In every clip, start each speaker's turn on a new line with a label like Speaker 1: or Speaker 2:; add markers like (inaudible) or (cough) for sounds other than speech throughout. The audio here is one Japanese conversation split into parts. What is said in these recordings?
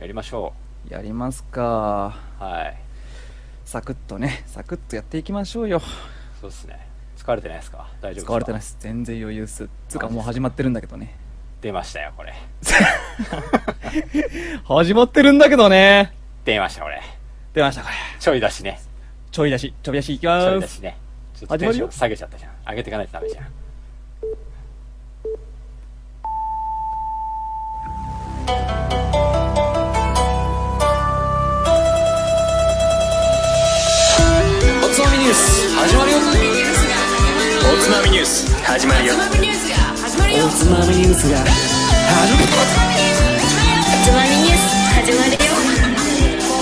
Speaker 1: やりましょ
Speaker 2: やりますか
Speaker 1: うはい
Speaker 2: サクッとねサクッとやっていきましょうよ
Speaker 1: そうですね疲れてないですか大丈夫ですか
Speaker 2: 使われてないです全然余裕っすつうかもう始まってるんだけどね
Speaker 1: 出ましたよこれ
Speaker 2: 始まってるんだけどね
Speaker 1: 出ましたこれ
Speaker 2: 出ましたこれ
Speaker 1: ちょい出しね
Speaker 2: ちょい出しちょび出しいき
Speaker 1: ちょい
Speaker 2: ま
Speaker 1: 出
Speaker 2: す
Speaker 1: しねちょっとテンション
Speaker 2: 始
Speaker 1: 下げちゃったじゃん上げていかないとダメじゃん
Speaker 3: おつまみニュース始まるよおつまみニュース始まるよおつまみニュースが
Speaker 4: つまみニュース始まるよ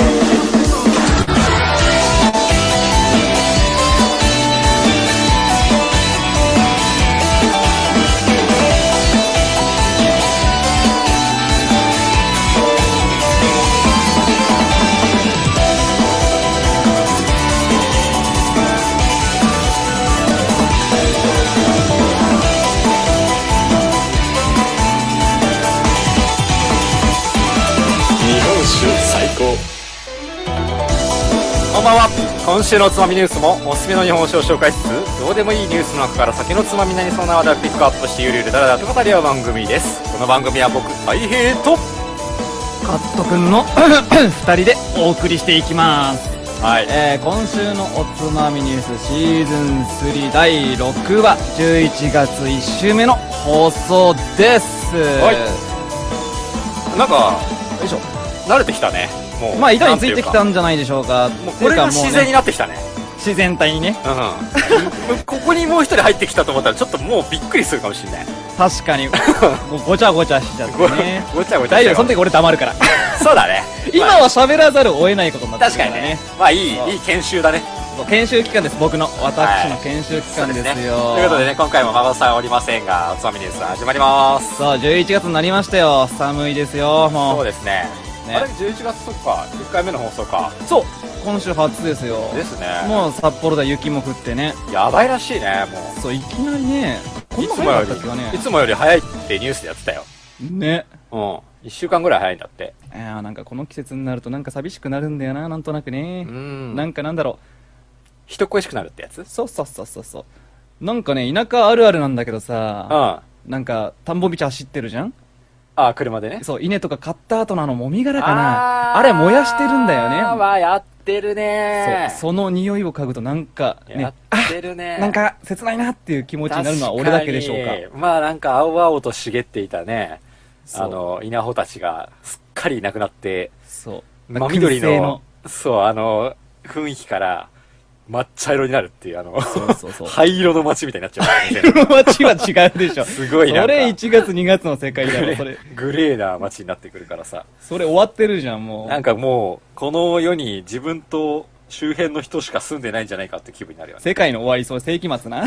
Speaker 3: 日本酒最高
Speaker 1: こんばんは今週のおつまみニュースもおすすめの日本酒を紹介しつつどうでもいいニュースの中から先のつまみになりそうな話題をピックアップしてゆるゆるだらだらと語り合う番組ですこの番組は僕たい平と
Speaker 2: カットくんの (coughs) 2人でお送りしていきます、
Speaker 1: はい
Speaker 2: えー、今週のおつまみニュースシーズン3第6話11月1週目の放送です
Speaker 1: はいなんか
Speaker 2: よいしょ
Speaker 1: 慣れてきたねもう
Speaker 2: まあ板についてきた
Speaker 1: なん
Speaker 2: じゃないでしょうか
Speaker 1: ていうかもうこれが自然
Speaker 2: っていうかもう
Speaker 1: に
Speaker 2: ね
Speaker 1: なってきたね
Speaker 2: 自然体にね
Speaker 1: うん、ここにもう一人入ってきたと思ったらちょっともうびっくりするかもしれない
Speaker 2: 確かに
Speaker 1: (laughs)
Speaker 2: もうごちゃごちゃしちゃって
Speaker 1: ご
Speaker 2: ね
Speaker 1: ごちゃごちゃ
Speaker 2: 大丈夫その時俺黙るから
Speaker 1: そうだね
Speaker 2: 今
Speaker 1: まあ
Speaker 2: は喋らざるを得ないことになってる
Speaker 1: 確
Speaker 2: か
Speaker 1: からにねまあいいいい研修だね
Speaker 2: そう研修期間です僕の私の研修期間ですよ、
Speaker 1: そうねということでね今回も馬場さんおりませんがおつまみニュース始まります
Speaker 2: そう11月になりましたよ寒いですよも
Speaker 1: そう
Speaker 2: う
Speaker 1: ですね
Speaker 2: ね
Speaker 1: あれ11月とか1回目の放送か
Speaker 2: そう今週初ですよ
Speaker 1: ですね
Speaker 2: もう札幌では雪も降ってね
Speaker 1: やばいらしいねもう
Speaker 2: そういきなりねこん
Speaker 1: い
Speaker 2: な
Speaker 1: つ
Speaker 2: 早
Speaker 1: も
Speaker 2: か
Speaker 1: よ
Speaker 2: ったっけかね
Speaker 1: りいつもより早いってニュースでやってたよ
Speaker 2: ね
Speaker 1: うん1週間ぐらい早いんだって
Speaker 2: いやーなんかこの季節になるとなんか寂しくなるんだよななんとなくね
Speaker 1: うん
Speaker 2: なんかなんだろう
Speaker 1: 人恋しくなるってやつうん
Speaker 2: そうそうそうそうそうなんかね田舎あるあるなんだけどさ、
Speaker 1: あ
Speaker 2: なんか田んぼ道走ってるじゃん
Speaker 1: あ車でね
Speaker 2: そう稲とか買った後のあのもみ殻か
Speaker 1: あ
Speaker 2: な
Speaker 1: ー
Speaker 2: あれ燃やしてるんだよ
Speaker 1: あー
Speaker 2: ね
Speaker 1: まあやってるね
Speaker 2: そうその匂いを嗅ぐとなんか
Speaker 1: や
Speaker 2: ね
Speaker 1: ってるね
Speaker 2: なんか切ないなっていう気持ちになるのは俺だけでしょうか
Speaker 1: 確にまあなんか青々と茂っていたね
Speaker 2: そう
Speaker 1: あの稲穂たちがすっかりいなくなって
Speaker 2: そう
Speaker 1: 真緑
Speaker 2: 燻製
Speaker 1: のそうあの雰囲気から抹茶色になるっていうあの
Speaker 2: そうそう (laughs) そう
Speaker 1: 灰色の街みたいになっちゃう、
Speaker 2: (laughs) この街は違うでし
Speaker 1: (laughs)
Speaker 2: ょ
Speaker 1: すごいなん
Speaker 2: そ
Speaker 1: か
Speaker 2: れ1月2月の世界
Speaker 1: (laughs)
Speaker 2: だろ
Speaker 1: グ
Speaker 2: そ
Speaker 1: レ
Speaker 2: れ
Speaker 1: ーグレーな街になってくるからさ
Speaker 2: それ終わってるじゃんもう
Speaker 1: なんかもうこの世に自分と周辺の人しか住んでないんじゃないかって気分になるよね
Speaker 2: 世界の終わりそう世紀
Speaker 1: (laughs)
Speaker 2: 末な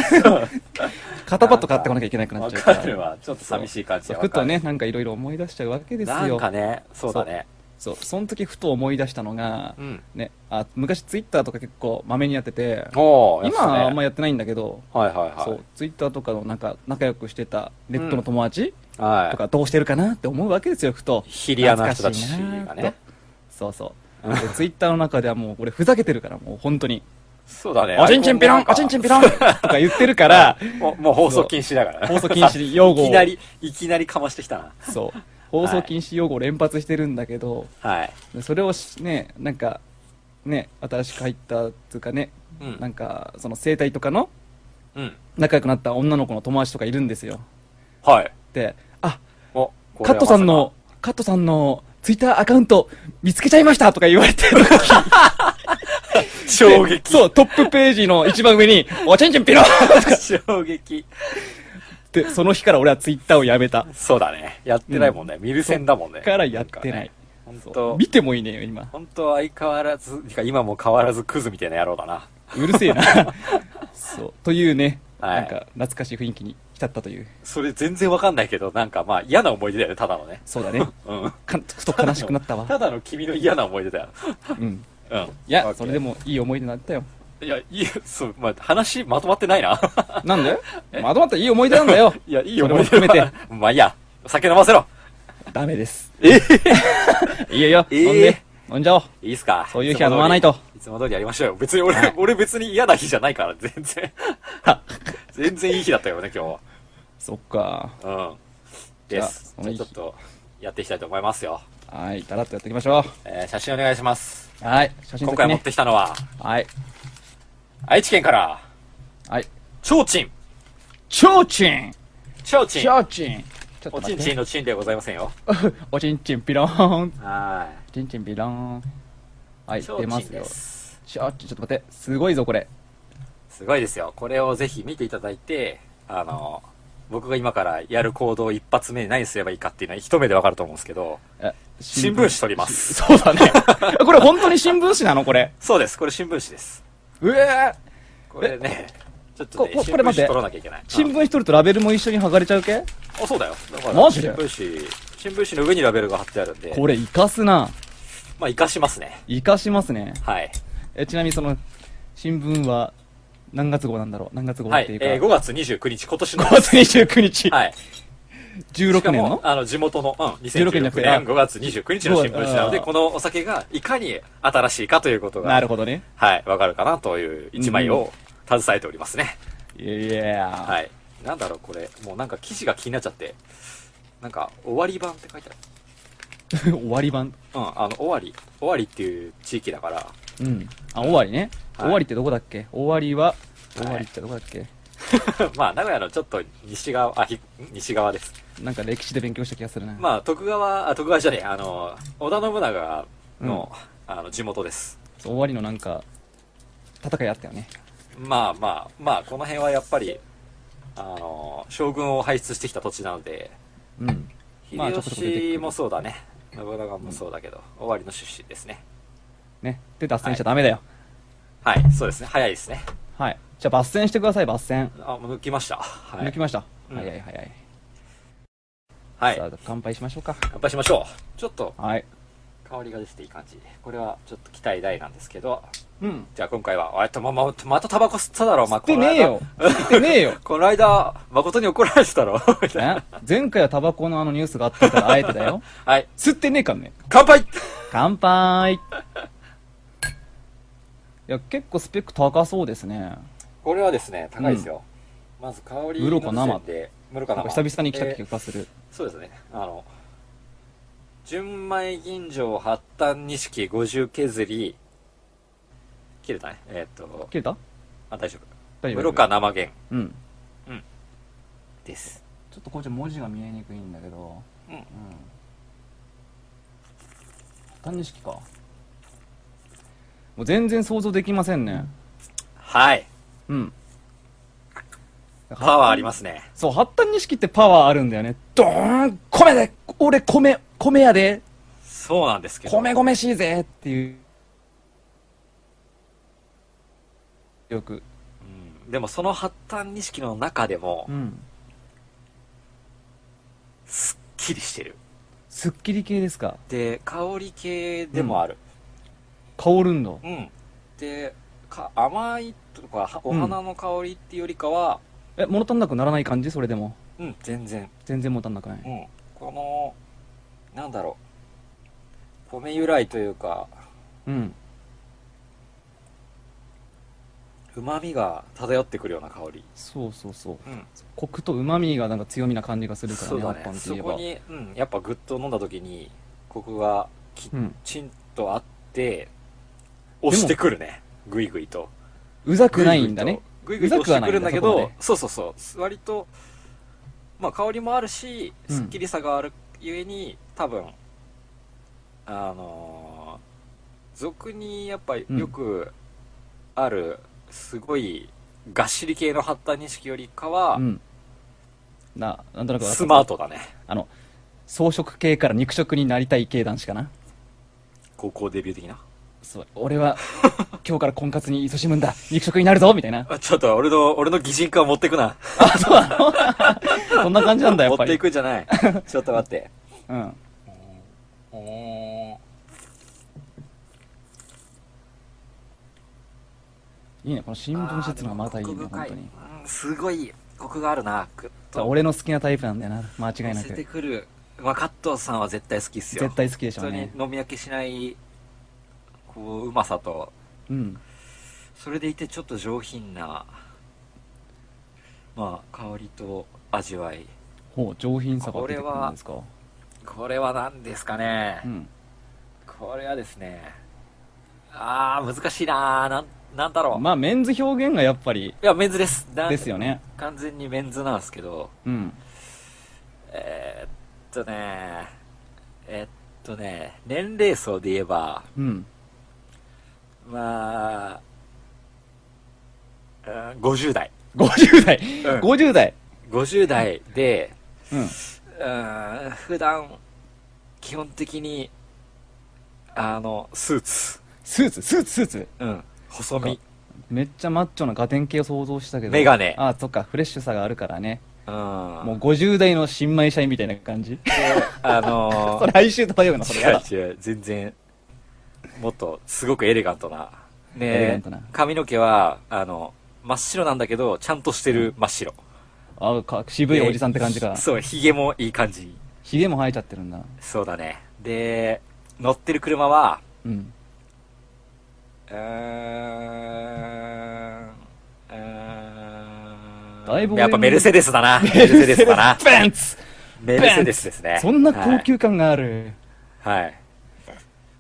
Speaker 2: 肩パッド買ってこなきゃいけなくなっちゃう
Speaker 1: わかるわちょっと寂しい感じ
Speaker 2: そう
Speaker 1: は
Speaker 2: ふ
Speaker 1: わか
Speaker 2: と
Speaker 1: る
Speaker 2: ねなんかいろいろ思い出しちゃうわけですよ
Speaker 1: なんかねそうだね
Speaker 2: そうその時ふと思い出したのが、
Speaker 1: うん
Speaker 2: ね、あ昔ツイッターとか結構まめにやってて
Speaker 1: おお
Speaker 2: 今はあんまやってないんだけど、
Speaker 1: はいはいはい
Speaker 2: そうツイッターとかのなんか仲良くしてたネットの友達
Speaker 1: はい
Speaker 2: とかどうしてるかなって思うわけですよふと
Speaker 1: ヒリアな人たち
Speaker 2: 懐
Speaker 1: が
Speaker 2: かしいな
Speaker 1: ね
Speaker 2: と。そうそうでツイッターの中ではもう俺ふざけてるからもう本
Speaker 1: (laughs)
Speaker 2: 当に
Speaker 1: そうだね
Speaker 2: 「おちんちんぴろんおちんちんぴ
Speaker 1: (laughs)
Speaker 2: ろん」とか言ってるか
Speaker 1: から (laughs) もうもう放送禁止だからね。
Speaker 2: 放送禁止用語を
Speaker 1: いきなり、いきなりかましてきたな。
Speaker 2: そう放送禁止用語を連発してるんだけど、
Speaker 1: はい。
Speaker 2: でそれをしねなんかね新しく入ったっていうかね、
Speaker 1: うん
Speaker 2: なんかその生態とかの
Speaker 1: うん。
Speaker 2: 仲良くなった女の子の友達とかいるんですよ
Speaker 1: はい。
Speaker 2: であ
Speaker 1: お、これ
Speaker 2: カットさんのカットさんのツイッターアカウント見つけちゃいましたとか言われてる時
Speaker 1: まさか衝撃。
Speaker 2: (laughs) そうトップページの一番上に「おちんちんピロ!」っ
Speaker 1: (laughs) 衝撃。
Speaker 2: てその日から俺はツイッターをやめた
Speaker 1: そうだね。やってないもんね。見る線だもんね。
Speaker 2: からやってない
Speaker 1: なんかね。本
Speaker 2: そう
Speaker 1: 当
Speaker 2: 見てもいねえよ今
Speaker 1: 本当相変わらず、てか今も変わらずクズみたいな野郎だな。
Speaker 2: うるせ
Speaker 1: (laughs)
Speaker 2: えなそうというね、
Speaker 1: はい
Speaker 2: なんか懐かしい雰囲気に浸ったという
Speaker 1: それ全然わかんないけど、なんかまあ嫌な思い出だよね、ただのね。
Speaker 2: そうだね
Speaker 1: うん。
Speaker 2: かふと悲しくなったわ
Speaker 1: (laughs) ただの君の嫌な思い出だよ。
Speaker 2: うん
Speaker 1: うん。
Speaker 2: いや、
Speaker 1: OK
Speaker 2: それでもいい思い出になったよ。
Speaker 1: いや、いい、そう、まあ、話まとまってない (laughs) な。
Speaker 2: なんでまとまったいい思い出なん
Speaker 1: (laughs)
Speaker 2: だよ。
Speaker 1: いや、いいよ、
Speaker 2: それ
Speaker 1: も
Speaker 2: も含めて。
Speaker 1: (laughs) まあいいや、酒飲ませろ。
Speaker 2: ダメです。
Speaker 1: え
Speaker 2: いいよいいよ、
Speaker 1: えー
Speaker 2: 飲んで、飲んじゃおう。
Speaker 1: いいっすか
Speaker 2: そういう日は飲まないと。
Speaker 1: いつも通りいつも通りやりましょうよ。別に俺、俺別に嫌な日じゃないから、全然。 (laughs) 全然いい日だったよね、今
Speaker 2: そっか。
Speaker 1: 日は。うん。です。
Speaker 2: じゃあ
Speaker 1: じゃあちょっと、やっていきたいと思いますよ。
Speaker 2: はい、だらっとやっていきましょ
Speaker 1: えー、写真お願いします。
Speaker 2: う。はい、写真
Speaker 1: 今
Speaker 2: 撮
Speaker 1: 回持っ
Speaker 2: ね。
Speaker 1: てきたのは、
Speaker 2: はい、
Speaker 1: 愛知県から、
Speaker 2: はい。
Speaker 1: ちょうちん。
Speaker 2: ちょうちん
Speaker 1: ちょうち
Speaker 2: ち
Speaker 1: ん。
Speaker 2: ょうちんちょっと
Speaker 1: お
Speaker 2: 待
Speaker 1: ち
Speaker 2: っ
Speaker 1: んち
Speaker 2: て。
Speaker 1: んのちんではございませんよ。
Speaker 2: (laughs) おちんちんピローン。
Speaker 1: は。
Speaker 2: ちんちんピローン。はいい、
Speaker 1: ちょう
Speaker 2: 出
Speaker 1: ち
Speaker 2: ます
Speaker 1: ん
Speaker 2: よ
Speaker 1: で。す。
Speaker 2: ちょうちん、ちょっと待って。すごいぞ、これ。
Speaker 1: すごいですよ。これをぜひ見ていただいて、あの、僕が今からやる行動を一発目に何すればいいかっていうのは一目でわかると思うんですけど、
Speaker 2: え
Speaker 1: 新聞紙取ります。
Speaker 2: そうだね。 (laughs) これ本当に新聞紙なのこれ。
Speaker 1: そうです。これ新聞紙です。
Speaker 2: うえー
Speaker 1: これね、ちょっとね、
Speaker 2: ここ
Speaker 1: 新聞
Speaker 2: これ
Speaker 1: 紙
Speaker 2: 待って
Speaker 1: 取らなきゃいけない。
Speaker 2: 新
Speaker 1: う
Speaker 2: 聞
Speaker 1: ん
Speaker 2: 紙取るとラベルも一緒に剥がれちゃうけ
Speaker 1: あ、そうだよ。だから
Speaker 2: マジで
Speaker 1: 新聞紙、新聞紙の上にラベルが貼ってあるんで、
Speaker 2: これ、生かすな。
Speaker 1: まあ、活かしますね。
Speaker 2: 生かしますね。
Speaker 1: はい。
Speaker 2: え、ちなみにその、新聞は、何月号なんだろう何月号
Speaker 1: は
Speaker 2: っ
Speaker 1: い。
Speaker 2: ていうか。
Speaker 1: えー、5月29日、今年の。
Speaker 2: 5月29日。
Speaker 1: はい。し
Speaker 2: 16
Speaker 1: か
Speaker 2: 年
Speaker 1: も
Speaker 2: の、
Speaker 1: あの、地元の、うん、
Speaker 2: 16年じゃな
Speaker 1: 2016
Speaker 2: くて
Speaker 1: 年5月29日の新聞紙なので、
Speaker 2: あー
Speaker 1: このお酒がいかに新しいかということが、
Speaker 2: なるほどね。
Speaker 1: はい、わかるかなという一枚を携えておりますね。
Speaker 2: いやー。
Speaker 1: はい。なんだろう、これ。もうなんか記事が気になっちゃって。なんか、終わり版って書いてある。
Speaker 2: (laughs) 終わり版。
Speaker 1: うん、あの、終わり。終わりっていう地域だから。 (laughs)
Speaker 2: うん。あ、終わりね。
Speaker 1: はい
Speaker 2: 終わりってどこだっけ終わりは、終わりってどこだっけ
Speaker 1: まあ、名古屋のちょっと西側、あ、ひ西側です。
Speaker 2: なんか歴史で勉強した気がするな。
Speaker 1: まあ、徳川、あ徳川じゃねえ、あの、織田信長の、あの、地元です。
Speaker 2: そう終わりのなんか、戦いあったよね。
Speaker 1: まあまあ、まあ、この辺はやっぱり、あの、将軍を輩出してきた土地なので、
Speaker 2: うん。まあ
Speaker 1: 秀吉もそうだね。信長もそうだけど、終わりの出身ですね。
Speaker 2: ね。で、脱線しちゃダメだよ。
Speaker 1: はい、そうですね。早いですね。
Speaker 2: はい。じゃあ、抜線してください、抜線。
Speaker 1: あ、もう抜きました。は
Speaker 2: 抜き
Speaker 1: い。
Speaker 2: ました。
Speaker 1: うん
Speaker 2: 早い早い。
Speaker 1: はい。
Speaker 2: さ
Speaker 1: 乾
Speaker 2: あ、乾杯しましょうか。
Speaker 1: 杯しましょう。ちょっと
Speaker 2: はい。
Speaker 1: 香りが出てていい感じ。これはちょっと期待大なんですけど。
Speaker 2: うん。
Speaker 1: じゃあ今回は、あれとま、ま、またタバコ吸っただろ、まあ、
Speaker 2: で
Speaker 1: この
Speaker 2: ねえ
Speaker 1: 間
Speaker 2: よ。。でねえよ。 (laughs)
Speaker 1: この間、誠に怒られてたろ。 (laughs) みたいな
Speaker 2: ね前回はタバコのあのニュースがあったからあえてだ
Speaker 1: (laughs)
Speaker 2: よ。
Speaker 1: はい。
Speaker 2: 吸ってねえからね。
Speaker 1: 乾杯
Speaker 2: 乾杯。いや、結構スペック高そうですね。
Speaker 1: これはですね、高いですよ。まず香りの時点で、室
Speaker 2: なん
Speaker 1: 生
Speaker 2: か久々に来た
Speaker 1: え
Speaker 2: 気がする。
Speaker 1: ーそうですね。あの、純米吟醸発端錦50削り、切れたね。えーっと、
Speaker 2: 切れた
Speaker 1: あ、大丈夫。
Speaker 2: 大丈夫
Speaker 1: 室川生源
Speaker 2: うん。
Speaker 1: です。
Speaker 2: ちょっとこっち文字が見えにくいんだけど。
Speaker 1: うん
Speaker 2: うん。単に式か。もう全然想像できませんね。
Speaker 1: はい。
Speaker 2: うん。
Speaker 1: パワーありますね。
Speaker 2: そう、発端錦ってパワーあるんだよね。ドーン米で俺米、米やで
Speaker 1: そうなんですけど。
Speaker 2: 米米しいぜっていう。よく。
Speaker 1: うんでもその発端錦の中でも
Speaker 2: う、ん。
Speaker 1: すっきりしてる。
Speaker 2: すっきり系ですか
Speaker 1: で、香り系でもある。
Speaker 2: 香るんだ。
Speaker 1: うん。で、か甘いとか、はお花の香りっていうよりかは、
Speaker 2: え、物足んなくならない感じそれでも。
Speaker 1: うん、全然。
Speaker 2: 全然物足んなくな
Speaker 1: う
Speaker 2: い。
Speaker 1: ん。この、なんだろう。米由来というか、
Speaker 2: うん。
Speaker 1: 旨味が漂ってくるような香り。
Speaker 2: そうそうそう。
Speaker 1: うん。
Speaker 2: コクと旨味がなんか強みな感じがするから
Speaker 1: そう
Speaker 2: ね、
Speaker 1: だ
Speaker 2: 発
Speaker 1: ね。
Speaker 2: 端
Speaker 1: そ
Speaker 2: って
Speaker 1: こ
Speaker 2: 言え
Speaker 1: に、うん、やっぱグッと飲んだ時に、ここがき
Speaker 2: ば。うん。
Speaker 1: チンとあって、押してくるね。ぐいぐいと。
Speaker 2: うざくないんだね。
Speaker 1: ぐいぐいと押してくるんだけど、
Speaker 2: うざくはないんだ
Speaker 1: そうそうそう。割と、まあ香りもあるし、
Speaker 2: うん
Speaker 1: すっきりさがあるゆえに、多分、あのー俗にやっぱよくある、すごい、がっしり系の発端錦よりかは、
Speaker 2: うん。な、なんとなくわかった
Speaker 1: スマートだね。
Speaker 2: あの、草食系から肉食になりたい系男子かな。
Speaker 1: 高校デビュー的な。
Speaker 2: そう、俺は、 (laughs) 今日から婚活に勤しむんだ肉食になるぞみたいな。
Speaker 1: あちょっと、俺の、俺の擬人化を持ってくな。
Speaker 2: あ、そうなのそんな感じなんだ、や
Speaker 1: 持
Speaker 2: っぱ
Speaker 1: ってい
Speaker 2: り。
Speaker 1: くんじゃ
Speaker 2: (laughs)
Speaker 1: ない。ちょっと待って。
Speaker 2: うん。いいね、この新聞説のまたいいね、
Speaker 1: あーでもコ
Speaker 2: 本
Speaker 1: ク深
Speaker 2: 当に。
Speaker 1: うんすごいコクがあるなグッ
Speaker 2: そう俺の好きなタイプなんだよな、間違い
Speaker 1: 寄
Speaker 2: な
Speaker 1: せて
Speaker 2: く。
Speaker 1: くるまあ、カットさんは絶対好きっすよ
Speaker 2: 絶対好きでしょう
Speaker 1: 本
Speaker 2: ね
Speaker 1: 当に飲み焼けしないこううまさと
Speaker 2: うん
Speaker 1: それでいてちょっと上品なまあ香りと味わい
Speaker 2: ほう上品さが出てくるんですか
Speaker 1: これは何ですかね、
Speaker 2: うん
Speaker 1: これはですねあー難しいなーなんなんだろう、
Speaker 2: まあメンズ表現がやっぱり
Speaker 1: いやメンズですな
Speaker 2: ですよね
Speaker 1: 完全にメンズなんですけど
Speaker 2: うん
Speaker 1: えーっとねえっとね年齢層で言えば
Speaker 2: うん
Speaker 1: まあ、うん50代。
Speaker 2: 50代、
Speaker 1: うん
Speaker 2: 50代
Speaker 1: 50代で、
Speaker 2: うん
Speaker 1: うん、普段、基本的に、あの、スーツ。
Speaker 2: スーツスーツスーツ
Speaker 1: うん。細身。
Speaker 2: めっちゃマッチョなガテン系を想像したけど
Speaker 1: メガネ
Speaker 2: ああそっかフレッシュさがあるからね
Speaker 1: うん。
Speaker 2: もう50代の新米社員みたいな感じ
Speaker 1: あ
Speaker 2: (laughs)
Speaker 1: の
Speaker 2: それ哀愁漂うな
Speaker 1: (laughs)
Speaker 2: それやだ
Speaker 1: 違う違う、全然、もっと、すごくエレガントな。
Speaker 2: エレガ
Speaker 1: ね
Speaker 2: ントな
Speaker 1: 髪の毛は、あの、真っ白なんだけど、ちゃんとしてる真っ白。
Speaker 2: あか渋いおじさんって感じか
Speaker 1: でそう、髭もいい感じ。
Speaker 2: ひげも生えちゃってるんだ
Speaker 1: そうだね。で、乗ってる車は、
Speaker 2: うん
Speaker 1: うーんうーん
Speaker 2: だいぶ俺の
Speaker 1: やっぱメルセデスだ
Speaker 2: (laughs)
Speaker 1: な。メルセデスだな。
Speaker 2: ベンツ
Speaker 1: メルセデスですね。
Speaker 2: そんな高級感がある、
Speaker 1: はい。はい。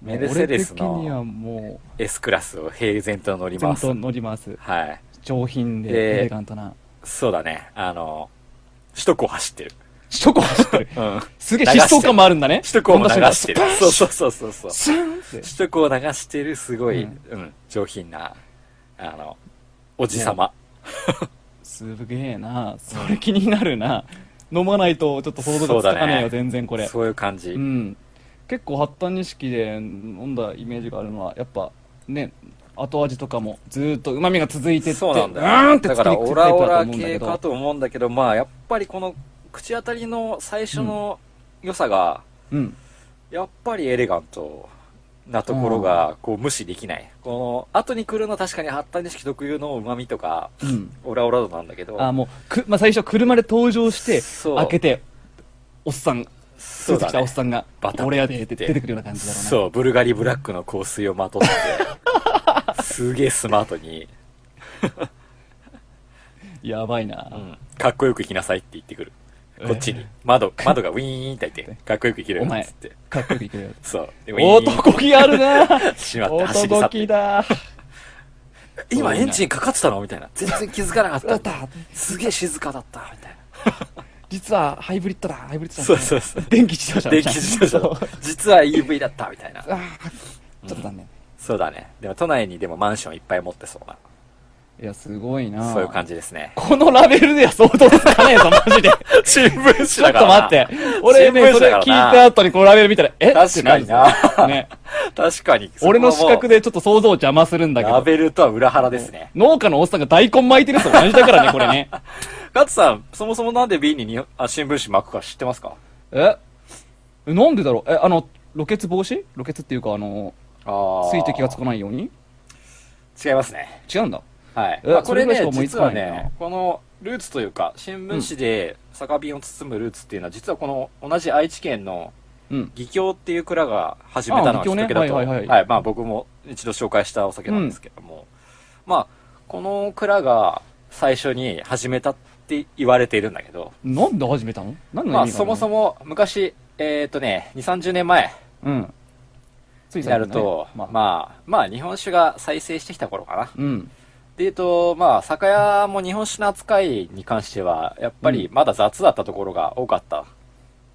Speaker 1: メルセデス
Speaker 2: 俺的には
Speaker 1: の
Speaker 2: も
Speaker 1: S クラスを平然と乗
Speaker 2: う
Speaker 1: り
Speaker 2: ちゃ
Speaker 1: ま
Speaker 2: ん
Speaker 1: す
Speaker 2: と。乗ります
Speaker 1: はい。
Speaker 2: 上品で
Speaker 1: で
Speaker 2: エレガントな
Speaker 1: そうだね。あの、首都高走ってる。
Speaker 2: 首都高走ってる
Speaker 1: うん。
Speaker 2: すげえ疾走感もあるんだね
Speaker 1: 首都高も流してる
Speaker 2: 飛んだ。
Speaker 1: そう
Speaker 2: 瞬
Speaker 1: そうそうそうそう。
Speaker 2: 間スパーンって
Speaker 1: 首都高を流してる、すごい、
Speaker 2: う
Speaker 1: うんん、上品な、あの、おじさま。
Speaker 2: すげえなそれ気になるな飲まないとちょっと想像がつかない
Speaker 1: そ
Speaker 2: よ、
Speaker 1: うだね
Speaker 2: 全然これ
Speaker 1: そういう感じ。
Speaker 2: うん、結構発端錦で飲んだイメージがあるのはやっぱね後味とかもずーっとうまみが続いてって
Speaker 1: そうなんだよ
Speaker 2: ーんって
Speaker 1: だから
Speaker 2: 作り
Speaker 1: オ
Speaker 2: 続けて
Speaker 1: ラオ
Speaker 2: たと
Speaker 1: ラ
Speaker 2: 思うんだけ
Speaker 1: 系
Speaker 2: ど
Speaker 1: かと思うんだけどまあやっぱりこの口当たりの最初の良さが、
Speaker 2: うん
Speaker 1: やっぱりエレガントなところがこう無視できない、この後に来るのは確かに八谷式特有のうまみとか
Speaker 2: うん
Speaker 1: オラオラ度なんだけど
Speaker 2: あーもうく、まあ、最初車で登場して
Speaker 1: そう
Speaker 2: 開けておっさん
Speaker 1: そ
Speaker 2: 出
Speaker 1: うだ
Speaker 2: てき
Speaker 1: ね
Speaker 2: たおっさんが
Speaker 1: バタッ
Speaker 2: 俺やで」って出てくるような感じだろうな
Speaker 1: そうブルガリブラックの香水をまとって
Speaker 2: (laughs)
Speaker 1: すげえスマートに、
Speaker 2: やばいな、
Speaker 1: うんかっこよく行きなさいって言ってくるこっちに窓窓がウィーンって開いてかっこよく行きろ
Speaker 2: お
Speaker 1: よっ
Speaker 2: 前
Speaker 1: つって
Speaker 2: かっこよくいけるよ
Speaker 1: そうでウィーンって
Speaker 2: 男気あ
Speaker 1: (laughs)
Speaker 2: るな
Speaker 1: しまって走り去
Speaker 2: 男
Speaker 1: って
Speaker 2: 気だ
Speaker 1: 今エンジンかかってたのみたいな全然気づかなかった
Speaker 2: だった
Speaker 1: すげえ静かだったみたい
Speaker 2: 実はハイブリッドだハイブリッド
Speaker 1: なそ
Speaker 2: だ
Speaker 1: うそうそう
Speaker 2: 電気自動車
Speaker 1: 電気自動車
Speaker 2: そう
Speaker 1: の実は EV だったみたいな
Speaker 2: あーちょっと残念、
Speaker 1: そうだねでも都内にでもマンションいっぱい持ってそうない
Speaker 2: や、すごいな
Speaker 1: そういう感
Speaker 2: じ。
Speaker 1: じですね
Speaker 2: このラベルでは相当つかねえぞ、マジで。
Speaker 1: (laughs) 新聞紙
Speaker 2: ちょっと待って。俺ね、
Speaker 1: 新聞
Speaker 2: そ
Speaker 1: 紙
Speaker 2: れ
Speaker 1: だ
Speaker 2: 聞
Speaker 1: からない
Speaker 2: た後にこのラベル見たら、え
Speaker 1: 確かにな
Speaker 2: ってるぞね。
Speaker 1: 確かに
Speaker 2: 俺の視覚
Speaker 1: で
Speaker 2: でちょっと想像を邪魔するんだけ
Speaker 1: ラ
Speaker 2: ど。
Speaker 1: ベルとは裏腹ですね
Speaker 2: 農家のおっさんが大根巻いてるやつと同じだからね、これ
Speaker 1: (laughs)
Speaker 2: ね。
Speaker 1: ガッツさんそもそもなんで瓶ににあ新聞紙巻くか知ってますか
Speaker 2: ええなんでだろうえ、あの、露血防止露血っていうか、あの、
Speaker 1: あ
Speaker 2: 水滴がつかないように
Speaker 1: 違いますね
Speaker 2: 違うんだ。
Speaker 1: はい。
Speaker 2: え
Speaker 1: まあ、これね
Speaker 2: それぐらいし
Speaker 1: 実
Speaker 2: か思い
Speaker 1: は
Speaker 2: つかないな
Speaker 1: ね、このルーツというか、新聞紙で酒瓶を包むルーツっていうのは、実はこの同じ愛知県の
Speaker 2: うん。
Speaker 1: 義教っていう蔵が始めたの
Speaker 2: あ
Speaker 1: はき
Speaker 2: 義教
Speaker 1: っ
Speaker 2: ね
Speaker 1: かけだと、
Speaker 2: は
Speaker 1: はいい
Speaker 2: はいはい
Speaker 1: まあ僕も一度紹介したお酒なんですけども、まあ、この蔵が最初に始めたって言われているんだけど、
Speaker 2: なんで始めたの何の意味が
Speaker 1: ま
Speaker 2: あ
Speaker 1: あ
Speaker 2: るの
Speaker 1: そもそ。も昔、えっ、とね、2、30年前
Speaker 2: うん。つい
Speaker 1: に
Speaker 2: 最
Speaker 1: なる
Speaker 2: 近だね
Speaker 1: と、まあ、まあ、日本酒が再生してきた頃かな。
Speaker 2: うん。
Speaker 1: で言うと、まあ、酒屋も日本酒の扱いに関しては、やっぱりまだ雑だったところが多かった。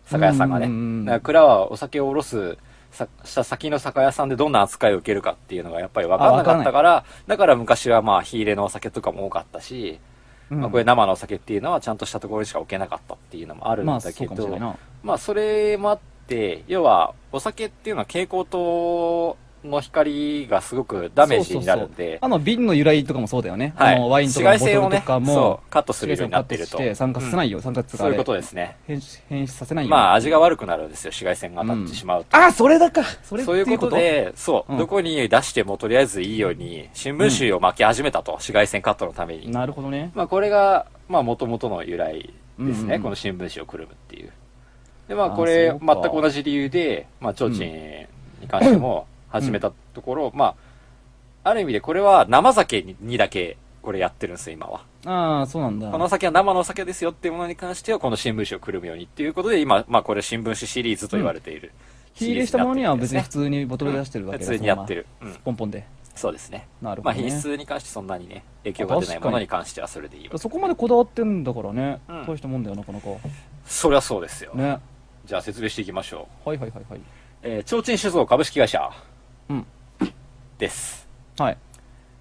Speaker 1: 酒屋さんがね。
Speaker 2: うんうんうん
Speaker 1: だから蔵はお酒を卸すさした先の酒屋さんでどんな扱いを受けるかっていうのがやっぱり分かんなかったから、だから昔はまあ、火入れのお酒とかも多かったし、
Speaker 2: うん
Speaker 1: まあ、こういう生のお酒っていうのはちゃんとしたところにしか置けなかったっていうのもあるん
Speaker 2: まあ、
Speaker 1: だ
Speaker 2: そ
Speaker 1: け
Speaker 2: うかもしれ
Speaker 1: ど、
Speaker 2: ないな。
Speaker 1: まあ、それもあって、要は、お酒っていうのは蛍光灯の光がすごくダメージになるん
Speaker 2: そうそうそう
Speaker 1: で、
Speaker 2: あの瓶の由来とかもそうだよね、あのワインとかボ
Speaker 1: 紫
Speaker 2: ト
Speaker 1: 外線を
Speaker 2: ル
Speaker 1: ね
Speaker 2: とかも
Speaker 1: そうカットするようになってる
Speaker 2: 紫
Speaker 1: と
Speaker 2: 外線をカットして酸化させないよ、酸化つか
Speaker 1: そういうこと
Speaker 2: で
Speaker 1: ですね
Speaker 2: 変変質させないよ、
Speaker 1: まあ味が悪くなるんですよ紫外線が当たってしまうと、
Speaker 2: ああそれだかそれ
Speaker 1: そういうことでそう、
Speaker 2: うん
Speaker 1: どこに出してもとりあえずいいように新聞紙を巻き始めたと、紫外線カットのために、
Speaker 2: なるほどね
Speaker 1: まあこれがまあ元々の由来ですね、
Speaker 2: うんうん
Speaker 1: この新聞紙をくるむっていうで、まあ、
Speaker 2: あー
Speaker 1: これ、
Speaker 2: そう
Speaker 1: 全
Speaker 2: か
Speaker 1: く同じ理由で、まあ、提灯に関しても始めたところ、まあ、ある意味でこれは生酒ににだけ、これやってるんですよ、今は。
Speaker 2: ああ、そうなんだ。
Speaker 1: このお酒は生のお酒ですよっていうものに関しては、この新聞紙をくるむようにっていうことで、今、まあ、これ新聞紙シリーズと言われている。
Speaker 2: 火入れしたものには別に普
Speaker 1: シ
Speaker 2: 通にボトルで出して
Speaker 1: リ
Speaker 2: る
Speaker 1: ーズに
Speaker 2: わ
Speaker 1: な
Speaker 2: け
Speaker 1: って
Speaker 2: だ
Speaker 1: るんですね普通にやって。る。う
Speaker 2: そのま
Speaker 1: ん
Speaker 2: ま。ポンポンで。
Speaker 1: そうですね。
Speaker 2: なるほ
Speaker 1: ま
Speaker 2: ど
Speaker 1: あ、
Speaker 2: ね
Speaker 1: 品質に関してそんなにね、影響が出ないものに関してはそれでいいわ。
Speaker 2: そこまでこだわってんだからね。
Speaker 1: うん
Speaker 2: 大したもんだよ、なかなか。
Speaker 1: そりゃそうですよ。
Speaker 2: ね。はい
Speaker 1: じゃあ、説明していきましょう。
Speaker 2: はいはいはい。
Speaker 1: えー、提灯酒造株式会社。
Speaker 2: うん
Speaker 1: です。
Speaker 2: はい。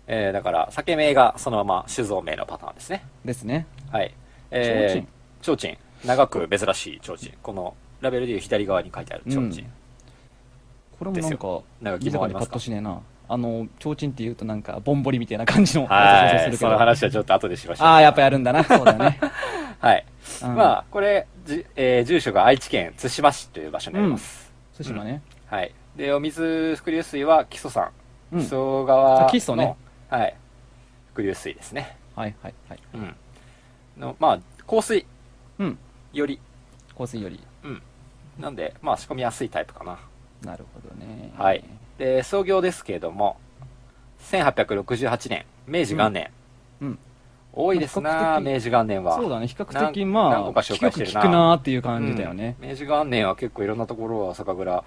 Speaker 1: えー、だから、酒名がそのまま酒造名のパターンですね。
Speaker 2: ですね。
Speaker 1: はい。えー、提灯。長く珍しい提灯。このラベルでいう左側に書いてある提
Speaker 2: う
Speaker 1: 灯
Speaker 2: ん。これもなんか、
Speaker 1: なんか疑
Speaker 2: 見
Speaker 1: 問
Speaker 2: たか
Speaker 1: あ
Speaker 2: に
Speaker 1: りま
Speaker 2: パッ
Speaker 1: す
Speaker 2: と
Speaker 1: か
Speaker 2: しねえな。あの、提灯って言うとなんか、ぼんぼりみたいな感じの。
Speaker 1: は
Speaker 2: 想像す
Speaker 1: い。
Speaker 2: るけ
Speaker 1: そ
Speaker 2: ど
Speaker 1: の話はちょっと後でしましょう。
Speaker 2: ああ、やっぱやるんだな。そうだよ
Speaker 1: (laughs)
Speaker 2: ね。
Speaker 1: はい。
Speaker 2: うん
Speaker 1: まあ、これ、じえー住所が愛知県津島市という場所になります。
Speaker 2: 対馬ね。
Speaker 1: はい。で、お水、伏流水は木曽山。
Speaker 2: うん
Speaker 1: 木曽川
Speaker 2: あ
Speaker 1: の、
Speaker 2: 木曽ね
Speaker 1: はい。伏流水ですね。
Speaker 2: はいはいはい。
Speaker 1: うん。の、まあ、香水
Speaker 2: うん。
Speaker 1: より、
Speaker 2: 香水より。
Speaker 1: うん。なんで、まあ、仕込みやすいタイプかな。
Speaker 2: なるほどね。
Speaker 1: はい。で、創業ですけれども、1868年、明治元年。
Speaker 2: うん。
Speaker 1: 多いですな
Speaker 2: 比較的
Speaker 1: 明治元年は。
Speaker 2: そうだね。比較的、
Speaker 1: なん
Speaker 2: まあ、
Speaker 1: 何
Speaker 2: よ
Speaker 1: 個
Speaker 2: く
Speaker 1: か紹介してる
Speaker 2: 聞
Speaker 1: な
Speaker 2: くなーっていう感じだよね。
Speaker 1: うん明治元年は結構いろんなところは酒蔵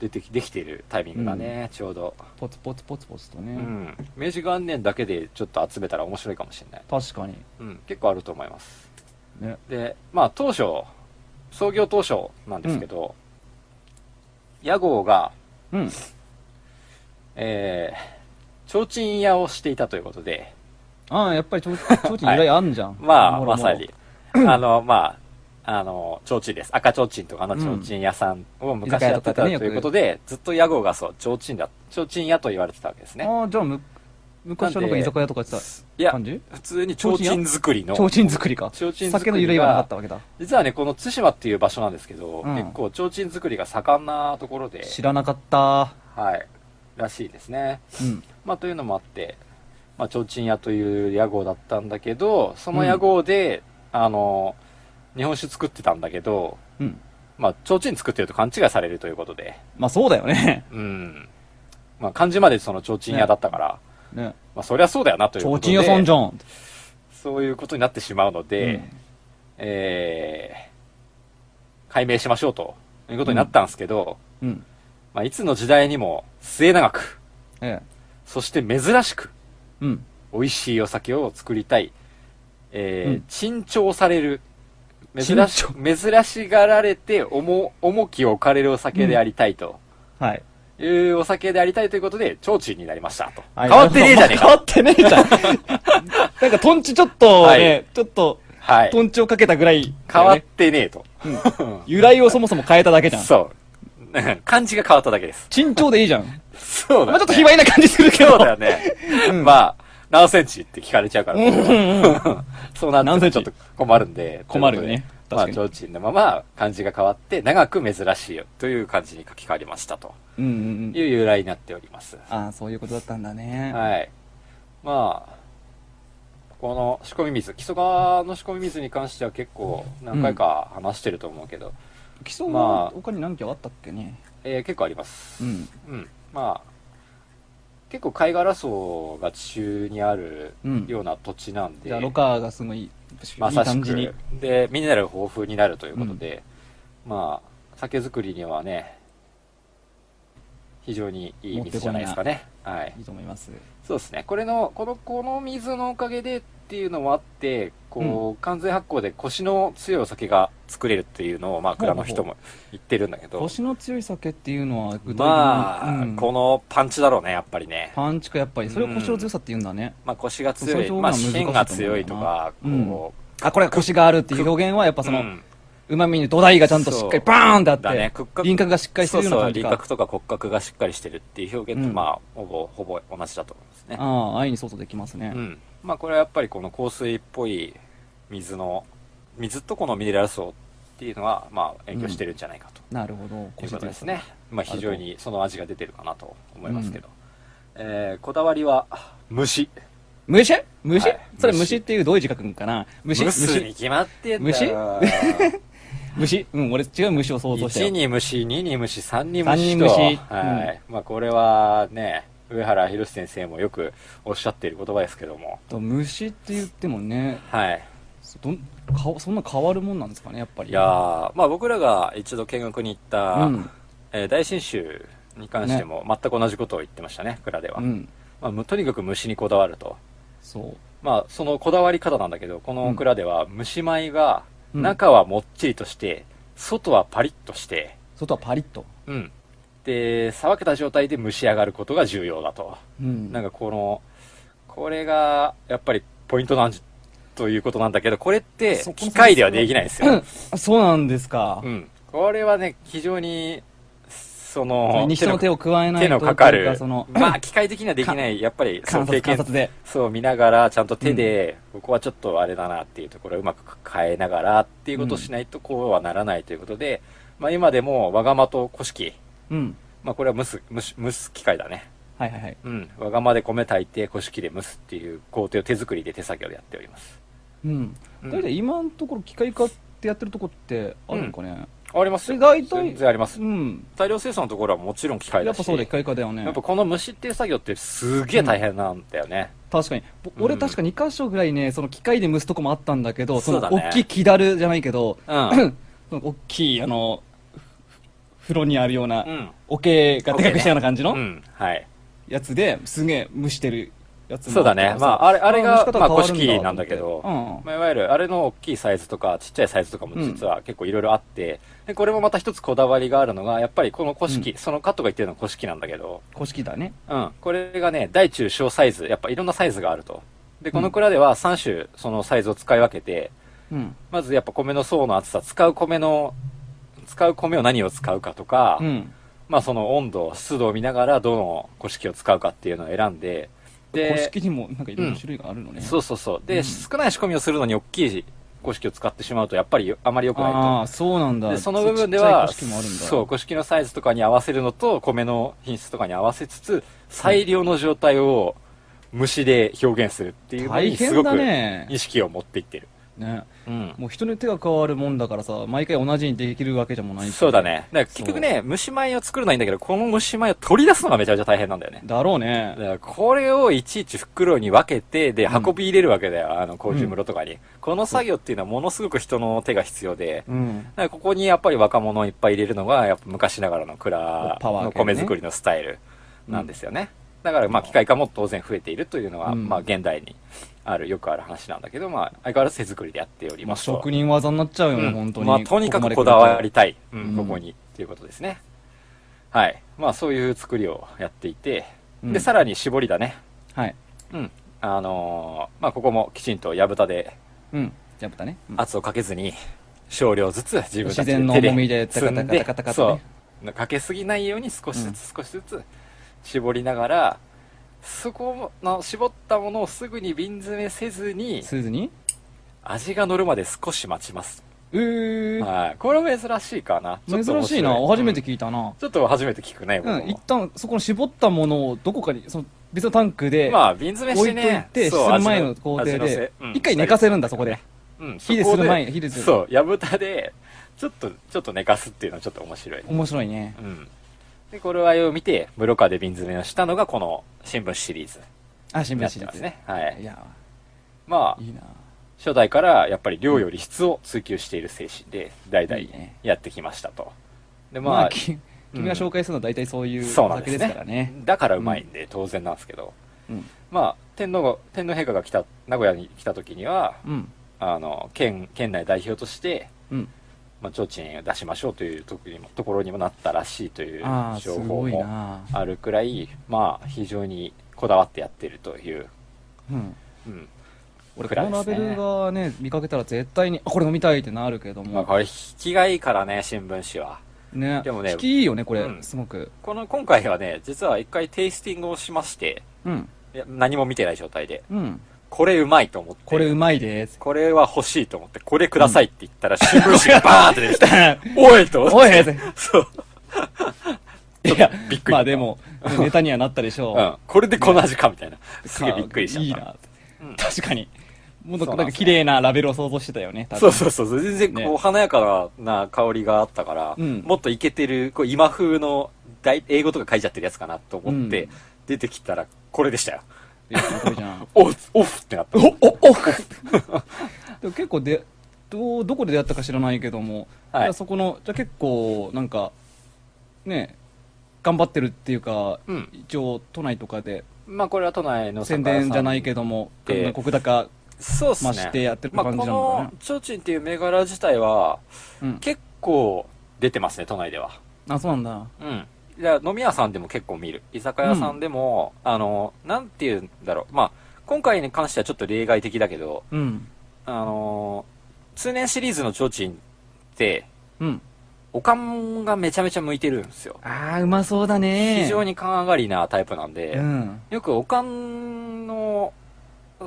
Speaker 1: 出てきできているタイミングだね、ちょうど、
Speaker 2: ポツポツポツポツと
Speaker 1: う
Speaker 2: ね。
Speaker 1: ん、明治元年だけでちょっと集めたら面白いかもしれない、
Speaker 2: 確かに。
Speaker 1: うん、結構あると思います
Speaker 2: ね。
Speaker 1: でまあ当初創業当初なんですけど、屋号が
Speaker 2: うん。
Speaker 1: えー、提灯屋をしていたということで
Speaker 2: ああ、やっぱりち
Speaker 1: (laughs)
Speaker 2: ょう、ちょうちん由来あんじゃん。
Speaker 1: まあ
Speaker 2: も
Speaker 1: ま
Speaker 2: ろもろ
Speaker 1: さ
Speaker 2: (clears throat)
Speaker 1: に。あのまああの提灯です赤提灯とかの提灯屋さんを昔
Speaker 2: うん
Speaker 1: やってたと
Speaker 2: 居酒屋とかねよ
Speaker 1: い
Speaker 2: く
Speaker 1: うことで、ずっと屋号がそう提灯だ提灯屋と言われてたわけですね
Speaker 2: ああ、じゃあ、む、昔はなんか居酒屋とかやって
Speaker 1: い
Speaker 2: た
Speaker 1: や
Speaker 2: 感じ
Speaker 1: 普通に
Speaker 2: 提
Speaker 1: 提
Speaker 2: 灯屋
Speaker 1: 灯作りの
Speaker 2: 提灯作りか。
Speaker 1: 提灯作りが
Speaker 2: 酒の由来はなかったわけだ。
Speaker 1: 実はねこの対馬っていう場所なんですけど、
Speaker 2: うん
Speaker 1: 結構提灯作りが盛んなところで
Speaker 2: 知らなかった。
Speaker 1: はいらしいですね
Speaker 2: うん。
Speaker 1: まあ、というのもあって、まあ、提灯屋という屋号だったんだけど、その屋号で、あの、日本酒作ってたんだけど、
Speaker 2: うん。
Speaker 1: まあ、提灯作ってると勘違いされるということで、
Speaker 2: まあそうだよね。
Speaker 1: うん。まあ、漢字までその提灯屋だったから、
Speaker 2: ね。
Speaker 1: まあ、そりゃそうだよなという
Speaker 2: 提
Speaker 1: ことで。
Speaker 2: 灯屋さんじゃん。
Speaker 1: そういうことになってしまうので、
Speaker 2: うん
Speaker 1: えー、解明しましょうということになったんですけど、
Speaker 2: うん。
Speaker 1: まあ、いつの時代にも末永く、
Speaker 2: ええ。
Speaker 1: そして珍しく、
Speaker 2: うん。
Speaker 1: 美味しいお酒を作りたい、
Speaker 2: う
Speaker 1: え
Speaker 2: ん
Speaker 1: ー珍重される
Speaker 2: 珍
Speaker 1: 珍し珍しがられて重重きを置かれるお酒でありたいと
Speaker 2: はい。
Speaker 1: いうお酒でありたいということで提灯になりましたと
Speaker 2: はい
Speaker 1: 変わってねえじゃねえ
Speaker 2: 変わ
Speaker 1: か
Speaker 2: ってねえじゃん。
Speaker 1: (laughs)
Speaker 2: なんか、トンチちょっと
Speaker 1: は
Speaker 2: ね
Speaker 1: い、
Speaker 2: ちょっと、
Speaker 1: はい
Speaker 2: トンチをかけたぐらいだよね。
Speaker 1: 変わってねえと
Speaker 2: 由来をそもそも変えただけじゃん。
Speaker 1: (laughs) そう (laughs) 漢字が変わっただけです
Speaker 2: 身長でいいじゃん。
Speaker 1: そうだ、ね、
Speaker 2: まあちょっと卑猥な感じするけ
Speaker 1: そう
Speaker 2: ど。
Speaker 1: だよね、まあ何センチって聞かれちゃうから、そうな
Speaker 2: 何
Speaker 1: ん
Speaker 2: セン
Speaker 1: で
Speaker 2: チ
Speaker 1: ちょっと困るんで
Speaker 2: 困るよね
Speaker 1: ということで
Speaker 2: 確か
Speaker 1: まあ提灯のまま漢字が変わって長く珍しいよという漢字に書き換わりましたと
Speaker 2: うんうんう
Speaker 1: い
Speaker 2: ん。
Speaker 1: う由来になっております
Speaker 2: ああ、そういうことだったんだね。
Speaker 1: はい。まあ、この仕込み水、木曽川の仕込み水に関しては結構何回か話してると思うけど、
Speaker 2: 基礎
Speaker 1: ま
Speaker 2: は
Speaker 1: あ
Speaker 2: 他に何かあったっけね。
Speaker 1: えー結構あります。
Speaker 2: うん。
Speaker 1: うんまあ、結構貝殻層が地中にある
Speaker 2: うん
Speaker 1: ような土地なんで、
Speaker 2: じゃあ、ロカーがすごい、い
Speaker 1: ま
Speaker 2: い
Speaker 1: さし
Speaker 2: 感
Speaker 1: く
Speaker 2: じに。
Speaker 1: で、ミネラル豊富になるということで、まあ、酒造りにはね、非常にいい水じゃないですかね。はい
Speaker 2: い。いと思います。
Speaker 1: そうですね。これの、この、この水のおかげでっていうのもあって、こう、完全発酵でコシの強いお酒が作れるっていうのを、まあ、蔵の人も言ってるんだけど、
Speaker 2: 腰の強い酒っていうのは、具体的に。
Speaker 1: まあ、
Speaker 2: うん
Speaker 1: このパンチだろうね、やっぱりね。
Speaker 2: パンチかやっぱり。それを腰の強さって言うんだね。
Speaker 1: まあ、コシが強い、
Speaker 2: そう
Speaker 1: まあ、
Speaker 2: そういう
Speaker 1: 芯
Speaker 2: のが
Speaker 1: が
Speaker 2: 難しいと
Speaker 1: 強
Speaker 2: 思う
Speaker 1: い
Speaker 2: んだ
Speaker 1: と
Speaker 2: よな
Speaker 1: か、こ
Speaker 2: あ、これは腰があるっていう表現は、やっぱ
Speaker 1: う、
Speaker 2: そうの、
Speaker 1: ん
Speaker 2: 旨味の土台がちゃんとしっかりバーンってあっ
Speaker 1: だね
Speaker 2: て、
Speaker 1: 骨格
Speaker 2: 輪郭がしっかりしてるような感じか。
Speaker 1: そうそう輪郭とか骨格がしっかりしてるっていう表現と、
Speaker 2: うん
Speaker 1: まあ、ほぼ、ほぼ同じだと思いますね。
Speaker 2: ああ、愛に想像できますね。
Speaker 1: うん、まあこれはやっぱりこの香水っぽい水の水とこのミネラル層っていうのはまあ影響してるんじゃないかと
Speaker 2: なるほど。
Speaker 1: いうことです
Speaker 2: 腰の強さ
Speaker 1: ね、まあ、非常にその味が出てるかなと思いますけど、えーこだわりは虫
Speaker 2: 虫虫
Speaker 1: はい
Speaker 2: それ
Speaker 1: 虫
Speaker 2: 虫っていうどういう字書くんかな虫
Speaker 1: 虫に
Speaker 2: 虫
Speaker 1: 決まってんだよ
Speaker 2: 虫虫うん、俺違う虫を想像した
Speaker 1: (laughs) 1
Speaker 2: よ。
Speaker 1: に虫、2に虫、3に
Speaker 2: 三
Speaker 1: 虫
Speaker 2: 人
Speaker 1: と、
Speaker 2: 虫
Speaker 1: はい。まあこれはね、上原博先生もよくおっしゃっている言葉ですけども、
Speaker 2: と虫って言ってもね、
Speaker 1: はい。
Speaker 2: どん顔そんな変わるもんなんですかね、やっぱり。
Speaker 1: いやーまあ僕らが一度見学に行った、
Speaker 2: うん
Speaker 1: えー大新州に関しても全く同じことを言ってましたね、蔵では。
Speaker 2: うん。
Speaker 1: まあむとにかく虫にこだわると。
Speaker 2: そう。
Speaker 1: まあそのこだわり方なんだけど、この蔵では虫米が
Speaker 2: うん
Speaker 1: 中はもっちりとして、外はパリッとして、
Speaker 2: 外はパリッと。
Speaker 1: うん。で、さばけた状態で蒸し上がることが重要だと。
Speaker 2: うん。
Speaker 1: なんかこの、これが、やっぱりポイントなんじ、ということなんだけど、これって
Speaker 2: そこ
Speaker 1: 機械ではできないんですよ。
Speaker 2: そうなんですか
Speaker 1: う。ん。これはね、非常に、その、
Speaker 2: 人の手を加えないと。
Speaker 1: 手のかか
Speaker 2: という
Speaker 1: る
Speaker 2: その、、
Speaker 1: まあ機械的にはできない、やっぱり、そ
Speaker 2: 観
Speaker 1: う経
Speaker 2: 察、観
Speaker 1: 験
Speaker 2: 察で。
Speaker 1: そう見ながら、ちゃんと手で、ここはちょっとあれだなっていうところをうまく変えながらっていうことをしないと、こうはならないということで、まあ今でも、わがまと古式、
Speaker 2: うん。
Speaker 1: まあこれは蒸す、蒸し蒸す機械だね。
Speaker 2: はいはいはい。
Speaker 1: うん、わがまで米炊いて、古式で蒸すっていう工程を手作りで手作業でやっております。
Speaker 2: うん。
Speaker 1: うん
Speaker 2: 大体今のところ機械化ってやってるとこってあるのかね。
Speaker 1: ありますよ
Speaker 2: え大体
Speaker 1: 全然あります
Speaker 2: う。ん。
Speaker 1: 大量生産のところはもちろん機械
Speaker 2: や
Speaker 1: だ
Speaker 2: っ
Speaker 1: し。
Speaker 2: ぱそうだ、機械化だよね
Speaker 1: やっ。ぱこの蒸しっていう作業ってすげえ大変なんだよね。
Speaker 2: 確かに。ぼ
Speaker 1: うん
Speaker 2: 俺確か2箇所ぐらいね、その機械で蒸すとこもあったんだけど、その
Speaker 1: そうだね
Speaker 2: 大きい木だるじゃないけど、
Speaker 1: うん。
Speaker 2: その大きい、あの、ふ風呂にあるような
Speaker 1: う、ん。
Speaker 2: 桶がでかくしたような感じの
Speaker 1: うん。はい。
Speaker 2: やつですげえ蒸してるやつも
Speaker 1: そうだね
Speaker 2: ったから。さ
Speaker 1: まあ、あれ、あれ
Speaker 2: 蒸し
Speaker 1: が
Speaker 2: 方、
Speaker 1: まあ、
Speaker 2: 変わ
Speaker 1: 古
Speaker 2: る
Speaker 1: 式なんだけど、
Speaker 2: と思って
Speaker 1: まあ、いわゆる、あれの大きいサイズとか、ちっちゃいサイズとかも実は結構いろいろあって、で、これもまた一つこだわりがあるのが、やっぱりこの古式、そのカットが言ってるのは古式なんだけど、
Speaker 2: うん。古式だね。
Speaker 1: うん。これがね、大中小サイズ、やっぱいろんなサイズがあると。で、この蔵では3種、そのサイズを使い分けて、
Speaker 2: うん。
Speaker 1: まずやっぱ米の層の厚さ、使う米の、使う米を何を使うかとか、
Speaker 2: うん。
Speaker 1: まあその温度、湿度を見ながらどの古式を使うかっていうのを選んで、で、
Speaker 2: 古式にもなんかいろんな種類があるのね。
Speaker 1: そうそうそう。で、
Speaker 2: うん
Speaker 1: 少ない仕込みをするのに大きい古式を使ってしまうとやっぱりあまり良くないと。
Speaker 2: ああ、そうなんだ。
Speaker 1: でその部分では
Speaker 2: ちっちゃい古式もあるんだ。
Speaker 1: そう古式のサイズとかに合わせるのと米の品質とかに合わせつつ最良の状態を虫で表現するっていうの
Speaker 2: 大
Speaker 1: にすご
Speaker 2: 変だ
Speaker 1: く
Speaker 2: ね。
Speaker 1: 意識を持っていってる、
Speaker 2: ね。
Speaker 1: うん、
Speaker 2: もう人の手が変わるもんだからさ、毎回同じにできるわけじゃもないし
Speaker 1: そうだ。ねだから結局ね蒸し米を作るのはいいんだけどこの蒸し米を取り出すのがめちゃめちゃ大変なんだよね
Speaker 2: だろうね
Speaker 1: だ。からこれをいちいち袋に分けてで
Speaker 2: うん
Speaker 1: 運び入れるわけだよ、あの工事室とかに、この作業っていうのはものすごく人の手が必要で、
Speaker 2: うん。
Speaker 1: だからここにやっぱり若者をいっぱい入れるのがやっぱ昔ながらの蔵
Speaker 2: パワー
Speaker 1: の
Speaker 2: 系ね
Speaker 1: 米作りのスタイルなんですよね、だからまあ機械化も当然増えているというのは、
Speaker 2: うん
Speaker 1: まあ現代にあるよくある話なんだけど、まあ、相変わらず手作りでやっており
Speaker 2: まあ
Speaker 1: ますと、
Speaker 2: 職人技になっちゃうよね、
Speaker 1: うん
Speaker 2: 本当に。
Speaker 1: まあとにかくこだわりたい、うん
Speaker 2: うん
Speaker 1: ここにということですねはいまあそういう作りをやっていて、
Speaker 2: うん
Speaker 1: でさらに絞りだね
Speaker 2: はい。
Speaker 1: うんあのーまあここもきちんと矢蓋で
Speaker 2: うん。じゃあ豚ね。うん
Speaker 1: 圧をかけずに少量ずつ自分たち
Speaker 2: 自然の
Speaker 1: 手で
Speaker 2: 重みで
Speaker 1: 積んで
Speaker 2: タカタカタカタと
Speaker 1: そ
Speaker 2: ね
Speaker 1: うかけすぎないように少しずつ少しずつ絞りながら、そこの絞ったものをすぐに瓶詰めせずに
Speaker 2: スーズに
Speaker 1: 味が乗るまで少し待ちます、
Speaker 2: うー。
Speaker 1: はいこれは珍しいかなちょっと面白
Speaker 2: 珍しいな。初めて
Speaker 1: うん
Speaker 2: 聞いたな。
Speaker 1: ちょっと初めて聞くね、僕
Speaker 2: う
Speaker 1: も
Speaker 2: ん。一旦、そこの絞ったものをどこかに、その別のタンクで、
Speaker 1: まあ瓶詰めして
Speaker 2: 置い
Speaker 1: ね
Speaker 2: といて、す
Speaker 1: そう
Speaker 2: る前の工程
Speaker 1: 味のせ
Speaker 2: で
Speaker 1: うん、
Speaker 2: 一回寝かせるんだ、そこで。
Speaker 1: うん
Speaker 2: 火でする前に火でする
Speaker 1: そうやぶたでちょっとちょっと寝かすっていうのはちょっと面白い
Speaker 2: 面白いね。
Speaker 1: うん。で、これはを見て、室川で瓶詰めをしたのが、この新聞シリーズ。
Speaker 2: あ、新
Speaker 1: な
Speaker 2: 聞
Speaker 1: っ
Speaker 2: シ
Speaker 1: て
Speaker 2: リー
Speaker 1: ます
Speaker 2: ズ。
Speaker 1: ね。はい
Speaker 2: い。や、
Speaker 1: まあ、
Speaker 2: いいな。
Speaker 1: 初代からやっぱり量より質を追求している精神で、代々
Speaker 2: いいね
Speaker 1: やってきましたと。で、
Speaker 2: ま
Speaker 1: ま
Speaker 2: あ、
Speaker 1: あ、
Speaker 2: き君が紹介するのは大体そういう
Speaker 1: そうなん
Speaker 2: 酒
Speaker 1: です
Speaker 2: ですから
Speaker 1: ね
Speaker 2: ね。。
Speaker 1: だからうまいんで、当然なんですけど。
Speaker 2: うん。
Speaker 1: まあ、天皇が、天皇陛下が来た、名古屋に来た時には、
Speaker 2: うん。
Speaker 1: あの、県、県内代表として、
Speaker 2: うん。
Speaker 1: まあ、提灯を出しましょうというとこにもところにもなったらしいという
Speaker 2: ああ、す
Speaker 1: 情報
Speaker 2: ごい
Speaker 1: も
Speaker 2: な。
Speaker 1: あるくらい、まあ、非常にこだわってやってるという、
Speaker 2: うん。
Speaker 1: うん。
Speaker 2: 俺、
Speaker 1: く
Speaker 2: こ
Speaker 1: らい
Speaker 2: の
Speaker 1: で
Speaker 2: ラ
Speaker 1: す
Speaker 2: ベ
Speaker 1: ね
Speaker 2: ルがね、見かけたら絶対に、あ、これ飲みたいってなるけど
Speaker 1: まあ、
Speaker 2: も。
Speaker 1: これ、引きがいいからね、新聞紙は。
Speaker 2: ね。
Speaker 1: でもね
Speaker 2: 引きいいよね、こ
Speaker 1: う
Speaker 2: れ。
Speaker 1: ん
Speaker 2: すごく。
Speaker 1: この、今回はね、実は一回テイスティングをしまして、
Speaker 2: うん。
Speaker 1: いや何も見てない状態で、
Speaker 2: うん。
Speaker 1: これうまいと思って、
Speaker 2: これうまいです。 (laughs)
Speaker 1: これは欲しいと思って、これくださいって言ったら、新聞紙がバーって出て (laughs) きた。おいと思って。
Speaker 2: おい
Speaker 1: そう。
Speaker 2: いや
Speaker 1: びっくり
Speaker 2: まあでも、ネタにはなったでしょ
Speaker 1: うん。これでこの味か、みたいな。すげえびっくりしちゃった。
Speaker 2: いいな
Speaker 1: うん。
Speaker 2: 確かに。もっとなんか綺麗なラベルを想像してたよね、多分
Speaker 1: そうそうそうそう全然こ
Speaker 2: ね
Speaker 1: う華やかな香りがあったから、
Speaker 2: うん
Speaker 1: もっといけてるこう今風の大英語とか書いちゃってるやつかなと思って、
Speaker 2: うん
Speaker 1: 出てきたらこれでしたよ
Speaker 2: いやすごいじ
Speaker 1: (laughs)
Speaker 2: ゃん。
Speaker 1: オフオフってなった
Speaker 2: お、
Speaker 1: (laughs)
Speaker 2: お、おでも結構で、どう、どこで出会ったか知らないけども、
Speaker 1: はい
Speaker 2: じゃあそこの、じゃあ結構、なんか、ね、頑張ってるっていうか、
Speaker 1: うん
Speaker 2: 一応、都内とかで、
Speaker 1: まあこれは都内の
Speaker 2: 宣伝じゃないけ
Speaker 1: ど
Speaker 2: ども、
Speaker 1: で
Speaker 2: 国高、
Speaker 1: そうっすね
Speaker 2: ましてやってる
Speaker 1: ま
Speaker 2: 感じなのかな
Speaker 1: あ、このちょうちんっていう銘柄自体は
Speaker 2: うん。
Speaker 1: 結構出てますね都内では
Speaker 2: あ、そうなんだ。
Speaker 1: うんじゃあ飲み屋さんでも結構見る居酒屋さんでも、あのなんて言うんだろうまあ今回に関してはちょっと例外的だけど
Speaker 2: うん。
Speaker 1: あのー通年シリーズのちょうちんって
Speaker 2: うん。
Speaker 1: おかんがめちゃめちゃ向いてるんですよ、
Speaker 2: ああ、うまそうだね。
Speaker 1: 非常
Speaker 2: に。
Speaker 1: に勘上がりなタイプなんで、
Speaker 2: うん。
Speaker 1: よくおかんの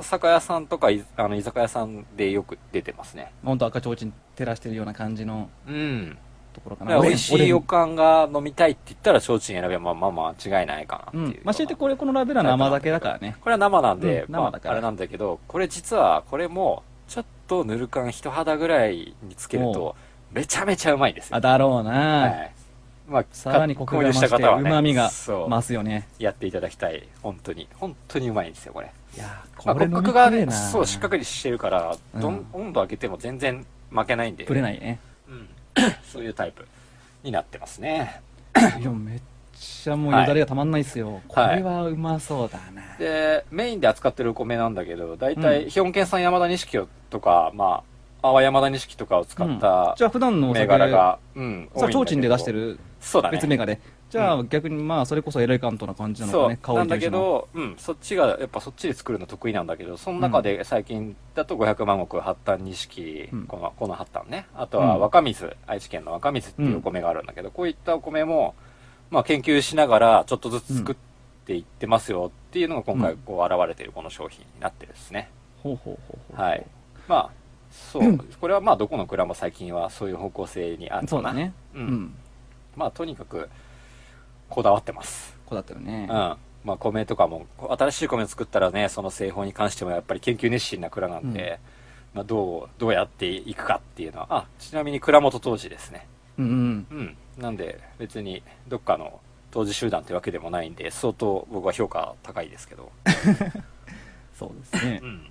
Speaker 1: 酒屋さんとかいあの居酒屋さんでよく出てますね
Speaker 2: ほんと赤ちょうちん照らしてるような感じの
Speaker 1: うん
Speaker 2: ところか
Speaker 1: だ
Speaker 2: な。
Speaker 1: から美味しいお
Speaker 2: よ。
Speaker 1: かんが飲みたいって言ったら提灯選べばまあまあまあ違いないか
Speaker 2: う
Speaker 1: なってい
Speaker 2: ん
Speaker 1: う。
Speaker 2: まあ、教えてこれ、このラベルは生酒だからね。
Speaker 1: これは生なんで、
Speaker 2: うん
Speaker 1: ま
Speaker 2: 生だ
Speaker 1: あ、
Speaker 2: から
Speaker 1: あれなんだけどこれ実はこれもちょっとぬる感人肌ぐらいにつける
Speaker 2: お
Speaker 1: とめちゃめちゃうまいんですよ
Speaker 2: あ、だろうな、
Speaker 1: はいまあ、
Speaker 2: さらにコクが増して、
Speaker 1: 購入
Speaker 2: うまみが
Speaker 1: そう
Speaker 2: 増すよね。
Speaker 1: やっていただきたい本当に本当にうまいんですよこれ
Speaker 2: いやー
Speaker 1: まあ、
Speaker 2: これ
Speaker 1: 骨
Speaker 2: 飲
Speaker 1: 格
Speaker 2: みきれ
Speaker 1: が
Speaker 2: ねえ
Speaker 1: ね
Speaker 2: な
Speaker 1: そう四角にしてるから、
Speaker 2: うん
Speaker 1: どん温度上げても全然負けないんで
Speaker 2: ぶれな
Speaker 1: (laughs)
Speaker 2: いね。
Speaker 1: うん (coughs) そういうタイプになってますね
Speaker 2: いや、めっちゃもうよだれがたまんないっすよ。これはうまそうだな。
Speaker 1: でメインで扱ってるお米なんだけど大体、兵庫県産山田錦とかまあ淡山田錦とかを使
Speaker 2: うん
Speaker 1: った
Speaker 2: じゃあ普段のお
Speaker 1: 銘
Speaker 2: 酒
Speaker 1: 柄が、うん
Speaker 2: さあ、提灯で出して
Speaker 1: る
Speaker 2: る
Speaker 1: そうだね
Speaker 2: 別銘柄で。じゃあ逆にまあそれこそエレカントな感じなの
Speaker 1: そ
Speaker 2: か
Speaker 1: う
Speaker 2: ね、
Speaker 1: な
Speaker 2: 香
Speaker 1: ん
Speaker 2: り
Speaker 1: だ
Speaker 2: と
Speaker 1: けど、うん、そっちがやっぱそっちで作るの得意なんだけどその中で最近だと500万石八丹錦、
Speaker 2: うん
Speaker 1: このこの八丹ねあと
Speaker 2: う
Speaker 1: は
Speaker 2: ん
Speaker 1: 若水、愛知県の若水っていうお米があるんだけど、こういったお米も、まあ、研究しながらちょっとずつ作っていってますよっていうのが今
Speaker 2: う
Speaker 1: 回
Speaker 2: ん
Speaker 1: こう現れてるこの商品になってるんですね、
Speaker 2: ほうほうほうほう。
Speaker 1: はいまあそう、
Speaker 2: (laughs)
Speaker 1: これはまあどこの蔵も最近はそういう方向性にあるのかな
Speaker 2: そうだね。
Speaker 1: う
Speaker 2: うんん。
Speaker 1: まあとにかくこだわってます
Speaker 2: こうだったよ
Speaker 1: うん
Speaker 2: ね。
Speaker 1: まあ、米とかも新しい米作ったらねその製法に関してもやっぱり研究熱心な蔵なんで、まあ、どうどうやっていくかっていうのはあちなみに蔵元当時ですね
Speaker 2: うんうん。
Speaker 1: うんなんで別にどっかの当時集団ってわけでもないんで相当僕は評価高いですけど、
Speaker 2: そうですね
Speaker 1: う。ん、
Speaker 2: い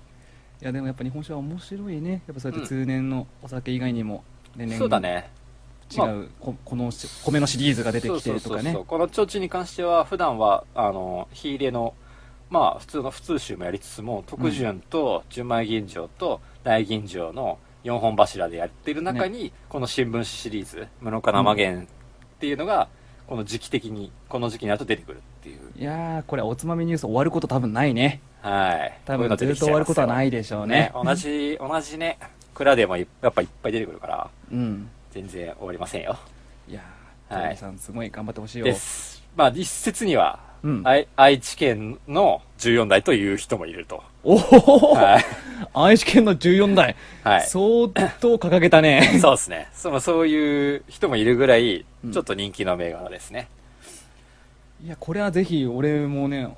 Speaker 2: やでもやっぱ日本酒は面白いね。やっぱそうやって通年のお酒以外にも、年々
Speaker 1: そうだね
Speaker 2: 違う、ここのし米のシリーズが出てきてるとかね。
Speaker 1: この提灯に関しては普段はあの火入れのまあ普通の普通酒もやりつつも特潤と純米吟醸と大吟醸の4本柱でやってる中に、この新聞紙シリーズ「無農家生源」っていうのが、この時期的にこの時期になると出てくるっていう
Speaker 2: いやー、これおつまみニュース終わること多分ないね。
Speaker 1: はい
Speaker 2: 多分ずっと終わることはないでしょ
Speaker 1: よ
Speaker 2: う
Speaker 1: ね
Speaker 2: ね。
Speaker 1: 同じ同じね蔵でもいやっぱいっぱい出てくるから
Speaker 2: うん。
Speaker 1: 全然終わりませんよ
Speaker 2: いやー、
Speaker 1: はい
Speaker 2: ジョニーさんすごい頑張ってほしいよ。
Speaker 1: ですまあ一説には、
Speaker 2: うん
Speaker 1: あい愛知県の14代という人もいると
Speaker 2: おほほほ
Speaker 1: はい、
Speaker 2: 愛知県の14代。
Speaker 1: はい、そ
Speaker 2: 相当掲げたね。
Speaker 1: うですねそのそういう人もいるぐらい
Speaker 2: うん
Speaker 1: ちょっと人気の銘柄ですね、
Speaker 2: いや、これはぜひ俺もね、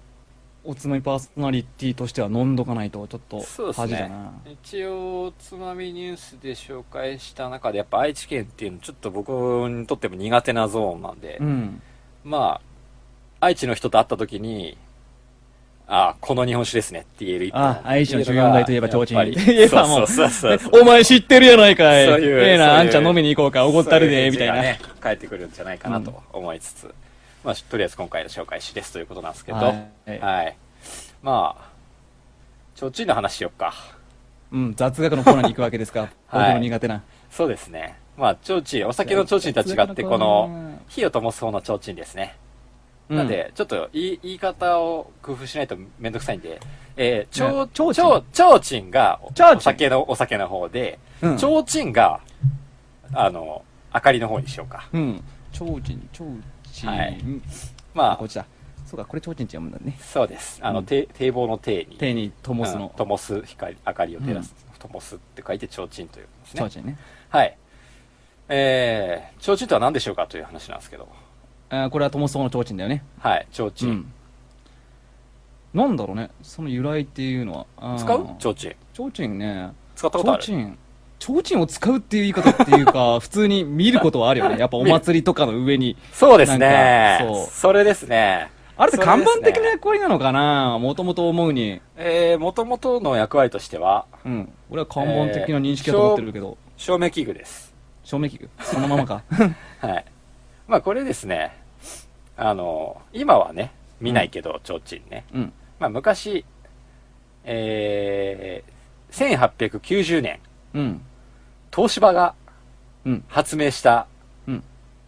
Speaker 2: おつまみパーソナリティとしては飲んどかないとちょっ
Speaker 1: そう
Speaker 2: と
Speaker 1: です
Speaker 2: 恥だ
Speaker 1: ね
Speaker 2: な。
Speaker 1: 一応おつまみニュースで紹介した中でやっぱ愛知県っていうのちょっと僕にとっても苦手なゾーンなんで、
Speaker 2: うん。
Speaker 1: まあ愛知の人と会った時にああこの日本酒ですねって言える一本
Speaker 2: あ、愛知の
Speaker 1: っていうが
Speaker 2: 14代といえば (laughs) 提
Speaker 1: やっぱ
Speaker 2: 灯。
Speaker 1: り
Speaker 2: 言えばもう
Speaker 1: そうそうそうそう
Speaker 2: お前知ってるやないかい。
Speaker 1: そういう
Speaker 2: え
Speaker 1: そ
Speaker 2: え
Speaker 1: ういう
Speaker 2: な、あんちゃん飲みに行こうか、おごったるで、みたいな。
Speaker 1: そうう字がね、帰ってくるんじゃないかな
Speaker 2: うん
Speaker 1: と思いつつ、まあ、とりあえず今回の紹介しですということなんですけど、は
Speaker 2: はい
Speaker 1: い。まあ、ちょうちんの話しよっか。
Speaker 2: うん、雑学のコーナーに行くわけですか。
Speaker 1: はい
Speaker 2: 僕の苦手な。
Speaker 1: そうですね。まあ、ちょうちん、お酒のちょうちんとは違って、この、火を灯す方のちょうちんですね。
Speaker 2: うん、
Speaker 1: なんで、ちょっと言い言い方を工夫しないとめんどくさいんで、えー、ちょう、
Speaker 2: ちょうち
Speaker 1: ち
Speaker 2: ん
Speaker 1: ょう、ちょうちんが、
Speaker 2: ちょうちん
Speaker 1: お酒の、お酒の方で、
Speaker 2: うん
Speaker 1: ちょうちんが、あの、明かりの方にしようか。
Speaker 2: うん。ちょうちん、ちょうちん。
Speaker 1: はい
Speaker 2: あ、
Speaker 1: ま
Speaker 2: こっちだ。そうか、これちょうちんって読むんだね。
Speaker 1: そうです。あの、
Speaker 2: うん
Speaker 1: て堤防の堤に。
Speaker 2: 手に灯す
Speaker 1: うん
Speaker 2: の。
Speaker 1: 灯す光、明かりを照らす。灯すって書いて、提灯というんです
Speaker 2: ちょう
Speaker 1: ね。
Speaker 2: ちんね。
Speaker 1: はい。えー、提灯とは何でしょうかという話なんですけど。
Speaker 2: あーこれは灯す方のちょうちんだよね。
Speaker 1: はい、提灯。
Speaker 2: うん。なんだろうねその由来っていうのは
Speaker 1: 使う
Speaker 2: ちょ
Speaker 1: 提灯
Speaker 2: うちんね
Speaker 1: 使った
Speaker 2: ち
Speaker 1: こと
Speaker 2: ょ
Speaker 1: あ
Speaker 2: う
Speaker 1: る
Speaker 2: ちんちょうちんを使うっていう言い方ってい
Speaker 1: (laughs)
Speaker 2: うか普通に見ることはあるよねやっぱお祭りとかの上に
Speaker 1: そうですね
Speaker 2: なんかそう
Speaker 1: それですね
Speaker 2: あれって
Speaker 1: それ
Speaker 2: 看
Speaker 1: ですね
Speaker 2: 板的な役割なのかなもともと思うに
Speaker 1: えー、元々の役割としては
Speaker 2: うん俺は看板的な認識だと思ってるけど、
Speaker 1: 照明器具です
Speaker 2: 照明器具そのまま
Speaker 1: (laughs)
Speaker 2: か
Speaker 1: はいまあこれですねあの今はね見ないけど提灯ね
Speaker 2: うん
Speaker 1: まあ昔えー、1890年
Speaker 2: うん
Speaker 1: 東芝が
Speaker 2: うん
Speaker 1: 発明した
Speaker 2: うん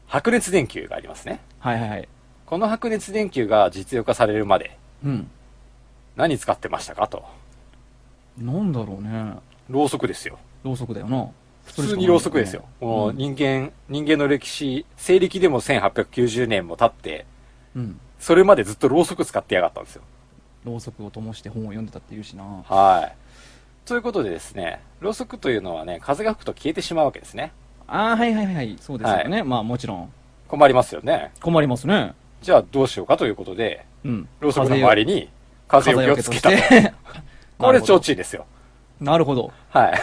Speaker 1: 白熱電球がありますね
Speaker 2: はいはいはい
Speaker 1: この白熱電球が実用化されるまで
Speaker 2: うん
Speaker 1: 何使ってましたかと
Speaker 2: なんだろうね
Speaker 1: ろうそくですよ
Speaker 2: ろうそくだよな普
Speaker 1: 普通にろうそくですよ、もう人間人間の歴史西暦でも1890年も経って
Speaker 2: うん
Speaker 1: それまでずっとろうそく使ってやがったんですよ
Speaker 2: ろうそくを灯して本を読んでたっていうしな
Speaker 1: はいということでですねろうそくというのはね風が吹くと消えてしまうわけですね
Speaker 2: ああはいはいはいはいそうですよね、
Speaker 1: は
Speaker 2: まあもちろん
Speaker 1: 困りますよね
Speaker 2: 困りますね
Speaker 1: じゃあどうしようかということで
Speaker 2: うん
Speaker 1: ろうそくの周りに風よけをつけた
Speaker 2: 風よけとして
Speaker 1: (laughs) これ
Speaker 2: (laughs) なるほど
Speaker 1: 提灯ですよ
Speaker 2: なるほど、 (laughs)
Speaker 1: はい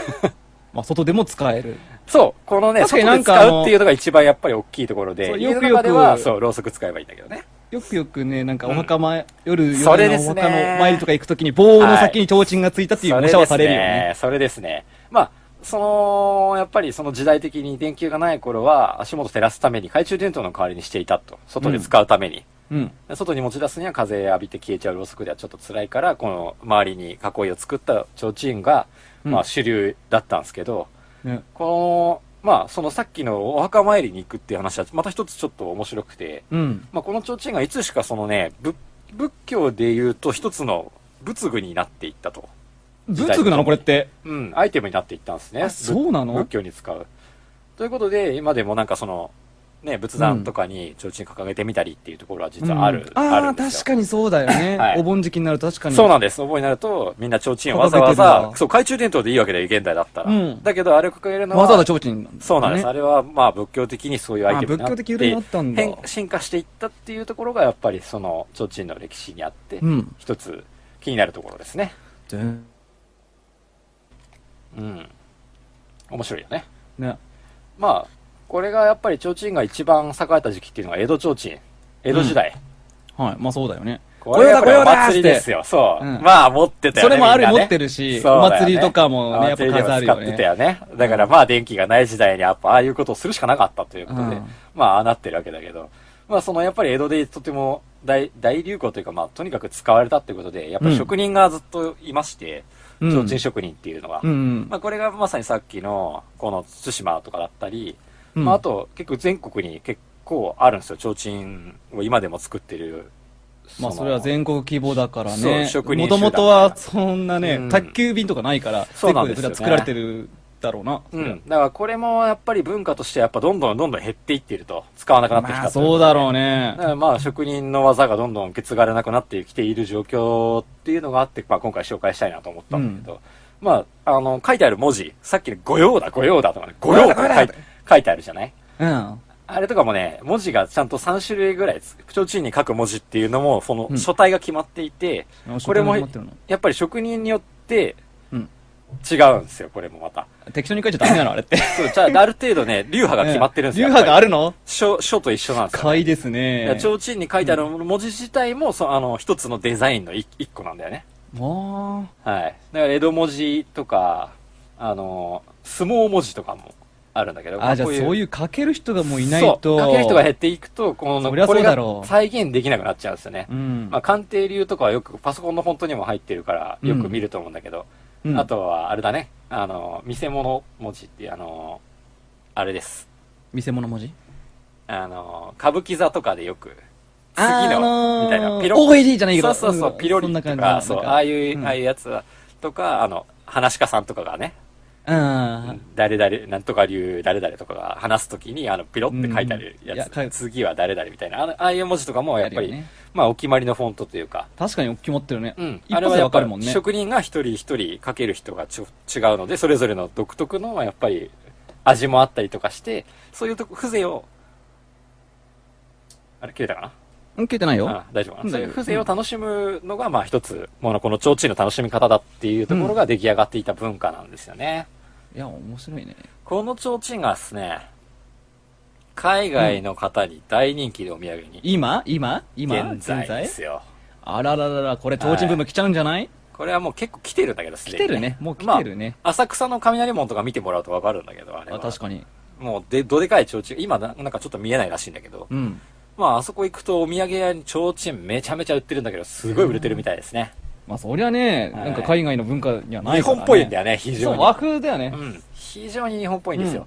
Speaker 2: まあ、外でも使える
Speaker 1: そうこのね
Speaker 2: 確かに
Speaker 1: 外
Speaker 2: なん
Speaker 1: で
Speaker 2: か
Speaker 1: 使うっていうのが一番やっぱり大きいところ
Speaker 2: そう
Speaker 1: で
Speaker 2: よ
Speaker 1: 家
Speaker 2: くよ
Speaker 1: の中
Speaker 2: く
Speaker 1: ではそうろうそく使えばいいんだけどね
Speaker 2: よくよくねなんかお墓前、夜夜
Speaker 1: それで
Speaker 2: のお
Speaker 1: すね
Speaker 2: 墓の前とか行くときに棒の先に提灯がついたっていう模写はされるよね,、
Speaker 1: それですね。それですねまあ、その、やっぱりその時代的に電球がない頃は、足元を照らすために懐中電灯の代わりにしていたと。外で使うために。
Speaker 2: うん
Speaker 1: 外に持ち出すには風浴びて消えちゃうろうそくではちょっと辛いから、この周りに囲いを作った提灯が、ま
Speaker 2: う
Speaker 1: あ
Speaker 2: ん
Speaker 1: 主流だったんですけど、
Speaker 2: ね
Speaker 1: この、まあそのさっきのお墓参りに行くっていう話は、また一つちょっと面白くて、
Speaker 2: うん
Speaker 1: まあこの提灯がいつしかそのね、仏仏教で言うと一つの仏具になっていったと。
Speaker 2: 仏具なのこれって
Speaker 1: うん、アイテムになっていったんですね。
Speaker 2: あそうなの
Speaker 1: 仏仏教に使う。ということで、今でもなんかその、ね、仏壇とかに提灯掲げてみたりっていうところは実はある。
Speaker 2: うんあ
Speaker 1: る
Speaker 2: あ
Speaker 1: んです
Speaker 2: 確
Speaker 1: よ
Speaker 2: かにそうだよね、
Speaker 1: (laughs) はい
Speaker 2: お盆時期になると確かに
Speaker 1: そうなんです。覚えになると、みんな提灯をわざわ
Speaker 2: 掲げてる
Speaker 1: ざ
Speaker 2: な、
Speaker 1: そう、懐中電灯でいいわけだよ、現代だったら。
Speaker 2: うん
Speaker 1: だけど、あれを掲げるのは、
Speaker 2: わざわざ提灯なんだね
Speaker 1: そうなんです。あれは、まあ、仏教的にそういうアイテムになって
Speaker 2: あ仏教的になったんだ
Speaker 1: 変進化していったっていうところが、やっぱりその、提灯の歴史にあって、
Speaker 2: うん
Speaker 1: 一つ気になるところですね。
Speaker 2: 全
Speaker 1: うん。面白いよね。
Speaker 2: ね
Speaker 1: まあ、これがやっぱり提灯が一番栄えた時期っていうのが江戸提灯。江戸時代。
Speaker 2: はいまあそうだよね
Speaker 1: これはやっぱりお祭り
Speaker 2: これだこれだ
Speaker 1: ですよ。そう。
Speaker 2: うん
Speaker 1: まあ、持ってたよ
Speaker 2: そ
Speaker 1: ね。
Speaker 2: れもある、
Speaker 1: みんなね
Speaker 2: 持ってるし、
Speaker 1: そうだ
Speaker 2: お
Speaker 1: よね
Speaker 2: 祭りとかもね、やっぱ
Speaker 1: お祭りでも
Speaker 2: 数あるよ
Speaker 1: 使ってた
Speaker 2: ね。
Speaker 1: よね。だからまあ、電気がない時代にやっぱ、ああいうことをするしかなかったということで、
Speaker 2: うん
Speaker 1: まあ、ああなってるわけだけど。まあ、その、やっぱり江戸でとても大、大流行というか、まあ、とにかく使われたっていうことで、やっぱり職人がずっといまして、
Speaker 2: うん
Speaker 1: 提灯職人っていうのが。
Speaker 2: うん。
Speaker 1: まあ、これがまさにさっきの、この対馬とかだったり、
Speaker 2: うん
Speaker 1: まあ、あと結構全国に結構あるんですよ提灯を今でも作ってる
Speaker 2: まあ
Speaker 1: の
Speaker 2: それは全国規模だから
Speaker 1: そう
Speaker 2: ね。
Speaker 1: 職人
Speaker 2: も
Speaker 1: 集団
Speaker 2: ともとはそんなね、
Speaker 1: うん
Speaker 2: 宅急便とかないから、
Speaker 1: そうなん
Speaker 2: 全
Speaker 1: で
Speaker 2: 国
Speaker 1: す
Speaker 2: で
Speaker 1: よね
Speaker 2: 作られてるだろうな。
Speaker 1: うん、だからこれもやっぱり文化としてやっぱどんどんどんどん減っていっていると使わなくなってき
Speaker 2: ま
Speaker 1: た
Speaker 2: あそうだろう
Speaker 1: ね
Speaker 2: ね
Speaker 1: だか。らまあ職人の技がどんどん受け継がれなくなってきている状況っていうのがあって、まあ、今回紹介したいなと思ったんだけど、まああの書いてある文字さっきの「御用だ御用だ」とかね「御用」って書いて書いてあるじゃない
Speaker 2: うん。
Speaker 1: あれとかもね、文字がちゃんと3種類ぐらいつ、提灯に書く文字っていうのも、その
Speaker 2: うん
Speaker 1: 書体が決まっていて、
Speaker 2: あ
Speaker 1: これも、
Speaker 2: 書体が決まってるの
Speaker 1: やっぱり職人によって
Speaker 2: うん。
Speaker 1: 違うんですよ、これもまた。
Speaker 2: 適当に書いちゃダメなのあれ (laughs) って。
Speaker 1: そう、じゃあ、ある程度ね、流派が決まってる
Speaker 2: (laughs)
Speaker 1: んですよ。
Speaker 2: 流派があ
Speaker 1: る
Speaker 2: るの
Speaker 1: 書、書と一緒なんですよ。
Speaker 2: 買いです
Speaker 1: だから
Speaker 2: ね。
Speaker 1: 提灯に書いてある文字自体も、そのあの、一つのデザインの一一個なんだよね。
Speaker 2: まあ、
Speaker 1: はい。だから、江戸文字とか、あの、相撲文字とかもあるんだけど、
Speaker 2: あ、じゃあ
Speaker 1: こ
Speaker 2: そう
Speaker 1: う
Speaker 2: いう書ける人がもういないと。
Speaker 1: そう、書ける人が減っていくと、この、
Speaker 2: そりゃ
Speaker 1: こ
Speaker 2: そ
Speaker 1: れ
Speaker 2: うだ
Speaker 1: が
Speaker 2: ろう
Speaker 1: 再現できなくなっちゃうんですよね。
Speaker 2: うん
Speaker 1: まあ、。鑑定流とかはよくパソコンのフォントにも入ってるからよく見ると思うんだけど、
Speaker 2: うん
Speaker 1: あ、とはあれだねあの見せ物文字っていうあのあれです
Speaker 2: 見せ物文字
Speaker 1: あの歌舞伎座とかでよく次
Speaker 2: あー
Speaker 1: の
Speaker 2: あのー
Speaker 1: みたいな
Speaker 2: OED じゃないけど
Speaker 1: そうそうそううんピロリ
Speaker 2: そんな
Speaker 1: と
Speaker 2: 感じ
Speaker 1: かそう
Speaker 2: なんか
Speaker 1: ああいう、
Speaker 2: うん
Speaker 1: ああいうやつはとかあの話し家さんとかがね
Speaker 2: うん。
Speaker 1: 誰々、なんとか流誰々とかが話すときに、あの、ピロって書いてある
Speaker 2: うんいや
Speaker 1: やつ、
Speaker 2: 書い
Speaker 1: 次は誰々みたいな、あのああいう文字とかもやっぱ
Speaker 2: ある
Speaker 1: り、
Speaker 2: よね
Speaker 1: まあ、お決まりのフォントというか、
Speaker 2: 確かに決まってるね。
Speaker 1: うん、
Speaker 2: 一
Speaker 1: あれ
Speaker 2: 発
Speaker 1: は
Speaker 2: で
Speaker 1: や
Speaker 2: わ
Speaker 1: っぱ
Speaker 2: かるもん
Speaker 1: り
Speaker 2: ね。
Speaker 1: 職人が一人一人かける人がちょ違うのでそれぞれの独特のやっぱり味もあったりとかしてそういうとこ風情をあれ切れたかな
Speaker 2: うん聞いてないよ。
Speaker 1: あ大丈夫か
Speaker 2: うん
Speaker 1: な。そういう風情を楽しむのが、まあ一つ、もうこの提灯の楽しみ方だっていうところが出来上がっていた文化なんですよね。
Speaker 2: いや、面白いね。
Speaker 1: この提灯がですね、海外の方に大人気でお土産に、
Speaker 2: 今今今
Speaker 1: 現在ですよ。
Speaker 2: あらららら、これ、提灯ブーム来ちゃうんじゃない、
Speaker 1: これはもう結構来てるんだけど、す
Speaker 2: 来
Speaker 1: で
Speaker 2: て
Speaker 1: に
Speaker 2: るね。もう来てるね。
Speaker 1: まあ浅草の雷門とか見てもらうとわかるんだけど、あれは。
Speaker 2: あ、確かに。
Speaker 1: もうで、どでかい提灯、今ななんかちょっと見えないらしいんだけど、
Speaker 2: うん。
Speaker 1: まああそこ行くとお土産屋に提灯めちゃめちゃ売ってるんだけど、すごい売れてるみたいですね。
Speaker 2: まあ、そりゃね、
Speaker 1: はい
Speaker 2: なんか海外の文化にはな
Speaker 1: 日
Speaker 2: いから、
Speaker 1: 本
Speaker 2: ね。
Speaker 1: っぽいんだ
Speaker 2: よ。
Speaker 1: よね、非常
Speaker 2: そう、
Speaker 1: に。
Speaker 2: 和風だよね
Speaker 1: う。ん、非常に日本っぽいんですよ、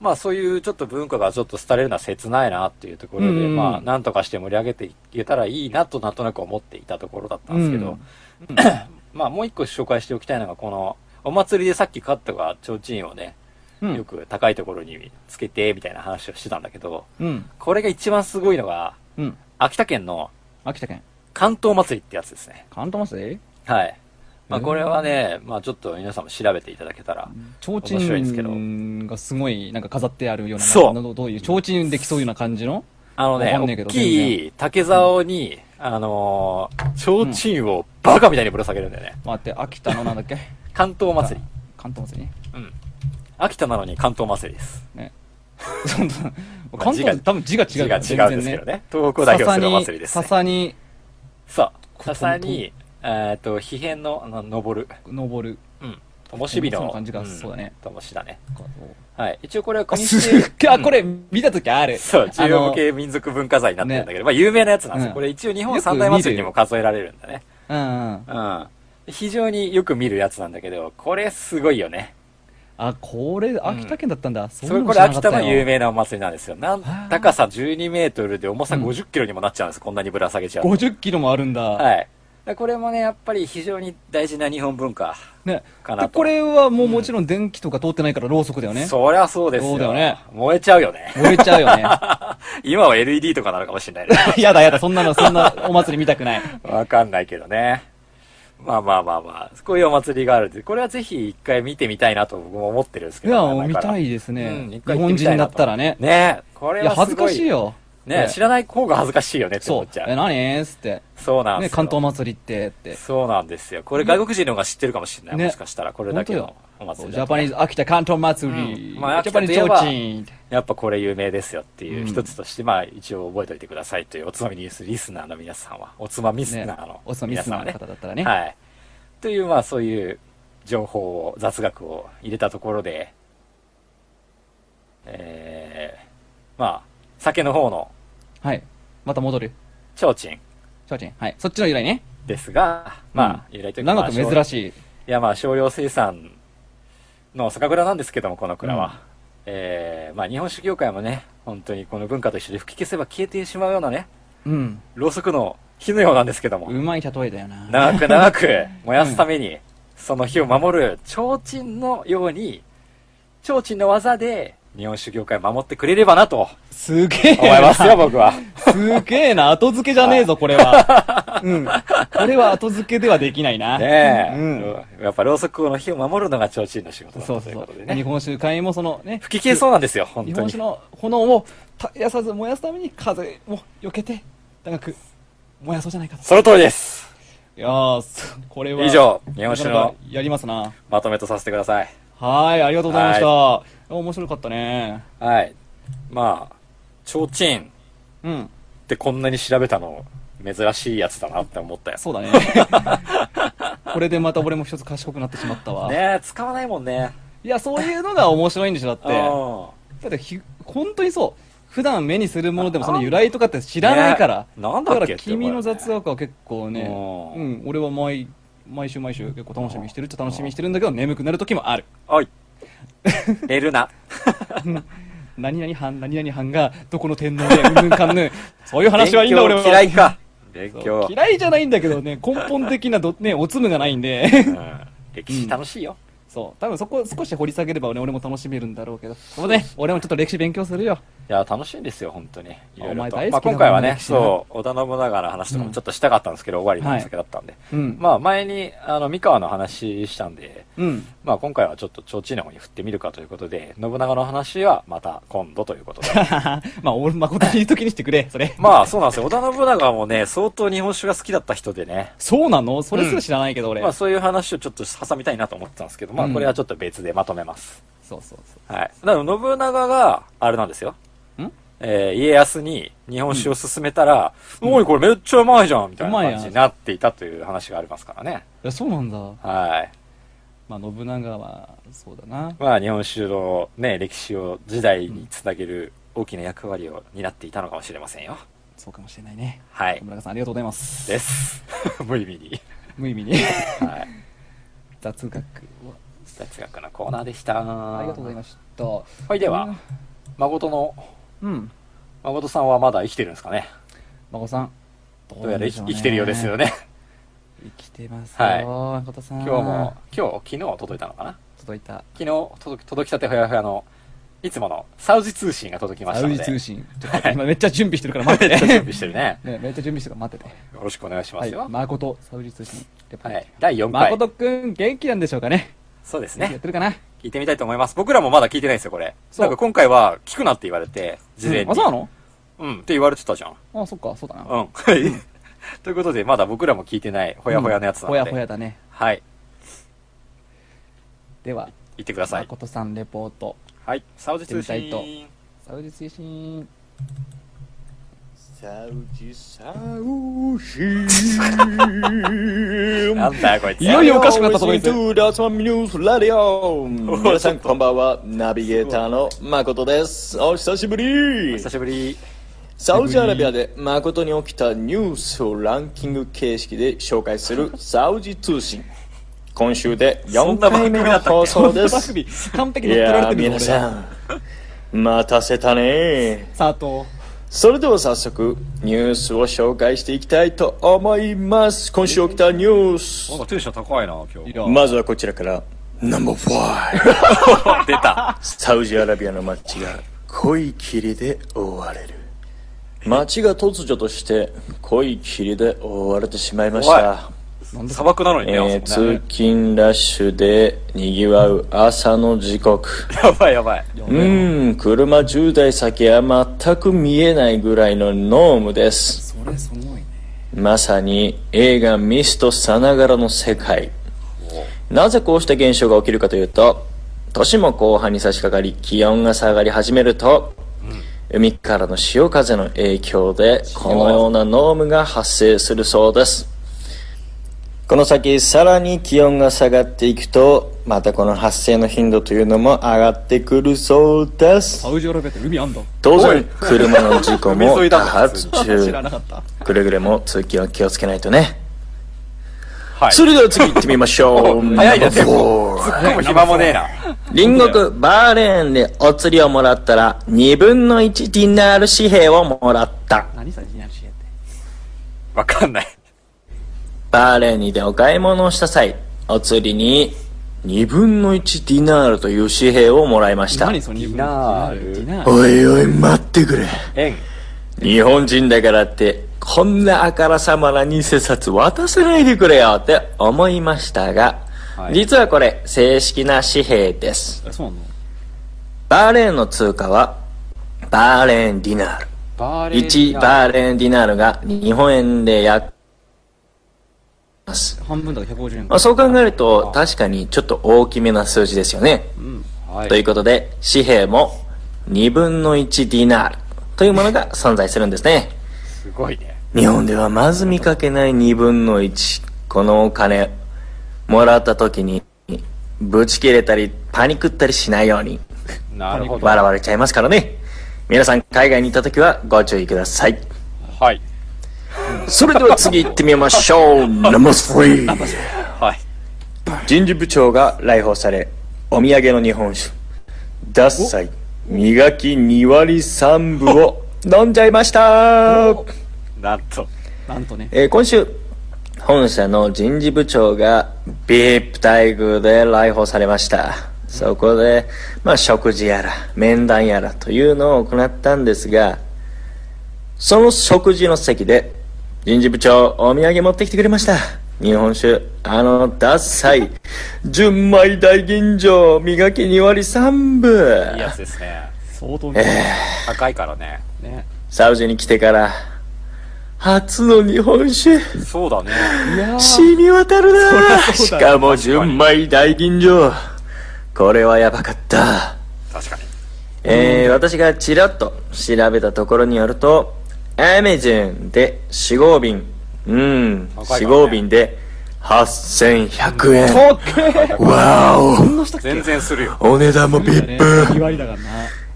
Speaker 1: まあそういうちょっと文化がちょっと廃れるのは切ないなっていうところで、
Speaker 2: うんうん
Speaker 1: まあなんとかして盛り上げていけたらいいなとなんとなく思っていたところだったんですけど、まあもう一個紹介しておきたいのがこのお祭りでさっきカットが提灯をね、
Speaker 2: うん。
Speaker 1: よく高いところにつけてみたいな話をしてたんだけど
Speaker 2: うん。
Speaker 1: これが一番すごいのが
Speaker 2: うん。
Speaker 1: 秋田県の
Speaker 2: 秋田県。
Speaker 1: 関東祭りってやつですね
Speaker 2: 関東祭り
Speaker 1: はいまあこれはね、まあちょっと皆さんも調べていただけたら、
Speaker 2: 提
Speaker 1: 面白いんですけど
Speaker 2: 灯がすごい、なんか飾ってあるような。
Speaker 1: そう
Speaker 2: なんかどういう、提灯できそうような感じの
Speaker 1: あの
Speaker 2: わ
Speaker 1: ね、
Speaker 2: かんねえけ
Speaker 1: 大
Speaker 2: ど
Speaker 1: きい竹竿に、あのー、提灯をバカみたいにぶら下げるんだよね。
Speaker 2: 待って、秋田のなんだ
Speaker 1: (laughs)
Speaker 2: っけ
Speaker 1: 関東祭り。
Speaker 2: 関東祭り
Speaker 1: うん。秋田なのに関東祭りです。
Speaker 2: ね。 (laughs) そうだ
Speaker 1: あ
Speaker 2: 関東って多分字が違う
Speaker 1: 字が違うんですけど。ね。東北を代表するお祭りです、ね。
Speaker 2: 笹に、
Speaker 1: そう。笹に、えっと、秘変の、あの、登る。
Speaker 2: 笹に登る。
Speaker 1: うん。ともし火
Speaker 2: そう
Speaker 1: の。
Speaker 2: な感じがそうだね
Speaker 1: んともしだね。
Speaker 2: こう
Speaker 1: はい。一応これは
Speaker 2: あ、
Speaker 1: 国指
Speaker 2: すっげえ、あ、
Speaker 1: うん
Speaker 2: これ見た時ある。
Speaker 1: そう、重要
Speaker 2: あ
Speaker 1: 無
Speaker 2: の
Speaker 1: 形民族文化財になってるんだけど、まあ有名なやつなんです
Speaker 2: うん
Speaker 1: よ。これ一応日本三大祭りにも数えられるんだね。
Speaker 2: うんうん。
Speaker 1: うん。非常によく見るやつなんだけど、これすごいよね。
Speaker 2: あ、これ、秋田県だったんだ。そ
Speaker 1: それこれ秋田の有。名なお祭りなんですよ。なん
Speaker 2: ー
Speaker 1: 高さ12メートルで重さ50キロにもなっちゃうんです、こんなにぶら下げちゃうと。
Speaker 2: 50キロもあるんだ。
Speaker 1: はい。でこれもね、やっぱり非常に大事な日本文化。
Speaker 2: ね。
Speaker 1: かな
Speaker 2: で、
Speaker 1: と
Speaker 2: これはもうもちろん電気とか通ってないからろうそくだよね。
Speaker 1: そりゃそうですよ。
Speaker 2: そうだよね
Speaker 1: 燃えちゃうよね。
Speaker 2: 燃えちゃ
Speaker 1: (laughs)
Speaker 2: うよね。
Speaker 1: 今は LED とかなのかもしれないね。
Speaker 2: やだやだ、そんなの、そんなお祭り見たく
Speaker 1: (laughs)
Speaker 2: ない。
Speaker 1: わかんないけどね。まあまあまあまあ、こういうお祭りがあるんで、これはぜひ一回見てみたいなと僕も思ってるんです
Speaker 2: い
Speaker 1: け
Speaker 2: や、
Speaker 1: ど。
Speaker 2: もう見たい
Speaker 1: で
Speaker 2: ですね。日
Speaker 1: 日本
Speaker 2: 本人だったらね。
Speaker 1: ねこれ
Speaker 2: いや、
Speaker 1: は
Speaker 2: 恥
Speaker 1: す
Speaker 2: ず
Speaker 1: ご
Speaker 2: か
Speaker 1: い。
Speaker 2: しい。よ。
Speaker 1: ね
Speaker 2: ね
Speaker 1: 知らない方が恥ずかしいよねって
Speaker 2: そ
Speaker 1: 思
Speaker 2: う
Speaker 1: っち。ゃう。
Speaker 2: え、何っつって。
Speaker 1: そうなんで
Speaker 2: ね、
Speaker 1: すよ。
Speaker 2: 関東祭りって、って。
Speaker 1: そうなんですよ。これ外国人の方が知ってるかもしれない。
Speaker 2: ね
Speaker 1: もしかしたら、これだ
Speaker 2: 本
Speaker 1: け
Speaker 2: 当
Speaker 1: の
Speaker 2: よ
Speaker 1: お。祭り
Speaker 2: ジ
Speaker 1: だ
Speaker 2: ャ
Speaker 1: と
Speaker 2: パニーズ、秋田関東祭り。
Speaker 1: うんまあ
Speaker 2: ジャパニーズ
Speaker 1: 秋田とい
Speaker 2: 提灯。
Speaker 1: やっぱこれ有名ですよっていう
Speaker 2: うん
Speaker 1: 一つとして、まあ一応覚えておいてくださいというおつまみニュースリスナーの皆さんは、おつまみリスナーの
Speaker 2: おつまみ
Speaker 1: 皆
Speaker 2: リス
Speaker 1: さんは
Speaker 2: ナーの
Speaker 1: ね。
Speaker 2: 方だったらね。
Speaker 1: はい。という、まあそういう情報を、雑学を入れたところで、えー、まあ、酒の方の
Speaker 2: はい。また戻る。
Speaker 1: 提灯
Speaker 2: 提灯。はい。そっちの由来ね。
Speaker 1: ですが、まあ、由来というか、
Speaker 2: 長く珍
Speaker 1: い。
Speaker 2: しい。
Speaker 1: いや、まあ、少量生産の酒蔵なんですけども、この蔵は。
Speaker 2: うん
Speaker 1: えーまあ、日本酒業界もね、本当にこの文化と一緒で吹き消せば消えてしまうようなね、
Speaker 2: うん。
Speaker 1: ろうそくの火のようなんですけども、
Speaker 2: うまい例えだよな。
Speaker 1: 長く長く燃やすために、その火を守る提灯のように、提灯の技で日本酒業界を守ってくれればなと
Speaker 2: すげえな。
Speaker 1: 思い
Speaker 2: (laughs)
Speaker 1: ますよ、僕は。
Speaker 2: すげえな。後付けじゃねえぞ、これは。うん。これは後付けではできないな。
Speaker 1: ねえ、
Speaker 2: うん
Speaker 1: やっぱろうそくの火を守るのが提灯の仕事だ
Speaker 2: そう
Speaker 1: と
Speaker 2: そ
Speaker 1: いうう
Speaker 2: そ
Speaker 1: こ
Speaker 2: う
Speaker 1: とで。
Speaker 2: 日
Speaker 1: ね。
Speaker 2: 本酒会もそのね、
Speaker 1: 吹き消えそうなんですよ、本
Speaker 2: 日
Speaker 1: 当
Speaker 2: 本
Speaker 1: に
Speaker 2: 酒。の炎を絶やさず燃やすために風を避けて、長く燃やそうじゃないかと。
Speaker 1: その通りです。
Speaker 2: いやー、すこれは。
Speaker 1: 以上日本酒の
Speaker 2: なかなかやりますな。
Speaker 1: まとめとさせてください。
Speaker 2: はい、ありがとうございました。面白かったね。
Speaker 1: はい。まあ、提灯っ
Speaker 2: うん。
Speaker 1: てこんなに調べたの珍しいやつだなって思ったやつ。
Speaker 2: そうだ
Speaker 1: (laughs)
Speaker 2: ね。これでまた俺も一つ賢くなってしまったわ。
Speaker 1: ねえ、使わないもんね。
Speaker 2: いや、そういうのが面白いんでしょ、だっ
Speaker 1: う
Speaker 2: て。
Speaker 1: ん。
Speaker 2: だってひ、本当にそう。普段目にするものでもその由来とかって知らないから。
Speaker 1: ねなんだっけ
Speaker 2: から君の雑学は結構ね、
Speaker 1: う
Speaker 2: うんん、俺は毎、毎週毎週結構楽しみにしてるっちゃ楽しみにしてるんだけど、眠くなる時もある。
Speaker 1: お
Speaker 2: (laughs)
Speaker 1: い。寝るな。
Speaker 2: 何々藩、何々藩が、どこの天皇で、うんぬんかんぬん。そういう話はいいんだ、
Speaker 1: 勉
Speaker 2: 俺
Speaker 1: 強
Speaker 2: は。
Speaker 1: 嫌い
Speaker 2: (laughs)
Speaker 1: か。勉
Speaker 2: そう
Speaker 1: 強。
Speaker 2: 嫌いじゃないんだけどね、根本的など、ね、おつむがない
Speaker 5: (laughs)
Speaker 2: んで。
Speaker 1: うん歴史楽しいよ。
Speaker 2: そう。多分そこを少し掘り下げればね、俺も楽しめるんだろうけど。そうね、俺もちょっと歴史勉強するよ。
Speaker 1: や、楽しいんですよ、本当に。いろ
Speaker 5: お
Speaker 1: いろ
Speaker 5: 前
Speaker 1: と。
Speaker 5: 大好
Speaker 1: まあ、
Speaker 5: きだ
Speaker 1: 今回は
Speaker 5: もん
Speaker 1: ね
Speaker 5: ね、
Speaker 1: そう、織田信長の話とかもちょっとしたかったんですけど、終わりのお酒だったんで。
Speaker 5: うん。
Speaker 1: まあ、前に、あの、三河の話したんで、
Speaker 5: うん。 (laughs)
Speaker 1: まあ、今回はちょっと提灯の方に振ってみるかということで、信長の話はまた今度ということで。 (laughs)
Speaker 5: まあ、俺、誠に時にしてくれ、それ。
Speaker 1: まあ、そうなんですよ。織田信長もね、相当日本酒が好きだった人でね、
Speaker 5: そうなのそれすら知らないけど、俺。
Speaker 1: まあ、そういう話をちょっと挟みたいなと思ってたんですけど、ま
Speaker 5: う
Speaker 1: あ、
Speaker 5: ん
Speaker 1: これはちょっと別でまとめます。
Speaker 5: そうそうそう。
Speaker 1: はい。だから、信長が、あれなんですよ。
Speaker 5: ん
Speaker 1: えー家康に日本酒を勧めたら、おい、これめっちゃうまいじゃんみたいな感じになっていたという話がありますからね。
Speaker 5: いや、そうなんだ。
Speaker 1: はい。
Speaker 5: まあ、信長は、そうだな。
Speaker 1: まあ、日本酒のね、歴史を時代につなげる大きな役割を担っていたのかもしれませんよ。
Speaker 5: そうかもしれないね。
Speaker 1: はい
Speaker 5: 小。村さん、ありがとうございます。
Speaker 1: です。 (laughs) 無意味に。
Speaker 5: 無意味
Speaker 1: (laughs)
Speaker 5: に。
Speaker 1: はい。
Speaker 5: 雑学を
Speaker 1: 哲学のコーナーでした。
Speaker 5: あ
Speaker 1: あ
Speaker 5: りがとうございました。
Speaker 1: はい、では、誠の、
Speaker 5: うん。
Speaker 1: 誠さんはまだ生きてるんですかね
Speaker 5: 孫さん。ど
Speaker 1: どうやら
Speaker 5: で
Speaker 1: い
Speaker 5: しょ
Speaker 1: 生きてるようですよ
Speaker 5: ね。
Speaker 1: ね。
Speaker 5: 生きてます
Speaker 1: はい
Speaker 5: よ。誠さん。
Speaker 1: 今日も、今日、昨日届いたのかな
Speaker 5: 届いた。
Speaker 1: 昨日届き届きたてほやほやの、いつものサウジ通信が届きまし
Speaker 5: サ
Speaker 1: た
Speaker 5: ウ
Speaker 1: の
Speaker 5: ジ
Speaker 1: で。
Speaker 5: 通信。ちょっと今めっちゃ準備してるから待っ
Speaker 1: め
Speaker 5: て
Speaker 1: (laughs) っちゃ準
Speaker 5: て。
Speaker 1: 備してるね。
Speaker 5: ね、めっちゃ準備してるから待ってて。
Speaker 1: よろしくお願いしま
Speaker 5: は
Speaker 1: す
Speaker 5: い
Speaker 1: よ。。はい。
Speaker 5: 誠、サウジ通信。レポート
Speaker 1: 第4回。
Speaker 5: 誠くん、元気なんでしょうかね
Speaker 1: そうです
Speaker 5: やっ
Speaker 1: ね。
Speaker 5: てるかな
Speaker 1: 聞いてみたいと思います。僕らもまだ聞いてないんですよ、これ。
Speaker 5: そう
Speaker 1: なんか今回は、聞くなって言われて、事前に。
Speaker 5: うんあ、そうなの
Speaker 1: うん、って言われてたじゃん。
Speaker 5: あ、そっか、そうだな。
Speaker 1: うん。ということで、まだ僕らも聞いてない、ほやほやのやつなん
Speaker 5: ほ
Speaker 1: で。
Speaker 5: やほやだね。
Speaker 1: はい。
Speaker 5: では、
Speaker 1: 言ってください。
Speaker 5: 誠さんレポート。
Speaker 1: はい。サウジ通
Speaker 5: 全体と
Speaker 1: 信。
Speaker 5: サウジ推進。 (laughs)
Speaker 3: サウジサ
Speaker 1: なんだよ、こいつ。
Speaker 5: いよいよおかしくなったとこいつ
Speaker 3: つまみニュースラディオ (laughs) 皆さんこんばんはナビゲーターの誠ですお久しぶり
Speaker 1: 久しぶり。
Speaker 3: サウジアラビアで誠に起きたニュースをランキング形式で紹介する (laughs) サウジ通信今週で4回目の放
Speaker 5: (laughs)
Speaker 3: 送で
Speaker 5: 番
Speaker 3: す
Speaker 5: 組、完璧
Speaker 3: い
Speaker 5: 乗っ取られ
Speaker 3: やー
Speaker 5: てる
Speaker 3: 皆さん待たせたね
Speaker 5: ん。佐藤。
Speaker 3: それでは早速ニュースを紹介していきたいと思います今週起きたニュ
Speaker 1: なん
Speaker 3: ース
Speaker 1: かテンション高いな、今日。
Speaker 5: や
Speaker 3: まずはこちらからナンバーワ
Speaker 1: (laughs)
Speaker 3: イ
Speaker 1: 出た。
Speaker 3: (laughs) サウジアラビアの街が濃い霧で覆われる街が突如として濃い霧で覆われてしまいました
Speaker 1: 砂漠なのにね、
Speaker 3: えー
Speaker 1: あそこね
Speaker 3: 通勤ラッシュでにぎわう朝の時刻
Speaker 1: やばいやばい。
Speaker 3: うーん車10台先は全く見えないぐらいの濃霧です
Speaker 5: それすごいね。
Speaker 3: まさに映画ミストさながらの世界なぜこうした現象が起きるかというと年も後半に差し掛かり気温が下がり始めると、海からの潮風の影響でこのような濃霧が発生するそうですこの先さらに気温が下がっていくとまたこの発生の頻度というのも上がってくるそうです
Speaker 5: サウジアラビアって海あんだ。
Speaker 3: 当
Speaker 1: おい
Speaker 3: 然車の事故も
Speaker 1: 海沿い
Speaker 3: 多
Speaker 1: だもん
Speaker 3: 発
Speaker 5: 知
Speaker 3: 中
Speaker 5: らなかった。
Speaker 3: くれぐれも通勤は気をつけないとね
Speaker 1: はい。
Speaker 3: それでは次行ってみまし
Speaker 1: (laughs)
Speaker 3: ょう。
Speaker 1: 早いです
Speaker 3: (laughs)
Speaker 1: よ。
Speaker 3: 4
Speaker 1: 突っ込む暇もねえな。
Speaker 3: 隣国バーレーンでお釣りをもらったら、2分の1ディナール紙幣をもらった。
Speaker 5: 何さ、気になるしやって。
Speaker 1: わかんない。
Speaker 3: バーレーンにでお買い物をした際、お釣りに2分の1ディナールという紙幣をもらいました。
Speaker 5: 何その2分
Speaker 1: ディナール
Speaker 5: ディナール。
Speaker 3: おいおい待ってくれ。
Speaker 1: 円。
Speaker 3: 日本人だからって、こんなあからさまな偽札渡せないでくれよって思いましたが、
Speaker 1: はい
Speaker 3: 実はこれ正式な紙幣です。
Speaker 5: あそうなの
Speaker 3: バーレーンの通貨はバーレーンディナール
Speaker 1: バーレーディ
Speaker 3: 1
Speaker 1: ナー
Speaker 3: バーレーンディナールが日本円で約ます、
Speaker 5: 半分だから150円
Speaker 3: まあ、そう考えると確かにちょっと大きめな数字ですよね、
Speaker 1: はい
Speaker 3: ということで紙幣も2分の1ディナールというものが存在するんですね
Speaker 1: すごいね。
Speaker 3: 日本ではまず見かけない2分の1このお金もらった時にぶち切れたりパニックったりしないように
Speaker 1: なるほど。
Speaker 3: 笑われちゃいますからね皆さん海外に行った時はご注意ください
Speaker 1: はい。
Speaker 3: それでは次行ってみましょう (laughs) ナマスフリー
Speaker 1: はい。
Speaker 3: 人事部長が来訪されお土産の日本酒ダッサイ磨き2割3分を飲んじゃいました、
Speaker 1: なんと。
Speaker 5: なんとね。
Speaker 3: えー今週本社の人事部長が VIP 待遇で来訪されましたそこで、まあ、食事やら面談やらというのを行ったんですがその食事の席で人事部長お土産持ってきてくれました日本酒あのダッサい純米大吟醸磨き2割3
Speaker 1: いいや
Speaker 3: 分
Speaker 1: つですね
Speaker 5: 相当、
Speaker 1: 高いからね
Speaker 5: ね。
Speaker 3: サウジに来てから初の日本酒
Speaker 1: そうだね
Speaker 5: いやー
Speaker 3: 染み渡るな
Speaker 5: そ
Speaker 3: し
Speaker 5: りゃそうだよ
Speaker 3: かも純米大吟醸これはやばかった
Speaker 1: 確かに
Speaker 3: えー、私がちらっと調べたところによると、アメジュンで4合瓶、うん、
Speaker 1: 高いからね
Speaker 3: 4合瓶で8100円。わお
Speaker 1: 全然するよ
Speaker 3: お値段もビップ
Speaker 5: 2割だからな。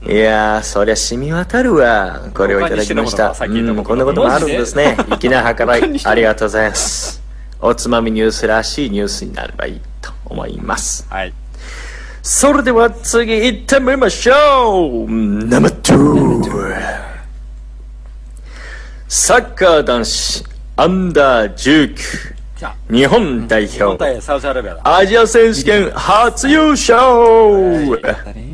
Speaker 3: いやー、そりゃ染み渡るわ。これをいただきました。
Speaker 1: 他にして
Speaker 3: う
Speaker 1: も
Speaker 3: ん、
Speaker 1: の
Speaker 3: こ
Speaker 1: か
Speaker 3: んな
Speaker 1: な
Speaker 3: こともあるんですね。粋な計ら
Speaker 5: に
Speaker 3: い
Speaker 5: し。ても
Speaker 3: ありがとうございます。おつまみニュースらしいニュースになればいいと思います。
Speaker 1: はい
Speaker 3: それでは次行ってみましょうナンバー2サッカー男子アンダー19
Speaker 1: じゃあ
Speaker 3: 日本代
Speaker 1: 日本
Speaker 3: 表
Speaker 1: 対サウジアラビアだ
Speaker 3: アジア選手権初優勝
Speaker 5: だね。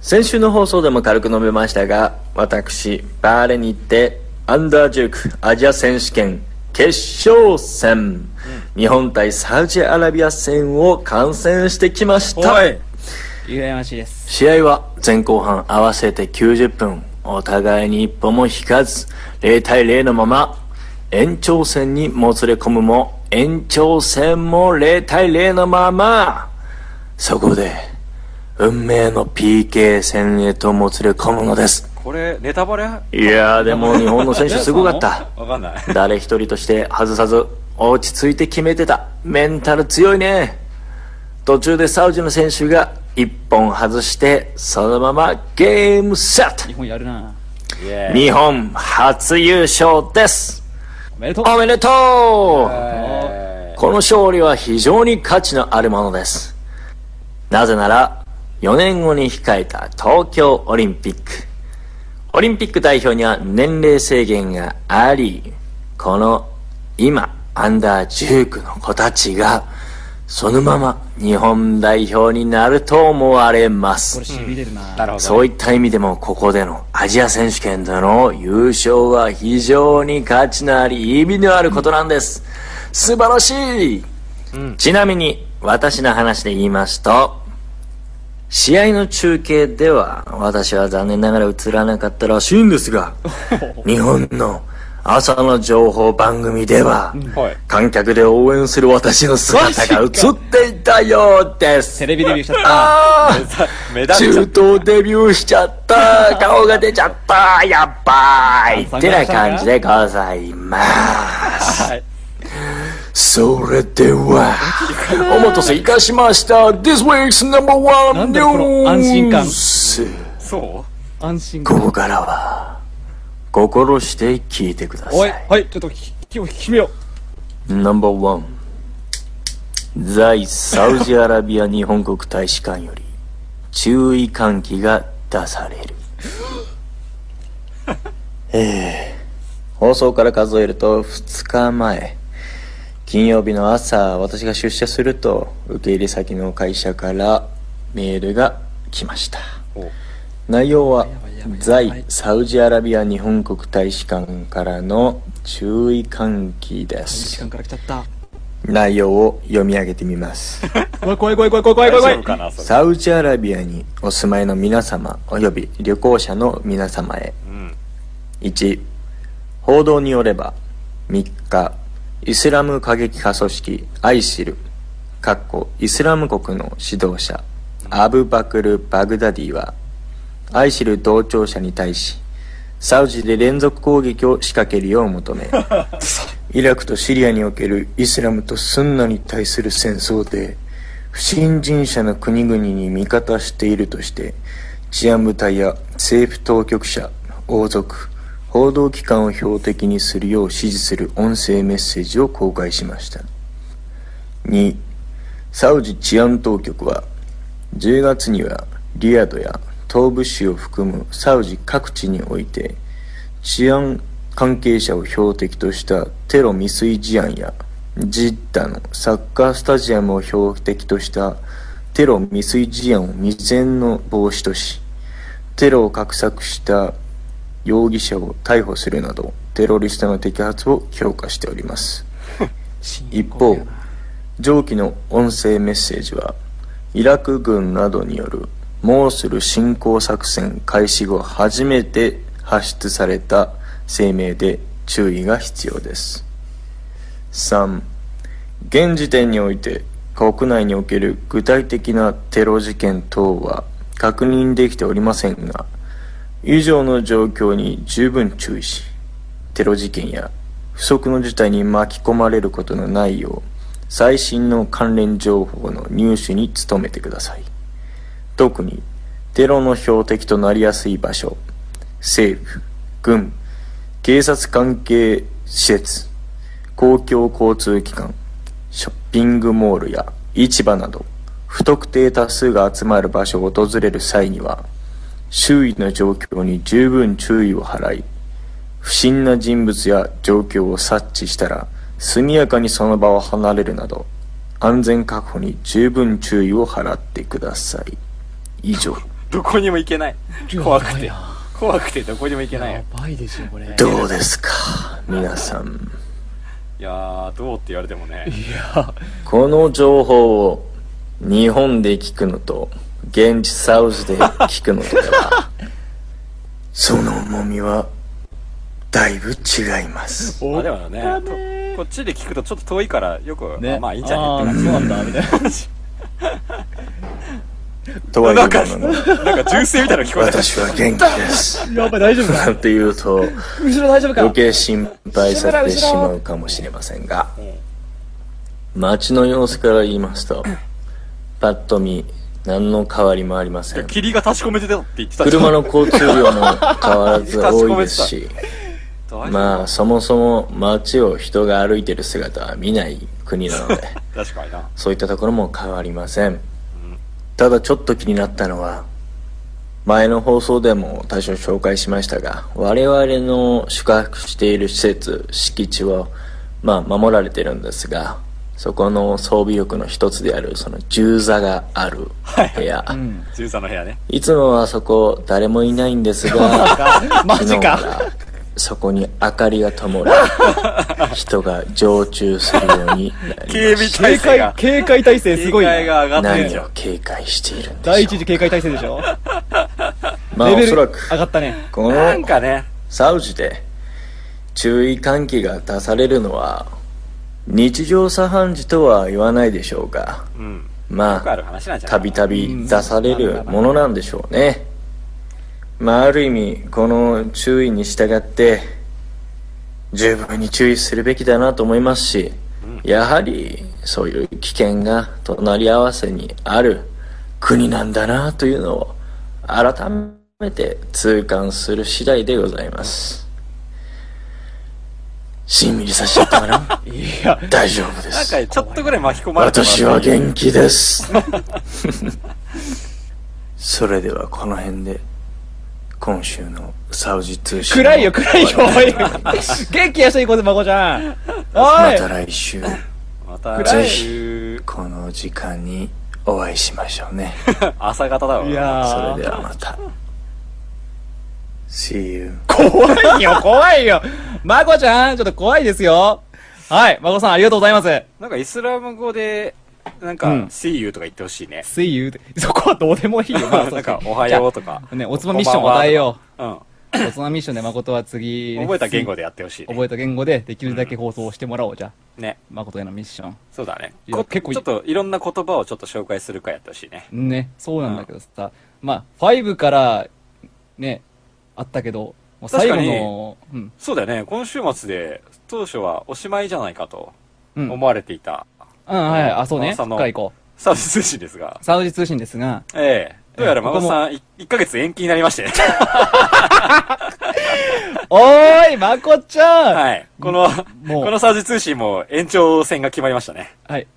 Speaker 3: 先週の放送でも軽く述べましたが私バーレに行ってアンダー19アジア選手権決勝戦、日本対サウジアラビア戦を観戦してきました
Speaker 5: 羨ましいです。
Speaker 3: 試合は前後半合わせて90分お互いに一歩も引かず0対0のまま延長戦にもつれ込むも延長戦も0対0のままそこで運命の PK 戦へともつれ込むのです
Speaker 1: これネタバレわ
Speaker 3: いやーでも日本の選手すごかった
Speaker 1: か
Speaker 3: (laughs)
Speaker 1: んない
Speaker 3: 誰一人として外さず落ち着いて決めてたメンタル強いね途中でサウジの選手が1本外してそのままゲームセッ
Speaker 5: 日本やるな。
Speaker 1: イエ
Speaker 3: ト
Speaker 1: ーイ
Speaker 3: 日本初優勝です
Speaker 5: おめでとう。
Speaker 3: おめでとう
Speaker 1: え
Speaker 3: この勝利は非常に価値のあるものですなぜなら4年後に控えた東京オリンピックオリンピック代表には年齢制限がありこの今アンダー19の子たちがそのまま日本代表になると思われます
Speaker 5: これ痺れるな。
Speaker 1: ーなるほど
Speaker 3: そういった意味でもここでのアジア選手権での優勝は非常に価値のあり意味のあることなんです素晴らしい、ちなみに私の話で言いますと試合の中継では私は残念ながら映らなかったらしいんですが日本の朝の情報番組では
Speaker 1: はい (laughs)
Speaker 3: 観客で応援する私の姿が映っていたようです
Speaker 5: テレビデビューしちゃった。
Speaker 3: あー
Speaker 1: さ目立っちゃ
Speaker 3: 中
Speaker 1: う
Speaker 3: 東デビューしちゃった
Speaker 5: (laughs)
Speaker 3: 顔が出ちゃったやっばーいってな感じでございます
Speaker 1: はい
Speaker 3: それではお待たせいたしました This week's number
Speaker 5: な
Speaker 3: one
Speaker 5: んだこの安心感
Speaker 3: news
Speaker 1: そ
Speaker 5: 安心
Speaker 3: こ
Speaker 5: 感。
Speaker 3: こからは心して聞いてくだ
Speaker 5: お
Speaker 3: さ
Speaker 5: い、
Speaker 3: い
Speaker 5: はい、ちょっと聞き、引きめよ
Speaker 3: ナンバーワン在サウジアラビア日本国大使館より注意喚起が出されるえー放送から数えると2日前金曜日の朝私が出社すると受け入れ先の会社からメールが来ました
Speaker 1: うお
Speaker 3: 内容は
Speaker 5: ばいやばいやば
Speaker 3: 在
Speaker 5: い
Speaker 3: サウジアラビア日本国大使館からの注意喚起です
Speaker 5: 時間から来ちゃった。
Speaker 3: 内容を読み上げてみます
Speaker 5: 怖い怖い怖い怖い怖い怖い
Speaker 1: 大
Speaker 5: 怖
Speaker 1: 丈
Speaker 5: い
Speaker 1: 夫。かなそれ
Speaker 3: サウジアラビアにお住まいの皆様および旅行者の皆様へ
Speaker 1: うん
Speaker 3: 1報道によれば3日イスラム過激派組織アイシルかっこイスラム国の指導者アブバクル・バグダディはアイシル同調者に対しサウジで連続攻撃を仕掛けるよう求めイラクとシリアにおけるイスラムとスンナに対する戦争で不信心者の国々に味方しているとして治安部隊や政府当局者王族報道機関を標的にするよう指示する音声メッセージを公開しました2サウジ治安当局は10月にはリヤドや東部州を含むサウジ各地において治安関係者を標的としたテロ未遂事案やジッダのサッカースタジアムを標的としたテロ未遂事案を未然の防止としテロを画策した容疑者を逮捕するなどテロリストの摘発を強化しております一方上記の音声メッセージはイラク軍などによるモースル侵攻作戦開始後初めて発出された声明で注意が必要です3現時点において国内における具体的なテロ事件等は確認できておりませんが以上の状況に十分注意しテロ事件や不測の事態に巻き込まれることのないよう最新の関連情報の入手に努めてください特にテロの標的となりやすい場所政府軍警察関係施設公共交通機関ショッピングモールや市場など不特定多数が集まる場所を訪れる際には周囲の状況に十分注意を払い不審な人物や状況を察知したら速やかにその場を離れるなど安全確保に十分注意を払ってください以上
Speaker 1: どこにも行けない
Speaker 2: や
Speaker 1: 怖くて
Speaker 2: や
Speaker 1: 怖くてどこにも行けないよ
Speaker 2: やばいですよこれい
Speaker 3: どうですか皆さん
Speaker 1: いやーどうって言われてもね
Speaker 2: や
Speaker 3: この情報を日本で聞くのと現地サウスで聞くのとでは (laughs) その重みはだいぶ違い (laughs) ます
Speaker 1: ま
Speaker 2: お
Speaker 1: あでもねとこっちで聞くとちょっと遠いからよく、
Speaker 2: ね
Speaker 1: あまあいいんじゃね
Speaker 2: あ
Speaker 1: っ
Speaker 2: ー
Speaker 1: て
Speaker 2: そうなんだみたいな
Speaker 3: とは
Speaker 1: なんか
Speaker 3: 言うものの
Speaker 1: なんか銃声みたいなの聞こえた
Speaker 3: 私は元気で
Speaker 2: (laughs)
Speaker 3: す
Speaker 2: やばい大丈夫か
Speaker 3: なんて言うと
Speaker 2: 後ろ大丈夫
Speaker 3: 余
Speaker 2: か
Speaker 3: 計心配されてしまうかもしれませんが街の様子から言いますとパッと見何の変わりもありません
Speaker 1: 霧が立ち込めてたって言ってたじゃん
Speaker 3: 車の交通量も変わらず多いですしまあそもそも街を人が歩いてる姿は見ない国なので
Speaker 1: 確かにな
Speaker 3: そういったところも変わりませんただちょっと気になったのは前の放送でも多少紹介しましたが我々の宿泊している施設敷地をまあ守られてるんですがそこの装備力の一つであるその銃座がある部屋、
Speaker 1: 13の部屋ね
Speaker 3: いつもはそこ誰もいないんですが
Speaker 2: マジ
Speaker 3: 昨日
Speaker 2: か
Speaker 3: らそこに明かりが灯り人が常駐するようになり
Speaker 1: (laughs) 警
Speaker 3: ま
Speaker 1: 備体
Speaker 2: 警
Speaker 3: し
Speaker 1: 制が
Speaker 2: 戒警戒態勢すごいな
Speaker 1: 警戒が上
Speaker 3: た
Speaker 1: がってる
Speaker 3: 何
Speaker 1: じゃん
Speaker 3: を警戒しているんで
Speaker 2: 第
Speaker 3: し
Speaker 2: 一
Speaker 3: ょう
Speaker 2: 次警戒態勢でしょ
Speaker 3: まあ
Speaker 2: レ
Speaker 3: お
Speaker 2: ベ
Speaker 3: そ
Speaker 2: ル
Speaker 3: ら
Speaker 2: 上
Speaker 3: く
Speaker 2: がったね
Speaker 3: こ
Speaker 1: なん
Speaker 3: の
Speaker 1: かね
Speaker 3: サウジで注意喚起が出されるのは日常茶飯事とは言わないでしょうが
Speaker 1: うんよ
Speaker 3: ま
Speaker 1: くあ
Speaker 3: あ
Speaker 1: る話なんじゃな
Speaker 3: た
Speaker 1: い
Speaker 3: びたび出されるものなんでしょうねまあある意味この注意に従って十分に注意するべきだなと思いますしやはりそういう危険が隣り合わせにある国なんだなというのを改めて痛感する次第でございますしんみりさせちゃったか
Speaker 1: (laughs)
Speaker 3: な
Speaker 2: いや
Speaker 3: 大丈夫で
Speaker 1: なん
Speaker 3: す
Speaker 1: かちょっとぐらい巻き込まれてます
Speaker 3: 私は元気です (laughs) それではこの辺で今週のサウジ通信
Speaker 2: 暗いよ暗いよ
Speaker 3: 終わ
Speaker 2: おい
Speaker 3: りたと思います
Speaker 2: 元気やしていこうぜまこちゃんお
Speaker 3: ま
Speaker 2: い
Speaker 3: た来週
Speaker 1: また
Speaker 3: 暗い
Speaker 1: 来 (laughs) 週
Speaker 3: この時間にお会いしましょうね
Speaker 1: 朝方だわ
Speaker 2: いや
Speaker 3: それではまた See you
Speaker 2: ー怖いよ怖いよまこちゃんちょっと怖いですよはいまこさんありがとうございます
Speaker 1: なんかイスラム語でなん
Speaker 2: う
Speaker 1: か
Speaker 2: ん
Speaker 1: 「See you」とか言ってほしいね
Speaker 2: See you ってそこはどうでもいいよまこさ
Speaker 1: (laughs) なんか「おはよう」とか
Speaker 2: ねおつまみミッションを与えよ
Speaker 1: うん
Speaker 2: うおつまみミッションでまことは次ね
Speaker 1: 覚えた言語でやってほしいね
Speaker 2: 覚えた言語でできるだけ放送してもらおうじゃあ
Speaker 1: ね
Speaker 2: まことへのミッション
Speaker 1: そうだね
Speaker 2: いや
Speaker 1: こ
Speaker 2: 結構い
Speaker 1: ちょっといろんな言葉をちょっと紹介するかやってほしいね
Speaker 2: ね、そうなんだけどさ、まあ、5から、ね、あったけど、もう最後の、うん、
Speaker 1: そうだよね今週末で当初はおしまいじゃないかと
Speaker 2: うん、うん、
Speaker 1: 思われていた
Speaker 2: はい、あ、そうね、
Speaker 1: そ
Speaker 2: そ
Speaker 1: の
Speaker 2: っから行こ
Speaker 1: サービス通信ですが
Speaker 2: う。サウジ通信で
Speaker 1: (laughs)
Speaker 2: すが、
Speaker 1: ええどうやら
Speaker 2: ええこ
Speaker 1: 孫
Speaker 2: こも
Speaker 1: さんい1ヶ月延期になりまして
Speaker 2: おーい、まこちゃんはい、 (laughs)
Speaker 1: はいこの
Speaker 2: もう
Speaker 1: このサージ通信も延長戦が決まりましたね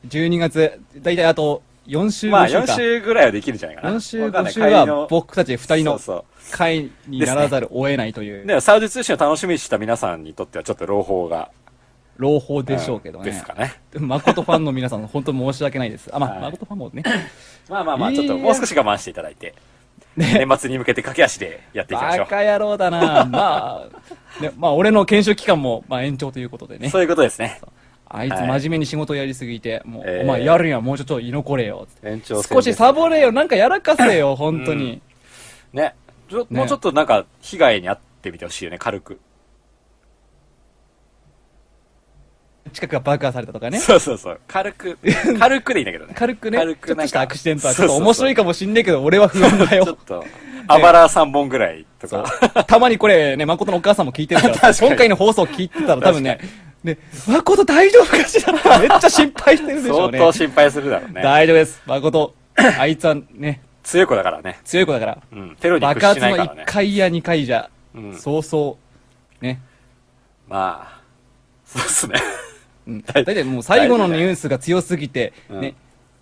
Speaker 2: 12月、だいたいあと4週、
Speaker 1: まあ
Speaker 2: 5週
Speaker 1: 4
Speaker 2: か。
Speaker 1: 週ぐらいはできるんじゃないかな
Speaker 2: 4週、
Speaker 1: わかん
Speaker 2: 5
Speaker 1: ない
Speaker 2: 週
Speaker 1: 帰りの
Speaker 2: は僕たち2人の
Speaker 1: そう
Speaker 2: 会にならざるを得ないとい。
Speaker 1: そううでサージ通信を楽しみにした皆さんにとってはちょっと朗報が
Speaker 2: 朗報でしょうけど
Speaker 1: で
Speaker 2: ね
Speaker 1: す。かね。
Speaker 2: 誠ファンの皆さん、本当申し訳ないです。あ、ま
Speaker 1: は
Speaker 2: あ、
Speaker 1: い
Speaker 2: 誠ファンもね、
Speaker 1: まあまあまあ、
Speaker 2: いい
Speaker 1: ち
Speaker 2: や
Speaker 1: ょっともう少し我慢していただいて、
Speaker 2: ね、
Speaker 1: 年末に向けて駆け足でやっていきましょ
Speaker 2: バカ野郎
Speaker 1: (laughs)
Speaker 2: だな。まあ、ね、まあ、俺の研修期間も、まあ、延長ということで
Speaker 1: う。
Speaker 2: ね
Speaker 1: そ。ういうことですね。
Speaker 2: あいつ
Speaker 1: はい
Speaker 2: 真面目に仕事やりすぎて、もう、
Speaker 1: えー
Speaker 2: お前やるにはもうちょっと居残れよ。つって
Speaker 1: 延長戦
Speaker 2: 少しサボれ
Speaker 1: よ。
Speaker 2: よ、なんかやらかせよ、本当に。
Speaker 1: ね。ちょ
Speaker 2: ね
Speaker 1: もうちょっとなんか、被害に遭ってみてほしいよね、軽く。
Speaker 2: 近くが爆破されたとかね。
Speaker 1: そうそうそう。軽く、軽くでいいんだけどね。
Speaker 2: 軽くね、ちょ
Speaker 1: 軽
Speaker 2: っと
Speaker 1: なんか
Speaker 2: したアクシデントはち
Speaker 1: そ
Speaker 2: ょ
Speaker 1: う
Speaker 2: っと
Speaker 1: そうそう
Speaker 2: 面白いかもしんねえけど、俺は不安だ
Speaker 1: ちょ
Speaker 2: よ
Speaker 1: っ。と、あばら3本ぐらいとか。
Speaker 2: (laughs) たまにこれね、誠のお母さんも聞いてるから、
Speaker 1: (laughs) 確かに
Speaker 2: 今回の放送聞いてたら多分ね、ね、誠大丈夫かしら (laughs) ってめっちゃ心配してるでしょ
Speaker 1: 相
Speaker 2: うね。
Speaker 1: 当心配するだろうね。
Speaker 2: 大丈夫です。誠、あいつはね、
Speaker 1: 強い子だからね。
Speaker 2: 強い子だから、
Speaker 1: うん。テロに屈
Speaker 2: 爆
Speaker 1: し
Speaker 2: 発
Speaker 1: ない
Speaker 2: の
Speaker 1: からね
Speaker 2: 1。回や2回じゃ、
Speaker 1: うん
Speaker 2: そうそう、ね。
Speaker 1: まあ、そうっすね。
Speaker 2: うん
Speaker 1: 大
Speaker 2: 大体もう最後のニュースが強すぎて、
Speaker 1: うん
Speaker 2: ね、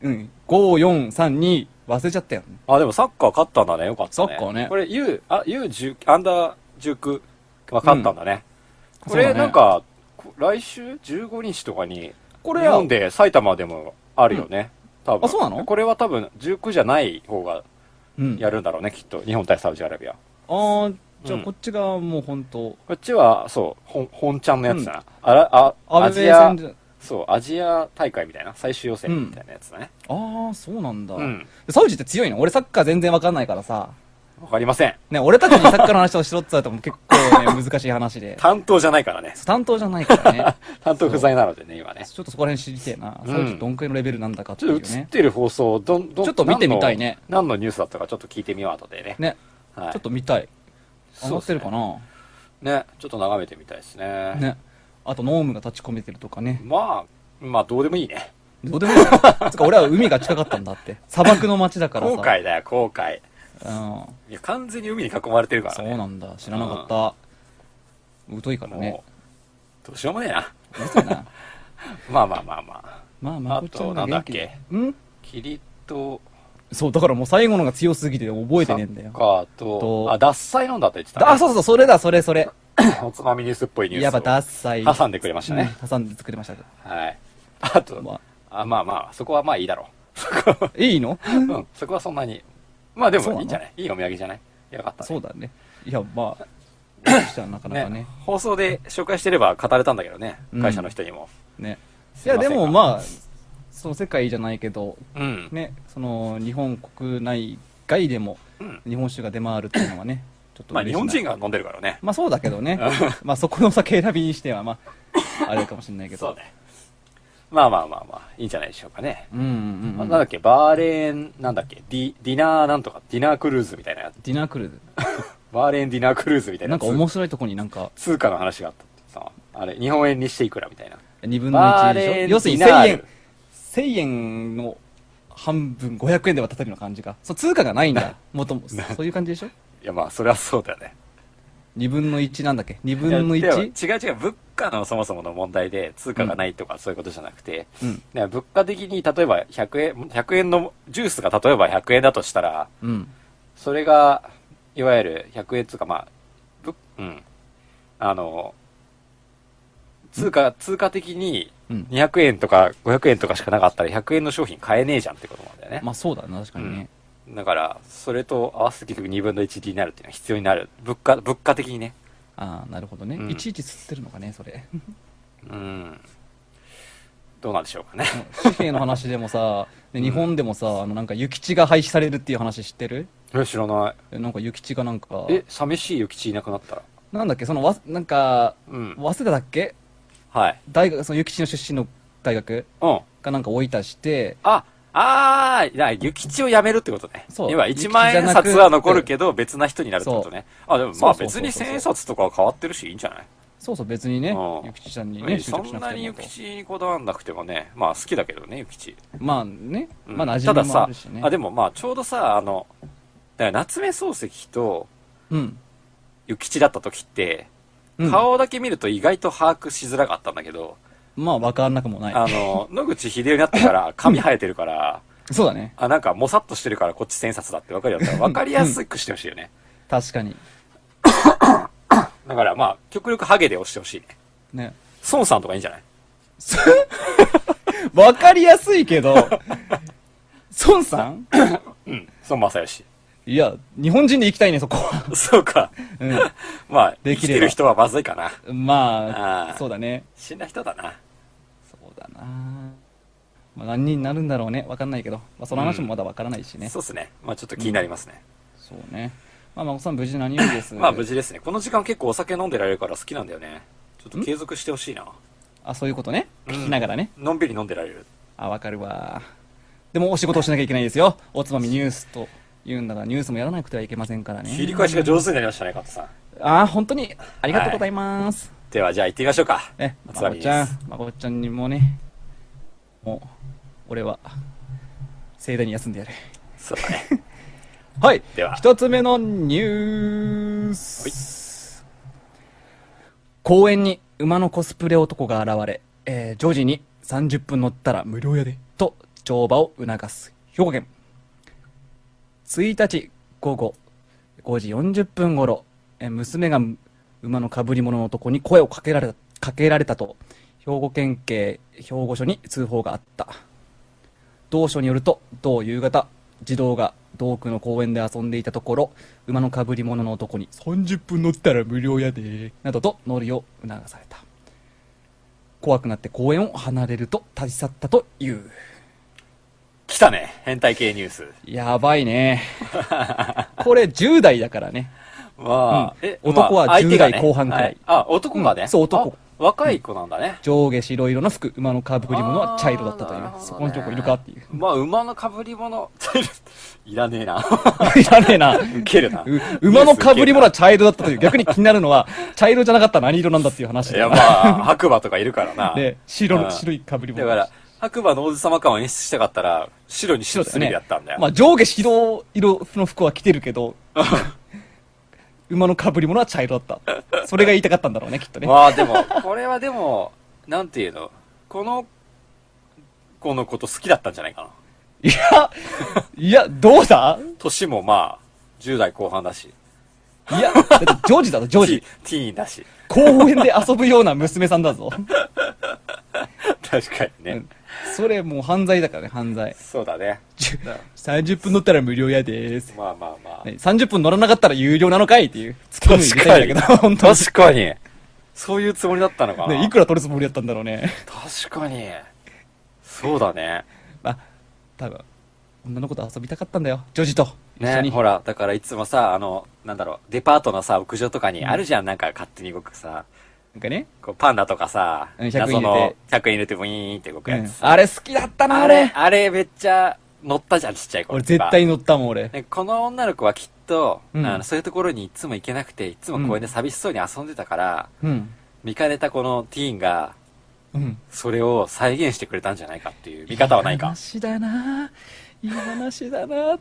Speaker 2: うん、5、4、3、2、忘れちゃったよね。
Speaker 1: あ、でもサッカー勝ったんだね。よかったね。
Speaker 2: サッカーね
Speaker 1: これ U、あ、U10、アンダー19が勝ったんだね。
Speaker 2: うん
Speaker 1: こ
Speaker 2: そう
Speaker 1: れ
Speaker 2: だね
Speaker 1: なんか、こ来週15日とかに、
Speaker 2: こ
Speaker 1: 日
Speaker 2: れは
Speaker 1: 本、で埼玉でもあるよね。多分。
Speaker 2: あそうなの
Speaker 1: これは多分19じゃない方が
Speaker 2: うん。
Speaker 1: やるんだろうね、きっと。日本対サウジアラビア。
Speaker 2: あー、じゃあ
Speaker 1: うん
Speaker 2: こっちがもう本当、
Speaker 1: こっちは、そう、本、本ちゃんのやつだな。あら、あ、ア
Speaker 2: 安倍
Speaker 1: ジア
Speaker 2: 戦、じゃ
Speaker 1: そう、アジア大会みたいな、最終予選みたいなやつだね。
Speaker 2: あー、そうなんだ。
Speaker 1: うん。
Speaker 2: サウジって強いの俺サッカー全然わかんないからさ。
Speaker 1: わかりません。
Speaker 2: ね、俺たちにサッカーの話をしろって言われても結
Speaker 1: (laughs)
Speaker 2: 構ね、難しい話で。
Speaker 1: 担当じゃないからね。
Speaker 2: 担当じゃないか
Speaker 1: (laughs)
Speaker 2: らね。
Speaker 1: 担当不在なのでね、今ね。
Speaker 2: ちょっとそこら辺知りてえな。
Speaker 1: うん
Speaker 2: サウジどんくらいのレベルなんだかって
Speaker 1: ち
Speaker 2: い
Speaker 1: ょ
Speaker 2: う
Speaker 1: っと映っ
Speaker 2: ね。
Speaker 1: てる放送、どん、どん、
Speaker 2: ちょっと見てみたいね
Speaker 1: 何の。何のニュースだったかちょっと聞いてみよう、後でね。
Speaker 2: ね、
Speaker 1: はい。
Speaker 2: ちょっと見たい。上がってるかな
Speaker 1: なね。ちょっと眺めてみたいですね。
Speaker 2: ね。あと、ノームが立ち込めてるとかね。 (laughs)
Speaker 1: まあ、まあ、どうでもいいね。
Speaker 2: どうでもいいよ。つか俺は海が近かったんだって。砂漠の街だからさ。
Speaker 1: 後悔だよ、後悔。
Speaker 2: うん。
Speaker 1: いや、完全に海に囲まれてるから
Speaker 2: そ
Speaker 1: ね。
Speaker 2: うなんだ。知らなかった。疎いからね
Speaker 1: も。う、どうしようもねえな。
Speaker 2: そうだな
Speaker 1: まあまあまあまあ。
Speaker 2: (laughs) まあ、まこちゃんが元気で
Speaker 1: あとなんだっ
Speaker 2: うん
Speaker 1: キリット、
Speaker 2: そう、だからもう最後のが強すぎて覚えてねえんだよ
Speaker 1: サッ。カーと、
Speaker 2: と
Speaker 1: あ、脱菜飲んだと言ってた、ね。
Speaker 2: あ、そうそう、それだ、それ、それ。
Speaker 1: (laughs) おつまみニュースっぽいニュースを。
Speaker 2: やっぱダッサイ。
Speaker 1: 挟んでくれましたね。
Speaker 2: うん挟んで作りましたけ
Speaker 1: はい。あと、
Speaker 2: ど。ま
Speaker 1: あ、まあまあ、そこはまあいいだろ
Speaker 2: あ、いいの
Speaker 1: う。
Speaker 2: (laughs)
Speaker 1: うん、そこはそんなに。まあで
Speaker 2: そうな
Speaker 1: も
Speaker 2: の
Speaker 1: いいんじゃないいいお土産じゃないよかった、ね。
Speaker 2: (laughs) そうだね。いや、
Speaker 1: (laughs)
Speaker 2: まあ、そしたらなかなかね。
Speaker 1: 放送で紹介してれば語れたんだけどね。
Speaker 2: うん
Speaker 1: 会社の人にも。
Speaker 2: ね。い
Speaker 1: すい
Speaker 2: や、
Speaker 1: ませ
Speaker 2: で
Speaker 1: んが
Speaker 2: もまあ、その世界じゃないけど、
Speaker 1: うん。
Speaker 2: ね、その日本国内外でも
Speaker 1: うん
Speaker 2: 日本酒が出回るっていうのはね、ちょっと
Speaker 1: まあ
Speaker 2: 嬉し
Speaker 1: 日
Speaker 2: いな
Speaker 1: 本人が飲んでるからね。
Speaker 2: まあそうだけどね。まあそこの酒選びにしては、まあ、あれかもしれないけど。
Speaker 1: そうね。まあまあまあまあ、いいんじゃないでしょうかね。
Speaker 2: うんうんう
Speaker 1: あ
Speaker 2: ん。
Speaker 1: なんだっけ、バーレーン、なんだっけ、ディ、ディナーなんとか、ディナークルーズみたいなやつ。
Speaker 2: ディナークルー
Speaker 1: バーレーンディナークルーズみた
Speaker 2: ズ。
Speaker 1: い
Speaker 2: な
Speaker 1: なんやつ
Speaker 2: か面白いとこになんか、
Speaker 1: 通貨の話があったってさ、あれ、日本円にしていくらみたいな。
Speaker 2: 2分の
Speaker 1: バー
Speaker 2: 1で
Speaker 1: レ
Speaker 2: し
Speaker 1: ー
Speaker 2: ょ
Speaker 1: ン
Speaker 2: 要するに
Speaker 1: ディナ
Speaker 2: 1000
Speaker 1: ー
Speaker 2: 円
Speaker 1: ル。
Speaker 2: 1000円の半分500円で渡ったりの感じか。そう、通貨がない
Speaker 1: (laughs)
Speaker 2: んだ。もとも、そういう感じでしょ
Speaker 1: いや、まあ、それはそうだよね。
Speaker 2: 2分の1なんだっけ ?2 分の
Speaker 1: いや
Speaker 2: 1?
Speaker 1: 違う違う、物価のそもそもの問題で、通貨がないとかそういうことじゃなくて、
Speaker 2: うん。
Speaker 1: ね物価的に例えば100円、100円のジュースが例えば100円だとしたら、
Speaker 2: うん。
Speaker 1: それが、いわゆる100円つうか、まあ、ぶうん。あの、通貨、通貨的に
Speaker 2: うん
Speaker 1: 200円とか500円とかしかなかったら100円の商品買えねえじゃんってことなんだよね。
Speaker 2: まあそうだな、確かにね。
Speaker 1: だから、それと合わせて結局2分の1になるっていうのは必要になる。物価、物価的にね。
Speaker 2: ああ、なるほどね、
Speaker 1: うん
Speaker 2: いちいち吸ってるのかね、それ。
Speaker 1: うん。どうなんでしょうかね。
Speaker 2: 紙幣の話で
Speaker 1: (laughs)
Speaker 2: もさ、で日本でもさ、あの、なんか、諭吉が廃止されるっていう話知ってる
Speaker 1: え、知らない。
Speaker 2: えなんか、諭吉がなんか、
Speaker 1: え、寂しい諭吉いなくなったら。
Speaker 2: なんだっけ、その、わ、なんか、
Speaker 1: うん。
Speaker 2: 早稲田だっけ
Speaker 1: はい。
Speaker 2: 大学、その諭吉の出身の大学
Speaker 1: うん。
Speaker 2: がなんか追い出して、
Speaker 1: あ、あー、だから諭吉をやめるってことね。
Speaker 2: そう
Speaker 1: 今、
Speaker 2: 諭吉
Speaker 1: 1万円札は残るけど、別な人になるってことね。あ、でもまあ
Speaker 2: そうそうそ
Speaker 1: 別
Speaker 2: うそう
Speaker 1: に千円札とかは変わってるし、いいんじゃない
Speaker 2: そうそう、別にね、
Speaker 1: うん
Speaker 2: 諭吉ちゃんにね、
Speaker 1: うん
Speaker 2: 就
Speaker 1: そ
Speaker 2: 職し
Speaker 1: ん
Speaker 2: なく
Speaker 1: な
Speaker 2: て
Speaker 1: に
Speaker 2: も
Speaker 1: 諭
Speaker 2: と。
Speaker 1: 吉にこだわんなくてもね、まあ好きだけどね、諭吉。
Speaker 2: まあね、
Speaker 1: うん
Speaker 2: まあ、馴
Speaker 1: ただ
Speaker 2: 染みもあ
Speaker 1: さ
Speaker 2: るしね。、
Speaker 1: あ、でもまあちょうどさ、あの、だから夏目漱石と
Speaker 2: うん。
Speaker 1: 諭吉だった時って、
Speaker 2: うん
Speaker 1: 顔だけ見ると意外と把握しづらかったんだけど、
Speaker 2: まあ、わからなくもな
Speaker 1: (laughs) あの、野口秀夫になってから髪生えてるから、
Speaker 2: い。そうだね。
Speaker 1: あ、なんかもさっとしてるからこっち千冊だって分かるようになったら分かりやすくしてほしいよね。
Speaker 2: 確かに。
Speaker 1: だからまあ、極力ハゲで押してほしいね。
Speaker 2: ね。
Speaker 1: 孫さんとかいいんじゃない
Speaker 2: わかりやすいけど、
Speaker 1: (laughs)
Speaker 2: 孫さん
Speaker 1: うん。孫正義。
Speaker 2: いや、日本人で行きたいね、そこは。
Speaker 1: そうか。
Speaker 2: う
Speaker 1: まあ、生
Speaker 2: で
Speaker 1: き
Speaker 2: き
Speaker 1: て
Speaker 2: れば
Speaker 1: る人はまずいかな。
Speaker 2: ん。ま
Speaker 1: あ
Speaker 2: あ
Speaker 1: ー、
Speaker 2: そうだね。
Speaker 1: 死んだ人だな。
Speaker 2: そうだな。まあ、何人になるんだろうね。わかんないけど。まあ、その話もまだわからないしね。
Speaker 1: そうですね。まあちょっと気になりますね。
Speaker 2: そうね。まあ、まこさん無事何よりです。
Speaker 1: まあ無事ですね。この時間結構お酒飲んでられるから好きなんだよね。ちょっと継続してほしいな。
Speaker 2: あ、そういうことね。
Speaker 1: うん
Speaker 2: 聞きながらね。
Speaker 1: のんびり飲んでられる。
Speaker 2: あ、わかるわ。でも、お仕事をしなきゃいけないですよ。おつまみニュースと言うんだから、ニュースもやらなくてはいけませんからね。
Speaker 1: 切り返しが上手になりましたね、カットさん。
Speaker 2: あー、本当に、ありがとうございます。
Speaker 1: ではじゃあ行ってみましょうか。
Speaker 2: ね、
Speaker 1: お
Speaker 2: ま
Speaker 1: つま
Speaker 2: こ
Speaker 1: みで
Speaker 2: ち
Speaker 1: す
Speaker 2: ゃん、まこちゃんにもね、もう、俺は、盛大に休んでやる。
Speaker 1: そうだね。
Speaker 2: はい。
Speaker 1: では
Speaker 2: 一つ目のニュース。公園に馬のコスプレ男が現れ、えー、ジョージに30分乗ったら無料やで、と乗馬を促す。兵庫県。1日午後5時40分頃、えー娘が馬の被り物の男に声をかけられた、かけられたと、兵庫県警兵庫署に通報があった。同署によると同夕方児童が道区の公園で遊んでいたところ馬のかぶり物の男に30分乗ったら無料やでなどと乗るよう促された怖くなって公園を離れると立ち去ったという
Speaker 1: 来たね。変態系ニュース。
Speaker 2: やば
Speaker 1: (laughs)
Speaker 2: いねこれ10代だからね
Speaker 1: まあ、
Speaker 2: うん
Speaker 1: え
Speaker 2: 男は
Speaker 1: まあ相手がね
Speaker 2: 10代後半くらい
Speaker 1: あ、男がね。
Speaker 2: うんそう男
Speaker 1: あ若い子なんだね。
Speaker 2: 上下白色の服馬のかぶり物は茶色だったという
Speaker 1: あー
Speaker 2: そこのとこいるかっていう
Speaker 1: まあ、馬の被り物。 (laughs) いらねえな。
Speaker 2: いらねえな
Speaker 1: ウケるな。
Speaker 2: う (laughs) 馬のかぶり物は茶色だったという逆に気になるのは茶色じゃなかったら何色なんだっていう話
Speaker 1: い
Speaker 2: だ
Speaker 1: や、
Speaker 2: よ
Speaker 1: まあ、白馬とかいるから
Speaker 2: (laughs)
Speaker 1: な。
Speaker 2: で、白
Speaker 1: うん
Speaker 2: の、白い被り
Speaker 1: だ
Speaker 2: 物。
Speaker 1: から、白馬の王子様感を演出したかったら、白に白
Speaker 2: 白
Speaker 1: する
Speaker 2: だね。
Speaker 1: べやったんだよ。
Speaker 2: まあ、上下白色の服は着てる
Speaker 1: (laughs)
Speaker 2: けど、馬の被り物は茶色だった。それが言いたかったんだろうね、きっとね。
Speaker 1: まあ、でも、これはでも、なんていうの、この子のこと好きだったんじゃないかな。
Speaker 2: いや、いや、どうだ
Speaker 1: 年もまあ、10代後半だし、
Speaker 2: いや、だってジョージ
Speaker 1: (laughs)
Speaker 2: だぞ、ジョー
Speaker 1: ティ
Speaker 2: ジ。
Speaker 1: ティーンだし。
Speaker 2: 公園で遊ぶような娘さんだぞ。
Speaker 1: 確かにね。
Speaker 2: うんそれもう犯罪だからね、犯罪。
Speaker 1: そうだね。
Speaker 2: 30分乗ったら無料やでーす。
Speaker 1: まあまあまあ。
Speaker 2: ね30分乗らなかったら有料なのかいっていう。突っ込み入れたいんだけど、本当
Speaker 1: 確かに。そういうつもりだったのかな。
Speaker 2: に。ね、いくら取るつもりだったんだろうね。
Speaker 1: 確かに。そうだね。
Speaker 2: まあ、多分女の子と遊びたかったんだよ、ジョージと。一緒
Speaker 1: ね、
Speaker 2: に。
Speaker 1: ほら、だからいつもさ、あの、なんだろう、デパートのさ、屋上とかにあるじゃん、なんか勝手に動くさ、
Speaker 2: なんかね。
Speaker 1: こうパンダとかさ、
Speaker 2: うん100円入れて
Speaker 1: 謎の100円入れてブイーンって動く
Speaker 2: う
Speaker 1: や
Speaker 2: ん
Speaker 1: つ、
Speaker 2: あれ好きだったな、
Speaker 1: あ
Speaker 2: あ
Speaker 1: れ
Speaker 2: れ。
Speaker 1: あれめっちゃ乗ったじゃん、ちっちゃい子
Speaker 2: 俺絶対乗ったもん、俺。
Speaker 1: ねこの女の子はきっと、
Speaker 2: うん
Speaker 1: あのそういうところにいつも行けなくて、いつも公園で寂しそうに遊んでたから、
Speaker 2: うん。
Speaker 1: 見かねたこのティーンが、
Speaker 2: うん。
Speaker 1: それを再現してくれたんじゃないかっていう見方はない
Speaker 2: いい
Speaker 1: か。。
Speaker 2: 話だな。いい話だな。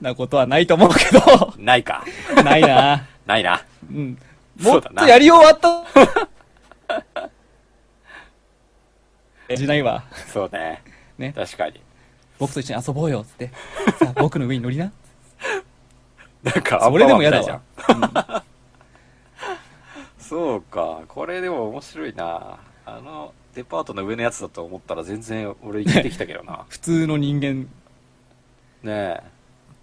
Speaker 2: なことはないと思うけど
Speaker 1: ないか。 (laughs)
Speaker 2: ないな。
Speaker 1: ないな。
Speaker 2: うん。
Speaker 1: そ
Speaker 2: も
Speaker 1: う
Speaker 2: っ
Speaker 1: だな
Speaker 2: とやり終わった。 (laughs) じないわ。
Speaker 1: そうね。
Speaker 2: ね。
Speaker 1: 確かに。
Speaker 2: 僕と一緒に遊ぼうよ、つって。さあ、僕の上に乗
Speaker 1: (laughs)
Speaker 2: りな。
Speaker 1: なんか、
Speaker 2: それでも嫌だ
Speaker 1: アンパンマンみたいじゃん
Speaker 2: わ。。
Speaker 1: そうか。これでも面白いな。あの、デパートの上のやつだと思ったら全然俺生きてきたけどな
Speaker 2: (laughs) 普通の人間
Speaker 1: ねえ。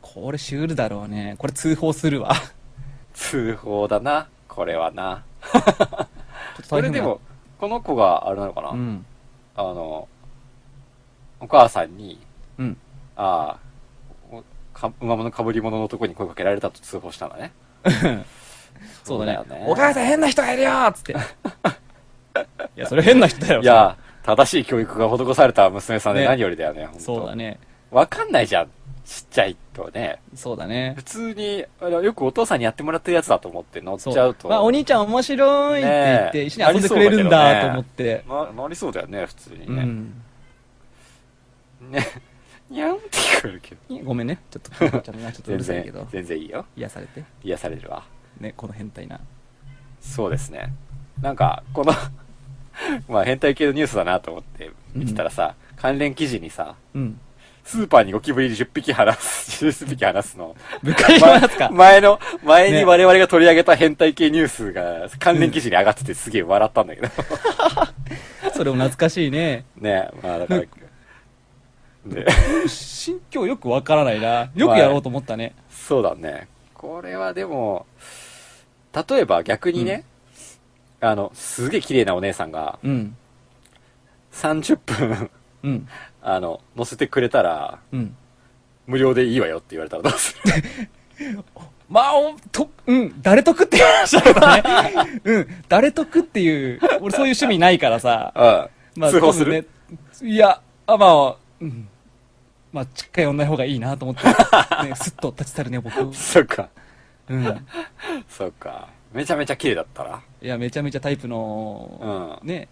Speaker 2: これシュールだろうね。これ通報
Speaker 1: (laughs)
Speaker 2: するわ。
Speaker 1: 通報だな。これはな。
Speaker 2: こ
Speaker 1: これでも、、この子があれなのかな、
Speaker 2: うん。
Speaker 1: あの、お母さんに、
Speaker 2: うん。
Speaker 1: ああ、おか馬の被り物のとこに声かけられたと通報したんだね。
Speaker 2: そうだ
Speaker 1: (laughs) そうだよ
Speaker 2: ね
Speaker 1: ね。
Speaker 2: お母さん変な人がいるよっつ
Speaker 1: (laughs)
Speaker 2: って。いや、それ変な人だよ。
Speaker 1: いや、正しい教育が施された娘さんで
Speaker 2: ね
Speaker 1: 何よりだよね、本当
Speaker 2: それ、そうだね。
Speaker 1: わかんないじゃん。ちっちゃいとね。
Speaker 2: そうだね
Speaker 1: 普。通に、あのよくお父さんにやってもらってるやつだと思って乗っちゃうと。
Speaker 2: まあ、お兄ちゃん面白いって言って、
Speaker 1: ねえ
Speaker 2: 一緒に遊んでくれるんだと思って。
Speaker 1: な、なりそうだよね、普通に
Speaker 2: う
Speaker 1: ね。
Speaker 2: ん。
Speaker 1: ね。 (laughs) にゃんって聞こえるけど。
Speaker 2: ごめんね。ちょっと、ちゃんがちょっとう
Speaker 1: 全
Speaker 2: るさいけど
Speaker 1: 然、。全然いいよ。
Speaker 2: 癒されて。
Speaker 1: 癒されるわ。
Speaker 2: ね、この変態な。
Speaker 1: そうですね。なんか、この、 (laughs) まあ変態系のニュースだなと思って見てたらさ、関連記事にさ、 (laughs)
Speaker 2: うん。
Speaker 1: スーパーにゴキブリ10匹放す、10匹 (laughs) 放すの。
Speaker 2: ぶっか (laughs) けますか、
Speaker 1: 前の、前に我々が取り上げた変態系ニュースが関連記事に上がっててすげえ笑ったんだ
Speaker 2: (laughs)
Speaker 1: けど。
Speaker 2: それも懐かしいね。
Speaker 1: ねまあだから。で、
Speaker 2: 心境よくわからないな。よくやろうと思ったね。
Speaker 1: そうだね。これはでも、例えば逆にね、あの、すげえ綺麗なお姉さんが
Speaker 2: うん。
Speaker 1: 30分、
Speaker 2: うん。
Speaker 1: あの、乗せてくれたら、
Speaker 2: うん。
Speaker 1: 無料でいいわよって言われたらどうす
Speaker 2: (laughs)
Speaker 1: る
Speaker 2: まあ、おと、うん、誰得って言いましたからね。 (laughs) うん、誰得っていう、俺そういう趣味ないからさ。
Speaker 1: うん。
Speaker 2: まあ、
Speaker 1: 通報する、
Speaker 2: 多分ね、いや、あ、まあ、うん。まあ、ちっかい女の方がいいなと思って、 (laughs) ね、すっと立ち去るね、僕。
Speaker 1: そっか。
Speaker 2: うん。
Speaker 1: そっか。めちゃめちゃ綺麗だったら。
Speaker 2: いや、めちゃめちゃタイプの、
Speaker 1: うん
Speaker 2: ね、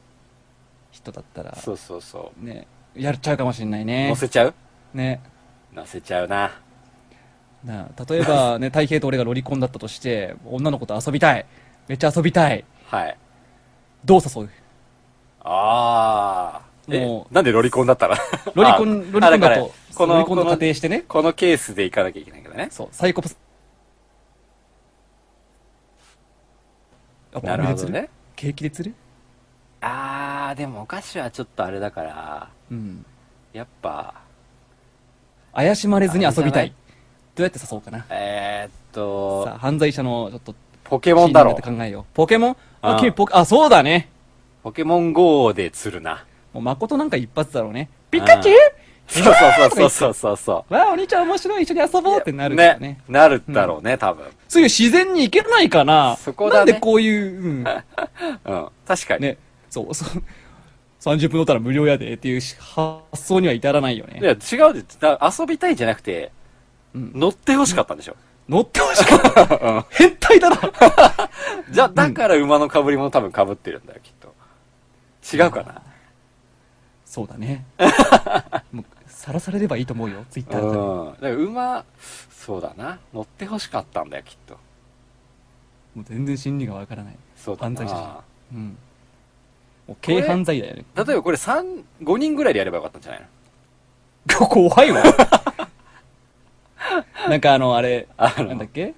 Speaker 2: 人だったら、
Speaker 1: そうそうそう。
Speaker 2: ね、やっちゃうかもしれないね
Speaker 1: 乗。せちゃう
Speaker 2: ね。
Speaker 1: 乗せちゃうな。
Speaker 2: なあ例えば、 (laughs) ね、太平と俺がロリコンだったとして、女の子と遊びたい。めっちゃ遊びたい。
Speaker 1: はい。
Speaker 2: どう誘う
Speaker 1: ああ。え
Speaker 2: も、う
Speaker 1: なんでロリコンだったら
Speaker 2: ロリコン、ロリコンだと、
Speaker 1: こ
Speaker 2: ロ
Speaker 1: の、
Speaker 2: リ
Speaker 1: こと
Speaker 2: コン仮
Speaker 1: の、
Speaker 2: 定してね。
Speaker 1: このケースでいかなきゃいけないけどね。
Speaker 2: そう、サイコパス。あ
Speaker 1: なるほど。ね。
Speaker 2: ケーキで釣る
Speaker 1: あー、でもお菓子はちょっとあれだから、
Speaker 2: うん。
Speaker 1: やっぱ、
Speaker 2: 怪しまれずに遊
Speaker 1: あれ
Speaker 2: び
Speaker 1: じゃ
Speaker 2: た
Speaker 1: ない
Speaker 2: い。どうやって誘おうかな。
Speaker 1: えー、っ
Speaker 2: さあ、
Speaker 1: と、
Speaker 2: 犯罪者の、ちょっと、
Speaker 1: ポケモンだ
Speaker 2: シ
Speaker 1: ろ
Speaker 2: ーン。になって考えよう。ポケモン
Speaker 1: あ
Speaker 2: あ
Speaker 1: あ、
Speaker 2: 君ポケ、あ、そうだね。
Speaker 1: ポケモン GO で釣るな。
Speaker 2: もう、誠なんか一発だろうね。ピカチュウ
Speaker 1: そうそうそうそうそうそう。
Speaker 2: わあ、お兄ちゃん面白い、一緒に遊ぼうってなるからね。
Speaker 1: なるだろうね、多分。
Speaker 2: そういう自然にいけないかな。
Speaker 1: そこだね
Speaker 2: なんでこういう、う
Speaker 1: うん。
Speaker 2: ん。
Speaker 1: 確かに。
Speaker 2: (laughs) ね、そう、そう、30分乗ったら無料やでっていうし発想には至らないよ
Speaker 1: い
Speaker 2: ね。
Speaker 1: や、違うで、だ遊びたいじゃなくて、
Speaker 2: うん
Speaker 1: 乗って欲しかったんでしょ。
Speaker 2: 乗ってほしかった。変態だな。
Speaker 1: じゃ、だから馬の被り物多分被ってるんだよ、きっと。違うかな。
Speaker 2: そうだね。もう、さらされればいいと思うよ、ツイッターだったら
Speaker 1: うん。だから馬、そうだな。乗って欲しかったんだよ、きっと。
Speaker 2: もう全然心理がわからない。
Speaker 1: そうだな。
Speaker 2: 犯罪者うん。もう、軽犯罪だよね。
Speaker 1: 例えばこれ3、5人ぐらいでやればよかったんじゃないの (laughs)
Speaker 2: 怖いわ。なんかあの、あれ、
Speaker 1: あの
Speaker 2: なんだっけ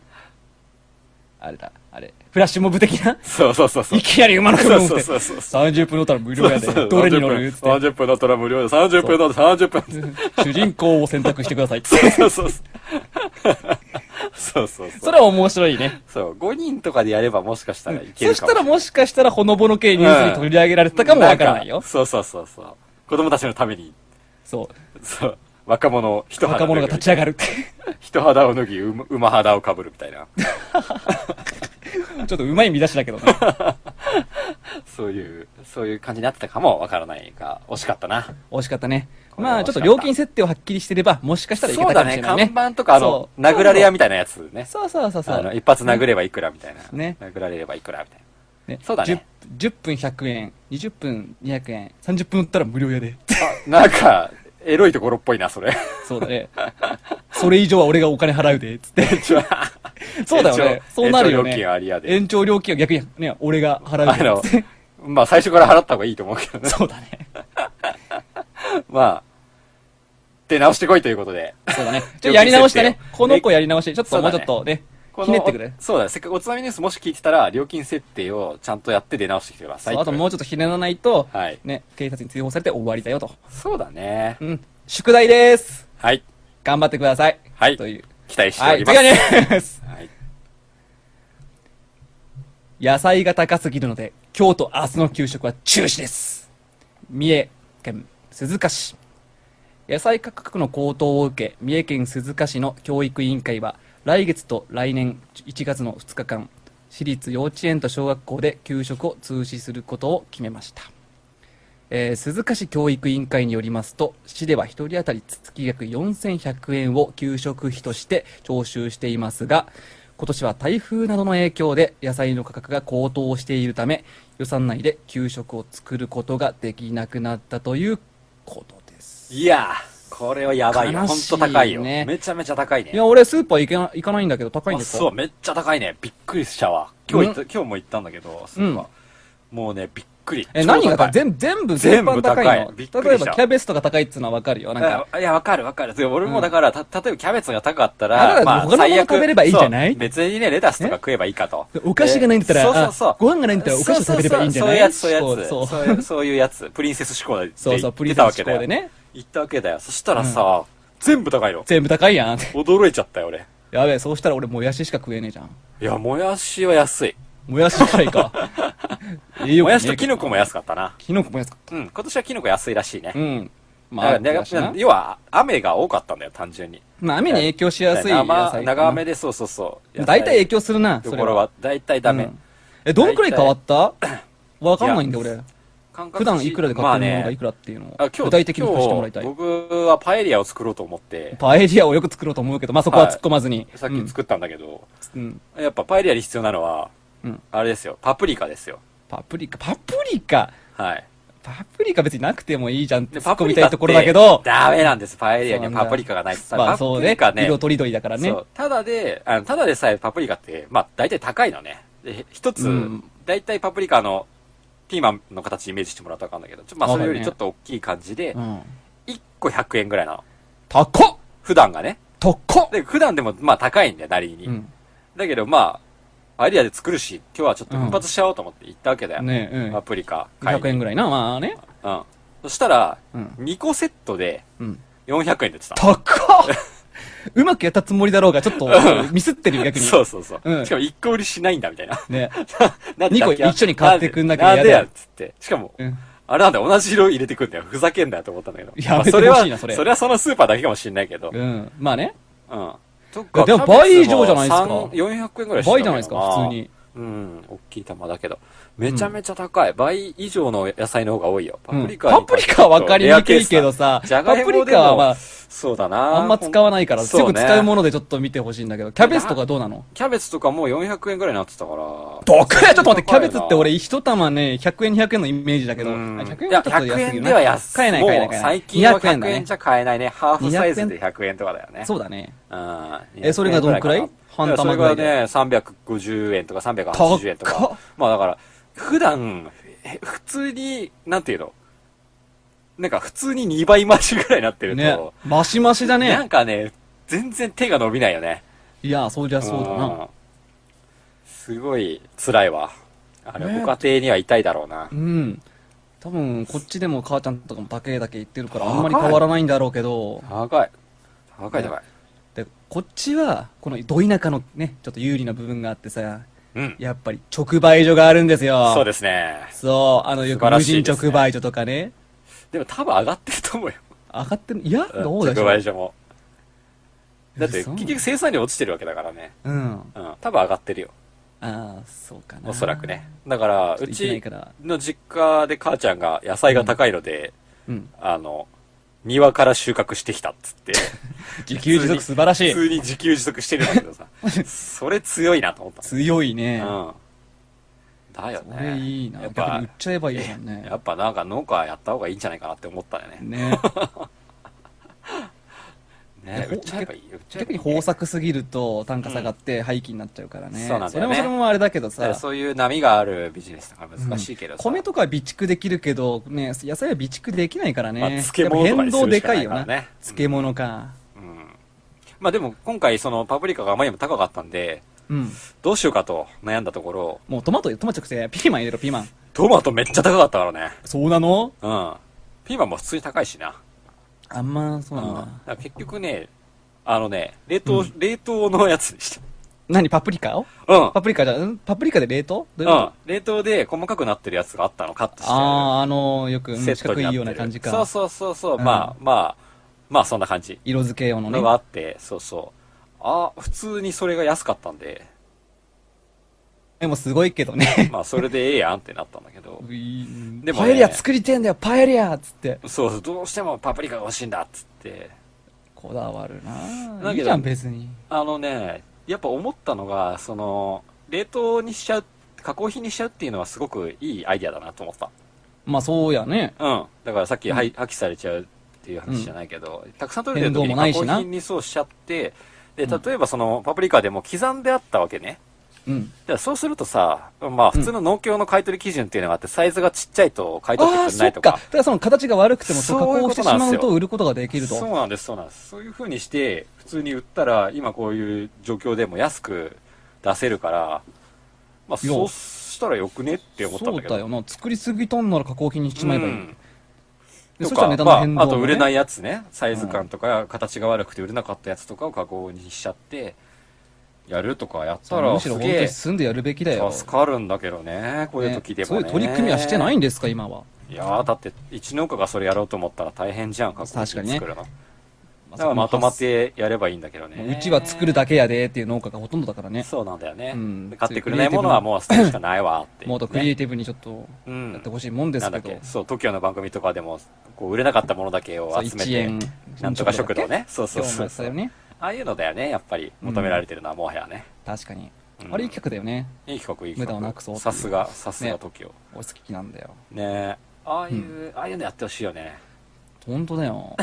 Speaker 2: あれだ、あれ。フラッシュモブ的な
Speaker 1: そうそうそうそう
Speaker 2: い。きなり馬の子
Speaker 1: そう
Speaker 2: 供っ
Speaker 1: そ
Speaker 2: て
Speaker 1: うそうそう。
Speaker 2: 30分乗ったら無料やで
Speaker 1: そうそう。
Speaker 2: どれに乗るっつって。
Speaker 1: 30分30分だったら無料で30分だったら30分。
Speaker 2: (laughs) 主人公を選択してください。
Speaker 1: そうそうそう。そうそうそ。
Speaker 2: そうれは面白いね。
Speaker 1: そう、5人とかでやればもしかしたらいけ
Speaker 2: そ
Speaker 1: る
Speaker 2: し
Speaker 1: か
Speaker 2: たらもしかしたらほのぼの系ニュースに取り上げられてたかもわからないよ。
Speaker 1: そうそうそうそう。子供たちのために、
Speaker 2: そう。
Speaker 1: そう、若者を、人肌
Speaker 2: 若
Speaker 1: を脱ぎ
Speaker 2: 者が立ち上がるって。
Speaker 1: 人肌を脱ぎ、馬馬肌をかぶるみたい
Speaker 2: (laughs)
Speaker 1: な。
Speaker 2: ちょっとうまい見出しだけどね。
Speaker 1: そういう、そういう感じになってたかもわからないが、惜しかったな。
Speaker 2: 惜しかったね。
Speaker 1: (laughs) これは
Speaker 2: ま
Speaker 1: 惜し
Speaker 2: あち
Speaker 1: かっ
Speaker 2: ょったと料金設定をはっきりしてれば、もしかしたらいけ
Speaker 1: そう
Speaker 2: た
Speaker 1: だ
Speaker 2: かもし
Speaker 1: ね、
Speaker 2: れない
Speaker 1: 看
Speaker 2: ね。
Speaker 1: 板とか、あの
Speaker 2: そ、う
Speaker 1: 殴られ屋みたいなやつね。
Speaker 2: そうそうそうそ
Speaker 1: あの、
Speaker 2: う。
Speaker 1: 一発殴ればいくらみたいな。
Speaker 2: ね
Speaker 1: 殴られればいくらみたいな。
Speaker 2: ね
Speaker 1: そうだね。
Speaker 2: 10, 10分100円、20分200円、30分売ったら無料やで。
Speaker 1: あなんか、エロいところっぽいな、それ。 (laughs)
Speaker 2: そうだね。それ以上は俺がお金払うで、つって。
Speaker 1: ちょ
Speaker 2: (laughs) そうだよ
Speaker 1: 延
Speaker 2: ね。
Speaker 1: 長
Speaker 2: そうなるよね。
Speaker 1: 延長料金ありやで
Speaker 2: 延長料金は逆にね、俺が払
Speaker 1: あ
Speaker 2: う
Speaker 1: の
Speaker 2: で、つって。、
Speaker 1: まあ最初から払った方がいいと思うけどね。
Speaker 2: (laughs) そうだね。
Speaker 1: (laughs) まあ、で直してこいということで。
Speaker 2: そうだね。 (laughs) ちょ、やり直したね。この子やり直し。ちょっ
Speaker 1: そ
Speaker 2: と
Speaker 1: う
Speaker 2: も
Speaker 1: だ
Speaker 2: う
Speaker 1: ね
Speaker 2: ちょっとね、
Speaker 1: この
Speaker 2: ひねってくれ。
Speaker 1: そうだね。せっかくおつまみニュースもし聞いてたら、料金設定をちゃんとやって出直してきてください。
Speaker 2: そうあともうちょっとひねらないと、
Speaker 1: はい
Speaker 2: ね、警察に通報されて終わりだよと。
Speaker 1: そうだね
Speaker 2: う。ん。宿題です。
Speaker 1: はい。
Speaker 2: 頑張ってください。
Speaker 1: はい
Speaker 2: という。
Speaker 1: 期待して
Speaker 2: は
Speaker 1: お
Speaker 2: い、
Speaker 1: りま
Speaker 2: 次
Speaker 1: す。
Speaker 2: は
Speaker 1: (laughs)
Speaker 2: ね、
Speaker 1: はい
Speaker 2: 野菜が高すぎるので、今日と明日の給食は中止です。三重県鈴鹿市。野菜価格の高騰を受け、三重県鈴鹿市の教育委員会は、来月と来年1月の2日間、私立幼稚園と小学校で給食を通止することを決めました。えー鈴鹿市教育委員会によりますと、市では1人当たり月額4100円を給食費として徴収していますが、今年は台風などの影響で野菜の価格が高騰しているため、予算内で給食を作ることができなくなったということです。
Speaker 1: いやー、これはやばいよ。
Speaker 2: 悲
Speaker 1: ほん
Speaker 2: しい
Speaker 1: と高いよ。
Speaker 2: ね
Speaker 1: めちゃめちゃ高いね。
Speaker 2: いや、俺スーパー行けな行かないんだけど高いん
Speaker 1: あ
Speaker 2: ですか
Speaker 1: そう、めっちゃ高いね。びっくりしたわ。今日行った、今日も行ったんだけど、スーパー
Speaker 2: うん
Speaker 1: もうね、びっくり。
Speaker 2: え、何
Speaker 1: 超
Speaker 2: が
Speaker 1: 高
Speaker 2: か
Speaker 1: い
Speaker 2: 全全部全
Speaker 1: 全
Speaker 2: 般
Speaker 1: 部
Speaker 2: 高
Speaker 1: 高い
Speaker 2: いの
Speaker 1: びっく
Speaker 2: 例え
Speaker 1: りした
Speaker 2: ばキャベツとか高いっつうのはわかるよ。なんか、
Speaker 1: いや、わかるわかる。で俺もだから、た、例えばキャベツが高かったら、
Speaker 2: あら他のもの食べればいいじゃない
Speaker 1: そう別にね、レタスとか食えばいいかと。
Speaker 2: お菓子がないんだったら
Speaker 1: でそうそうそう
Speaker 2: あ。ご飯がないんだったらお菓子食べればいいんじゃない
Speaker 1: そうそうそうそうそういうやつ、そういうやつ。そういうそういうやつ。プリンセス思考で。
Speaker 2: そうそう、プリン
Speaker 1: 言
Speaker 2: セ
Speaker 1: っ
Speaker 2: ス
Speaker 1: てた
Speaker 2: 思考
Speaker 1: わ
Speaker 2: で
Speaker 1: けだよ。
Speaker 2: ね。
Speaker 1: 言ったわけだよ。そしたらさ、全部高いの。
Speaker 2: 全部高いやんって。
Speaker 1: 驚いちゃったよ、俺。
Speaker 2: やべえ、そうしたら俺もやししか食えねえじゃん。
Speaker 1: いや、もやしは安い。
Speaker 2: もやし高い
Speaker 1: (laughs)
Speaker 2: か。栄養
Speaker 1: も
Speaker 2: 価
Speaker 1: やしとキ
Speaker 2: ねえ
Speaker 1: ノコも安かったな。
Speaker 2: キノコもやしか。
Speaker 1: うん、今年はキノコ安いらしいね。
Speaker 2: うん。まあ、
Speaker 1: だから
Speaker 2: やしな
Speaker 1: 要は、雨が多かったんだよ、単純に。
Speaker 2: まあ、雨に影響しやすい野菜か
Speaker 1: 長
Speaker 2: な
Speaker 1: 長雨で、そうそうそう。
Speaker 2: 大体影
Speaker 1: 響
Speaker 2: 響するな、
Speaker 1: と
Speaker 2: それ
Speaker 1: ころは、大体ダメ。
Speaker 2: うんえ、どんくらい変わったわかんないんだ俺。
Speaker 1: 感覚
Speaker 2: 普段いくらで買ってるもの
Speaker 1: まあ
Speaker 2: が
Speaker 1: ね
Speaker 2: いくらっていうのを
Speaker 1: あ、今日、
Speaker 2: 具体的に聞かせてもらいた
Speaker 1: 今
Speaker 2: い。
Speaker 1: 日僕はパエリアを作ろうと思って、
Speaker 2: パエリアをよく作ろうと思うけど、まあそこは突っ込まずに。
Speaker 1: さっ
Speaker 2: う
Speaker 1: き
Speaker 2: ん
Speaker 1: 作ったんだけど、
Speaker 2: うん
Speaker 1: やっぱパエリアに必要なのは、
Speaker 2: うん
Speaker 1: あれですよ、パプリカですよ。
Speaker 2: パプリカ、パプリカ、
Speaker 1: はい。
Speaker 2: パプリカ別になくてもいいじゃんって
Speaker 1: で
Speaker 2: 突っ
Speaker 1: パ
Speaker 2: 込
Speaker 1: プ
Speaker 2: み
Speaker 1: リ
Speaker 2: た
Speaker 1: カっ
Speaker 2: い
Speaker 1: て
Speaker 2: ところだけど、
Speaker 1: ダメなんです、パエリアには
Speaker 2: そうなんだ
Speaker 1: パプリカがないって
Speaker 2: まあそうね、
Speaker 1: パプリカね、
Speaker 2: 色とりどりだからね。
Speaker 1: そうただであのただでさえパプリカってまあ大体高いのねで一つ、
Speaker 2: うん
Speaker 1: 大体パプリカのピーマンの形イメージしてもらったら分かんないけどちょまあ
Speaker 2: わ
Speaker 1: そ
Speaker 2: かる
Speaker 1: れ
Speaker 2: ね
Speaker 1: よりちょっと大きい感じで、
Speaker 2: うん。
Speaker 1: 1個100円ぐらいなの
Speaker 2: 高っ
Speaker 1: 普段がね
Speaker 2: 高っ
Speaker 1: で普段でもまあ高いんだよなりに、
Speaker 2: うん。
Speaker 1: だけどまあアイデアで作るし今日はちょっと奮発しちゃおうと思って行ったわけだよ、
Speaker 2: ねえ、うん。
Speaker 1: パプリカ買いに
Speaker 2: 200円ぐらいな、まあね。
Speaker 1: うんそしたら、
Speaker 2: うん
Speaker 1: 2個セットで
Speaker 2: うん。
Speaker 1: 400円で売ってた
Speaker 2: 高っ (laughs) うまくやったつもりだろうが、ちょっと、ミスってるよ逆に。
Speaker 1: そうそうそう、
Speaker 2: うん
Speaker 1: しかも1個売りしないんだみたいな (laughs)
Speaker 2: ね。
Speaker 1: なん
Speaker 2: 二個
Speaker 1: だっけ
Speaker 2: 一緒に買ってくんなきゃ
Speaker 1: なんで
Speaker 2: 嫌だよ
Speaker 1: やっつって。しかも、
Speaker 2: うん。
Speaker 1: あれなんだよ、同じ色入れてくんだよ。ふざけんなよと思ったんだけど。
Speaker 2: やめて
Speaker 1: それ
Speaker 2: ほ
Speaker 1: は
Speaker 2: しいなそれ
Speaker 1: それはそのスーパーだけかもしれないけど。うん。
Speaker 2: うん。まあね。
Speaker 1: と
Speaker 2: いや
Speaker 1: か
Speaker 2: で
Speaker 1: キ
Speaker 2: も
Speaker 1: ャベツ
Speaker 2: 倍以上じゃないですか
Speaker 1: 三400円ぐらいしてた
Speaker 2: 倍じゃないですか、普通。に。
Speaker 1: うん。大きい玉だけど。めちゃめちゃ高い。倍以上の野菜の方が多いよ。パ
Speaker 2: うん
Speaker 1: プリカに関しては
Speaker 2: パプリカは分かりにくいけどさ
Speaker 1: レアケースだ
Speaker 2: パプリカはま
Speaker 1: じゃがいもで
Speaker 2: あ
Speaker 1: もそうだな
Speaker 2: あんま使わないから、す
Speaker 1: そう
Speaker 2: ぐ
Speaker 1: ね
Speaker 2: 使うものでちょっと見てほしいんだけど、キャベツとかどうなの
Speaker 1: キャベツとかもう400円ぐらいになってたから。
Speaker 2: どっちょっと待って、キャベツって俺
Speaker 1: い
Speaker 2: 一玉ね、100円200円のイメージだけど、あ
Speaker 1: うん
Speaker 2: 100円
Speaker 1: いや
Speaker 2: はちょっと安いよ
Speaker 1: 100
Speaker 2: な
Speaker 1: では安い。
Speaker 2: 買えない買えな
Speaker 1: も
Speaker 2: い買え
Speaker 1: う
Speaker 2: ない。
Speaker 1: 最近は
Speaker 2: 200円だ
Speaker 1: 100
Speaker 2: ね
Speaker 1: 円じ。ゃ買えないね。ハーフサイズ
Speaker 2: 200
Speaker 1: で100円とかだよね。
Speaker 2: そうだね。
Speaker 1: うん
Speaker 2: えそれがどんくらい
Speaker 1: 200円
Speaker 2: 半
Speaker 1: かな
Speaker 2: 玉
Speaker 1: い
Speaker 2: ぐらい
Speaker 1: や
Speaker 2: で
Speaker 1: それがね、350円とか380円と
Speaker 2: 高っ
Speaker 1: か。まあだから、普段、え普通に、なんていうのなんか普通に2倍増しぐらいになってると、
Speaker 2: ね。マシマシだ
Speaker 1: な
Speaker 2: ね
Speaker 1: ん。かね、全然手が伸びないよね。
Speaker 2: いや、そうじゃそうだな。
Speaker 1: ん。すごい辛いわ。あれ、
Speaker 2: ね
Speaker 1: ご家庭には痛いだろうな
Speaker 2: う。ん。多分、こっちでも母ちゃんとかも高いだけ言ってるから、あんまり変わらないんだろうけど、
Speaker 1: 高い。高い高い。
Speaker 2: でこっちは、このど田舎のね、ちょっと有利な部分があってさ、
Speaker 1: うん。
Speaker 2: やっぱり直売所があるんですよ。
Speaker 1: そうですね。
Speaker 2: そう、あの、よ
Speaker 1: 素
Speaker 2: く
Speaker 1: 晴ら
Speaker 2: 無
Speaker 1: しい
Speaker 2: 人
Speaker 1: ですね
Speaker 2: 直売所とかね。
Speaker 1: でも多分上がってると思うよ。
Speaker 2: 上がってる、いや、どうでし
Speaker 1: 直
Speaker 2: ょ
Speaker 1: 売
Speaker 2: う。
Speaker 1: 所も。だって
Speaker 2: 嘘
Speaker 1: 結局生産量落ちてるわけだからね。
Speaker 2: うん。あ
Speaker 1: うん。多分上がってるよ。
Speaker 2: あ、そうかな。
Speaker 1: おそらくね。。だから、
Speaker 2: ちょっ
Speaker 1: う
Speaker 2: と行ってない
Speaker 1: ち
Speaker 2: から
Speaker 1: の実家で母ちゃんが野菜が高いので、
Speaker 2: うん。
Speaker 1: あの、庭から収穫してきたっつ
Speaker 2: (laughs)
Speaker 1: って。
Speaker 2: 自給自足素晴らし
Speaker 1: 普
Speaker 2: い。
Speaker 1: 通に自給自足してるんだけど
Speaker 2: (laughs)
Speaker 1: さ。それ強いなと思った。
Speaker 2: 強いね。
Speaker 1: うん。だよ
Speaker 2: こ
Speaker 1: ね。
Speaker 2: れいいな。
Speaker 1: やっ
Speaker 2: 逆に売
Speaker 1: ぱ
Speaker 2: っ、ちゃえばいいじゃんね
Speaker 1: や。っぱなんか農家やった方がいいんじゃないかなって思ったよね。
Speaker 2: ね。いや
Speaker 1: ね
Speaker 2: ほ
Speaker 1: 売っちゃえばいい。売っちゃえば
Speaker 2: 逆
Speaker 1: いい
Speaker 2: に
Speaker 1: ね
Speaker 2: 豊作すぎると単価下がって廃棄になっちゃうからね。
Speaker 1: そうなんだよね
Speaker 2: それもそれもあれだけど
Speaker 1: だから
Speaker 2: さ。
Speaker 1: そういう波があるビジネスだから難しいけどさ。
Speaker 2: 米とかは備蓄できるけど、ね、野菜は備蓄できないからね。
Speaker 1: まあ漬物とかにするしかないからね
Speaker 2: やっぱ変動でかいよな漬物か。
Speaker 1: うんまあでも今回そのパプリカがあまりにも高かったんで、
Speaker 2: うん。
Speaker 1: どうしようかと悩んだところ、
Speaker 2: もうトマト、トマトじゃなくて、ピーマン入れろ、ピーマン。
Speaker 1: トマトめっちゃ高かったからね。
Speaker 2: そうなの
Speaker 1: うん。ピーマンも普通に高いしな。。
Speaker 2: あんま、そううんなん
Speaker 1: だ
Speaker 2: だ。
Speaker 1: から結局ね、あのね、冷凍、冷凍のやつにし
Speaker 2: 何、パプリカを
Speaker 1: た。うん。
Speaker 2: パプリカじゃ、んパプリカで冷凍どういう
Speaker 1: う
Speaker 2: こと
Speaker 1: ん。冷凍で細かくなってるやつがあったの、カットして。
Speaker 2: あー、あのよく、うん
Speaker 1: セ
Speaker 2: 四
Speaker 1: ット
Speaker 2: 角
Speaker 1: になっ
Speaker 2: い
Speaker 1: て
Speaker 2: よ
Speaker 1: る
Speaker 2: うな感じか。
Speaker 1: そうそうそうそう。
Speaker 2: うん
Speaker 1: まあまあ、まあそんな感じ。
Speaker 2: 色付け用のね
Speaker 1: の。があって、そうそう。あ、普通にそれが安かったんで、
Speaker 2: でもすごいけどね。
Speaker 1: まあそれでええやんってなったんだけど。
Speaker 2: で
Speaker 1: で
Speaker 2: も、
Speaker 1: もね
Speaker 2: パエリア作りてえんだよ、パエリアっつって。
Speaker 1: そうそう、どうしてもパプリカが欲しいんだっつって。
Speaker 2: こだわる
Speaker 1: だけ
Speaker 2: な
Speaker 1: ど
Speaker 2: いいじゃん、別に。
Speaker 1: あのね、やっぱ思ったのが、その、冷凍にしちゃう、加工品にしちゃうっていうのはすごくいいアイディアだなと思った。
Speaker 2: まあ、そうやね。
Speaker 1: うん。だからさっき、
Speaker 2: うん
Speaker 1: はい破棄されちゃうっていう話じゃないけど、たくさん取れてる
Speaker 2: 変動
Speaker 1: 時
Speaker 2: も
Speaker 1: に
Speaker 2: ない
Speaker 1: 加
Speaker 2: しな
Speaker 1: 工品にそうしちゃって、で、例えばそのパプリカでも刻んであったわけね。
Speaker 2: うん。
Speaker 1: じゃあそうするとさ、まあ普通の農協の買い取り基準っていうのがあって、サイズがちっちゃいと買い取ってく
Speaker 2: ああ、
Speaker 1: れ
Speaker 2: そ
Speaker 1: な
Speaker 2: っ
Speaker 1: い
Speaker 2: か。
Speaker 1: と
Speaker 2: だ
Speaker 1: か
Speaker 2: か。らその形が悪くても、
Speaker 1: そう
Speaker 2: そう加
Speaker 1: いう
Speaker 2: 工
Speaker 1: こ
Speaker 2: して
Speaker 1: と
Speaker 2: し
Speaker 1: なん
Speaker 2: ま
Speaker 1: ですよ
Speaker 2: うと売ることができると。
Speaker 1: そうなんです、そうなんです。そういう風にして、普通に売ったら、今こういう状況でも安く出せるから、まあ
Speaker 2: いや
Speaker 1: そうしたらよくねって思ったんだけど。
Speaker 2: そうだよな。作りすぎとんなら加工品にしちまえばいい。
Speaker 1: うん
Speaker 2: で
Speaker 1: と
Speaker 2: そした
Speaker 1: から
Speaker 2: 値段
Speaker 1: まあ
Speaker 2: の変動も、ね
Speaker 1: あと売れないやつね。サイズ感とか形が悪くて売れなかったやつとかを加工にしちゃって、やるとかやったら
Speaker 2: むし
Speaker 1: す
Speaker 2: ろ本
Speaker 1: げ
Speaker 2: 当に
Speaker 1: え
Speaker 2: 進んでやるべきだよ。
Speaker 1: 助かるんだけどね、こういう時で
Speaker 2: ねそ
Speaker 1: も
Speaker 2: う
Speaker 1: ね。
Speaker 2: いう取り組みはしてないんですか、今は。
Speaker 1: いやーだって、一農家がそれやろうと思ったら大変じゃん、確
Speaker 2: 確かにね
Speaker 1: 作るの。だからまとまってやればいいんだけどね。
Speaker 2: うちは作るだけやでっていう農家がほとんどだからね。
Speaker 1: そうなんだよね。
Speaker 2: うん
Speaker 1: 買ってくれないものはもう捨てるしかないわって、
Speaker 2: もっとクリエ
Speaker 1: ね
Speaker 2: イティブにちょっと
Speaker 1: うん
Speaker 2: やってほしいもんです
Speaker 1: なんだ
Speaker 2: け
Speaker 1: っ
Speaker 2: ど、
Speaker 1: けそう、TOKIO の番組とかでも、こう、売れなかったものだけを
Speaker 2: そう
Speaker 1: 集め
Speaker 2: 1
Speaker 1: て
Speaker 2: 円、
Speaker 1: なんとか食堂ね。そうそう
Speaker 2: 今日
Speaker 1: そ
Speaker 2: もや
Speaker 1: う
Speaker 2: っ
Speaker 1: そ
Speaker 2: たよ
Speaker 1: う。
Speaker 2: ね
Speaker 1: ああいうのだよね、やっぱり求められてるのはもはやね。
Speaker 2: 確かに、
Speaker 1: うん
Speaker 2: あれいい企画だよね
Speaker 1: いい企画、いい企画。
Speaker 2: 無駄をなくそうっていう
Speaker 1: さすが、さすが
Speaker 2: ね
Speaker 1: TOKIO。
Speaker 2: 俺好きなんだよ
Speaker 1: ねえああいう、ああいうのやってほしいよね。
Speaker 2: 本当だよ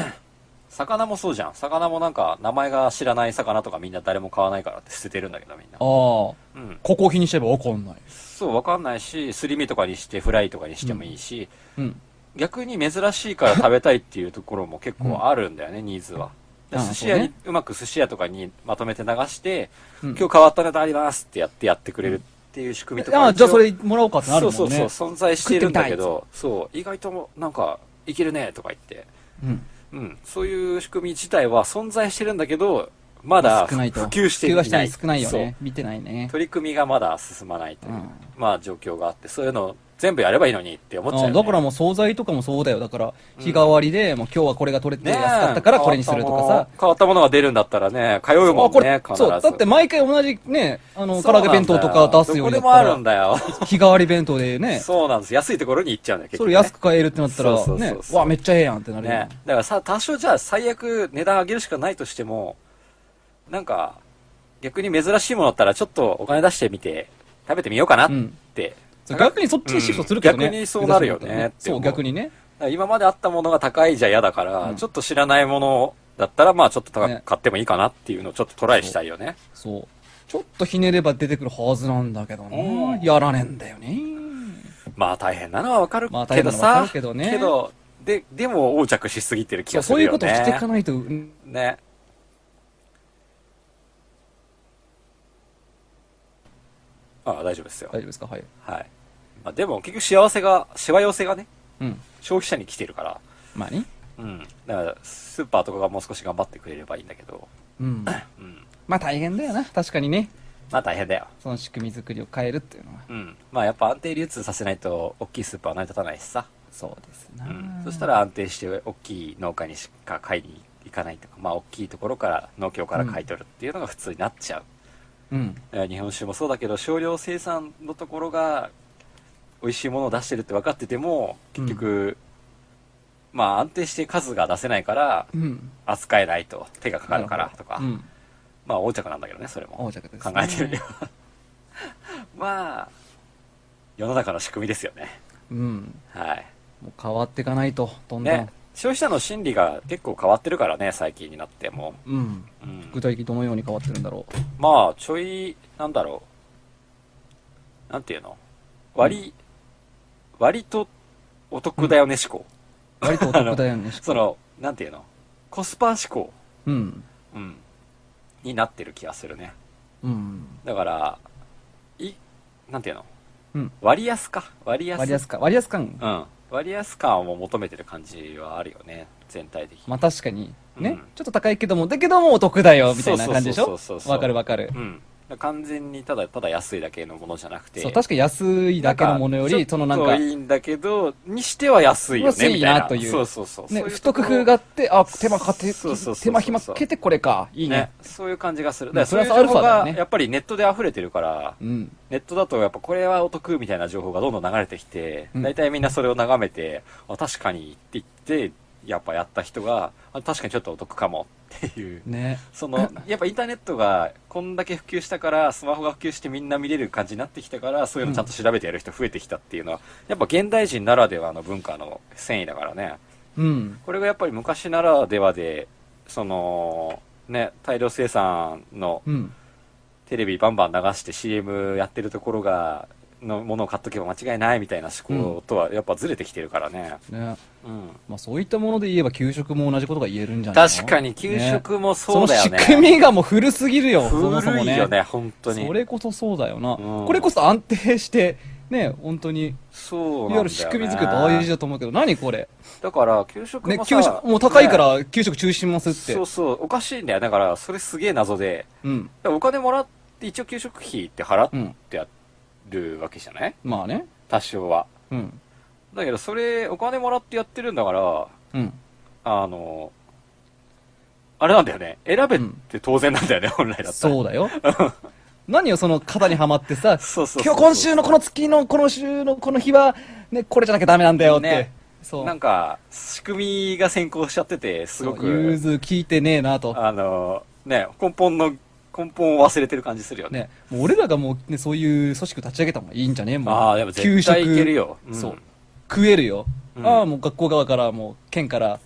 Speaker 1: 魚もそうじゃん。魚もなんか、名前が知らない魚とかみんな誰も買わないからって捨ててるんだけど、みんな
Speaker 2: ああ。こ
Speaker 1: うん。
Speaker 2: こ日にしちゃえば分かんない
Speaker 1: そう、わかんないし、すり身とかにして、フライとかにしてもいいし、
Speaker 2: うん
Speaker 1: 逆に珍しいから食べたいっていうところも結構あるんだよ
Speaker 2: (laughs)
Speaker 1: ね、ニーズは。
Speaker 2: ああ
Speaker 1: 寿司屋に
Speaker 2: そう
Speaker 1: う,、まく寿司屋とかにまとめて流して、
Speaker 2: うん
Speaker 1: 今日変わったネタありますってやってやってくれるっていう仕組みとか、
Speaker 2: ああ
Speaker 1: 一
Speaker 2: じゃ
Speaker 1: 応
Speaker 2: あそれもらおうかってなるもんね
Speaker 1: そうそうそう、存在してるんだけど、そう、意外ともなんか、いけるねとか言って、
Speaker 2: うん
Speaker 1: うん、そういう仕組み自体は存在してるんだけど、まだ普
Speaker 2: 少ないと
Speaker 1: 及してい
Speaker 2: 普及
Speaker 1: な。
Speaker 2: はいしてない少ないよ
Speaker 1: そう
Speaker 2: ね見てないね
Speaker 1: 取り組みがまだ進まないという、
Speaker 2: うん
Speaker 1: まあ状況があって、そういうの全部やればいいのにって思っちゃう
Speaker 2: あ
Speaker 1: よ、
Speaker 2: あ
Speaker 1: ね。
Speaker 2: だからもう惣菜とかもそうだよだから日替わりで、もう今日はこれが取れて
Speaker 1: ねえ
Speaker 2: 安かったからこれにするとかさ、
Speaker 1: 変わったもの変わったものが出るんだったらね、通うも
Speaker 2: あこ
Speaker 1: ん
Speaker 2: れ
Speaker 1: ね、必ず。
Speaker 2: そうだって毎回同じねあの唐揚げ弁当とか出すよう
Speaker 1: なっら。どこ
Speaker 2: になったた
Speaker 1: でもあるん
Speaker 2: ら
Speaker 1: だよ。
Speaker 2: 日替わり弁当でね
Speaker 1: そうなんです。安いところに行っちゃうんだよ、結
Speaker 2: そ
Speaker 1: 局、
Speaker 2: れ
Speaker 1: ね。
Speaker 2: 安く買えるってなったら
Speaker 1: そうそう
Speaker 2: ね
Speaker 1: そうそう
Speaker 2: わめっちゃええやんってなるよ
Speaker 1: ね。だからさ、多少じゃあ最悪値段上げるしかないとしても、なんか、逆に珍しいものだったらちょっとお金出してみて、食べてみようかなって。
Speaker 2: そう逆にそっちにシフトするけどね、
Speaker 1: うん逆にそうなるよねって
Speaker 2: そ
Speaker 1: 思う
Speaker 2: う逆にね
Speaker 1: だから今まであったものが高いじゃ嫌だから、
Speaker 2: うん
Speaker 1: ちょっと知らないものだったら、まあちょっと高
Speaker 2: ね
Speaker 1: く買ってもいいかなっていうのをちょっとトライしたいよね。
Speaker 2: そうちょっとひねれば出てくるはずなんだけど
Speaker 1: う
Speaker 2: なんやらねえんだよね
Speaker 1: まあ大変なのはわかる
Speaker 2: まあ
Speaker 1: け
Speaker 2: 大
Speaker 1: ど
Speaker 2: 変なのはわ
Speaker 1: さ
Speaker 2: か、るけどね
Speaker 1: どで、でも横着しすぎてる気
Speaker 2: そう
Speaker 1: がす
Speaker 2: そう
Speaker 1: る
Speaker 2: いう
Speaker 1: よ
Speaker 2: こ
Speaker 1: ね。
Speaker 2: とをしていかないとうん
Speaker 1: ね。ああ、大丈夫ですよ。は
Speaker 2: 大
Speaker 1: い。
Speaker 2: 丈夫ですかはい
Speaker 1: まあ、でも結局幸せが、しわ寄せがね、
Speaker 2: うん
Speaker 1: 消費者に来てるから、
Speaker 2: まあね
Speaker 1: うん。だから、スーパーとかがもう少し頑張ってくれればいいんだけど、 (clears throat)
Speaker 2: うん
Speaker 1: うん。
Speaker 2: まあ大変だよな確かにね
Speaker 1: まあ大変だよ。
Speaker 2: その仕組み作りを変えるっていうのは
Speaker 1: うん。まあやっぱ安定流通させないと、大きいスーパーは成り立たないしさ。
Speaker 2: そうです
Speaker 1: う。
Speaker 2: なん
Speaker 1: そしたら安定して、大きい農家にしか買いに行かないとか、まあ大きいところから、農協から買い取るっていうのが普通になっちゃう。
Speaker 2: うん
Speaker 1: えー日本酒もそうだけど少量生産のところが美味しいものを出してるって分かってても結局、まあ安定して数が出せないから
Speaker 2: うん
Speaker 1: 扱えないと手がかかるからとか、
Speaker 2: うん
Speaker 1: まあ横着なんだけどねそれも
Speaker 2: 横着です
Speaker 1: 考
Speaker 2: ね
Speaker 1: えてみれば (laughs) まあ世の中の仕組みですよね
Speaker 2: うん
Speaker 1: はい
Speaker 2: もう変わっていかないとどんど
Speaker 1: ね
Speaker 2: ん
Speaker 1: 消費者の心理が結構変わってるからね最近になっても
Speaker 2: うん
Speaker 1: う、うん
Speaker 2: 具体的にどのように変わってるんだろう
Speaker 1: まあ、ちょい、なんだろう。なんていうの割り、割とお得だよね思考。
Speaker 2: 割とお得だよ
Speaker 1: (laughs)
Speaker 2: ね
Speaker 1: その、なんていうのコスパ思考、
Speaker 2: うん
Speaker 1: うん、になってる気がするね。
Speaker 2: うん
Speaker 1: だから、い、なんていうの
Speaker 2: うん
Speaker 1: 割安か。割安。
Speaker 2: 割安か割安感
Speaker 1: うん。割安感を求めてる感じはあるよね。全体的に。
Speaker 2: まあ確かにね、
Speaker 1: うん
Speaker 2: ちょっと高いけどもだけどもお得だよみたいな感じでし
Speaker 1: そうそ
Speaker 2: ょ
Speaker 1: うそうそうそう
Speaker 2: わかるわかる、
Speaker 1: うん。だから完全にただ、ただ安いだけのものじゃなくて。
Speaker 2: そう確かに安いだけのものよりそのなんか
Speaker 1: いいんだけど、にしては安いよね、みた
Speaker 2: 安
Speaker 1: いな。
Speaker 2: いなという
Speaker 1: そうそうそう。
Speaker 2: ね
Speaker 1: そういう
Speaker 2: 不
Speaker 1: と
Speaker 2: 得
Speaker 1: ころ
Speaker 2: 工があってあ手間かけ
Speaker 1: そうそうそうそう
Speaker 2: 手間暇かけてこれかいいね
Speaker 1: ね、そういう感じがする。
Speaker 2: うん
Speaker 1: だからそういう
Speaker 2: プラス
Speaker 1: 情
Speaker 2: アルフ
Speaker 1: 報
Speaker 2: ァだ
Speaker 1: が、
Speaker 2: よね
Speaker 1: やっぱりネットで溢れてるから、
Speaker 2: うん
Speaker 1: ネットだとやっぱこれはお得みたいな情報がどんどん流れてきて、
Speaker 2: うん
Speaker 1: 大体みんなそれを眺めて、あ、確かにって言って、やっぱやった人が、あ確かにちょっとお得かもっていう。
Speaker 2: ね
Speaker 1: その、やっぱインターネットがこんだけ普及したから、スマホが普及してみんな見れる感じになってきたから、そういうのちゃんと調べてやる人増えてきたっていうのは、やっぱ現代人ならではの文化の繊維だからね。
Speaker 2: うん
Speaker 1: これがやっぱり昔ならではで、その、ね、大量生産の
Speaker 2: うん
Speaker 1: テレビバンバン流して CM やってるところが、のものを買っとけば間違いないみたいな思考とはやっぱずれてきてるからね。
Speaker 2: ね
Speaker 1: うん。
Speaker 2: まあ、そういったもので言えば給食も同じことが言えるんじゃないの
Speaker 1: 確かに給食も
Speaker 2: そ
Speaker 1: そう
Speaker 2: の
Speaker 1: だよ
Speaker 2: 仕
Speaker 1: ね。
Speaker 2: 組みがもう古すぎるよ、そもそも
Speaker 1: 古いよね、
Speaker 2: ね。
Speaker 1: 本当に。
Speaker 2: それこそそうだよな。
Speaker 1: うん
Speaker 2: これこそ安定して、ね、本当に、
Speaker 1: そうなんだ
Speaker 2: い
Speaker 1: よ、
Speaker 2: わゆ
Speaker 1: ね。
Speaker 2: る仕組み作り大事だと思うけど、何これ。
Speaker 1: だから、給食
Speaker 2: ね
Speaker 1: も、さ、
Speaker 2: 給食、もう高いか
Speaker 1: ね
Speaker 2: ら給食中止しますって。
Speaker 1: そうそう、おかしいんだよ。だから、それすげえ謎で。
Speaker 2: う
Speaker 1: だ
Speaker 2: ん。
Speaker 1: からお金もらって、一応給食費って払
Speaker 2: う
Speaker 1: っ
Speaker 2: ん。
Speaker 1: てやるわけじゃない
Speaker 2: まあね。
Speaker 1: 多少は。
Speaker 2: うん。
Speaker 1: だけど、それ、お金もらってやってるんだから、
Speaker 2: うん。
Speaker 1: あの、あれなんだよね。選べって当然なんだよね、本来だったら。
Speaker 2: そう
Speaker 1: (laughs)
Speaker 2: だよ。何よ、その肩にはまってさ、
Speaker 1: そうそうそうそう
Speaker 2: 今日今週のこの月のこの週のこの日は、ね、これじゃなきゃダメなんだよって。
Speaker 1: ね
Speaker 2: そう。
Speaker 1: なんか、仕組みが先行しちゃってて、すご
Speaker 2: そう融
Speaker 1: く、
Speaker 2: 通聞いてねえなと。
Speaker 1: あの、ね、根本の、根本を忘れてる感じするよね。
Speaker 2: ね、もう俺らがもう、ね、そういう組織立ち上げた方がいいんじゃねえもう
Speaker 1: ああ、でも絶対いけるよ。。
Speaker 2: 給食そううん食えるよ。
Speaker 1: うん
Speaker 2: ああ、もう学校側から、もう県から、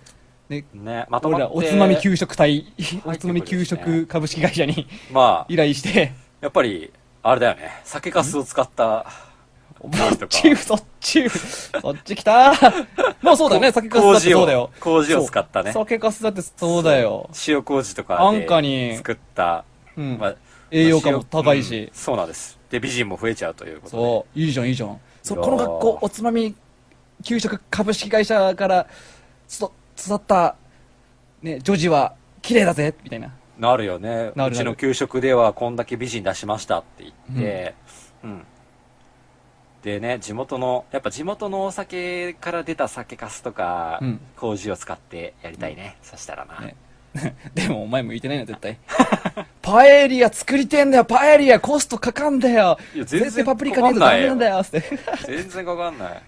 Speaker 2: ね、
Speaker 1: ね、まとま
Speaker 2: 俺
Speaker 1: って
Speaker 2: らおつまみ給食隊、
Speaker 1: くる
Speaker 2: お
Speaker 1: しね
Speaker 2: つまみ給食株式会社に (laughs)
Speaker 1: まあ、
Speaker 2: 依頼して、
Speaker 1: やっぱり、あれだよね。酒粕を使った、
Speaker 2: お
Speaker 1: なん
Speaker 2: (laughs)
Speaker 1: とか
Speaker 2: チーフ、そっち、そっち来たもうそうだよね、酒粕だってそうだよ。
Speaker 1: 麹を麹を使ったね
Speaker 2: そう酒粕だってそうだよ。
Speaker 1: 塩麹とか
Speaker 2: 安価に
Speaker 1: で作った、
Speaker 2: うん。
Speaker 1: まあ
Speaker 2: 栄養価も高いし
Speaker 1: うんそうなんです。で、美人も増えちゃうということで。
Speaker 2: そう、いいじゃん、いいじゃん。そう、
Speaker 1: いやー
Speaker 2: この学校、おつまみ給食株式会社から、つと、育った、ね、女児は、綺麗だぜ、みたいな。
Speaker 1: なるよね。
Speaker 2: なるなる
Speaker 1: うちの給食ではこんだけ美人出しましたって言って、うん。でね、地元の、やっぱ地元のお酒から出た酒粕とか、
Speaker 2: うん
Speaker 1: 麹を使ってやりたいね。そしたらな。
Speaker 2: ねでも、お前向いてないな、
Speaker 1: (laughs)
Speaker 2: 絶対。パエリア作りてえんだよ、パエリア、コストかかんだよ。
Speaker 1: いや全然
Speaker 2: 絶対パプリカねえとダメなんだよ、つって。
Speaker 1: 全然かかんない。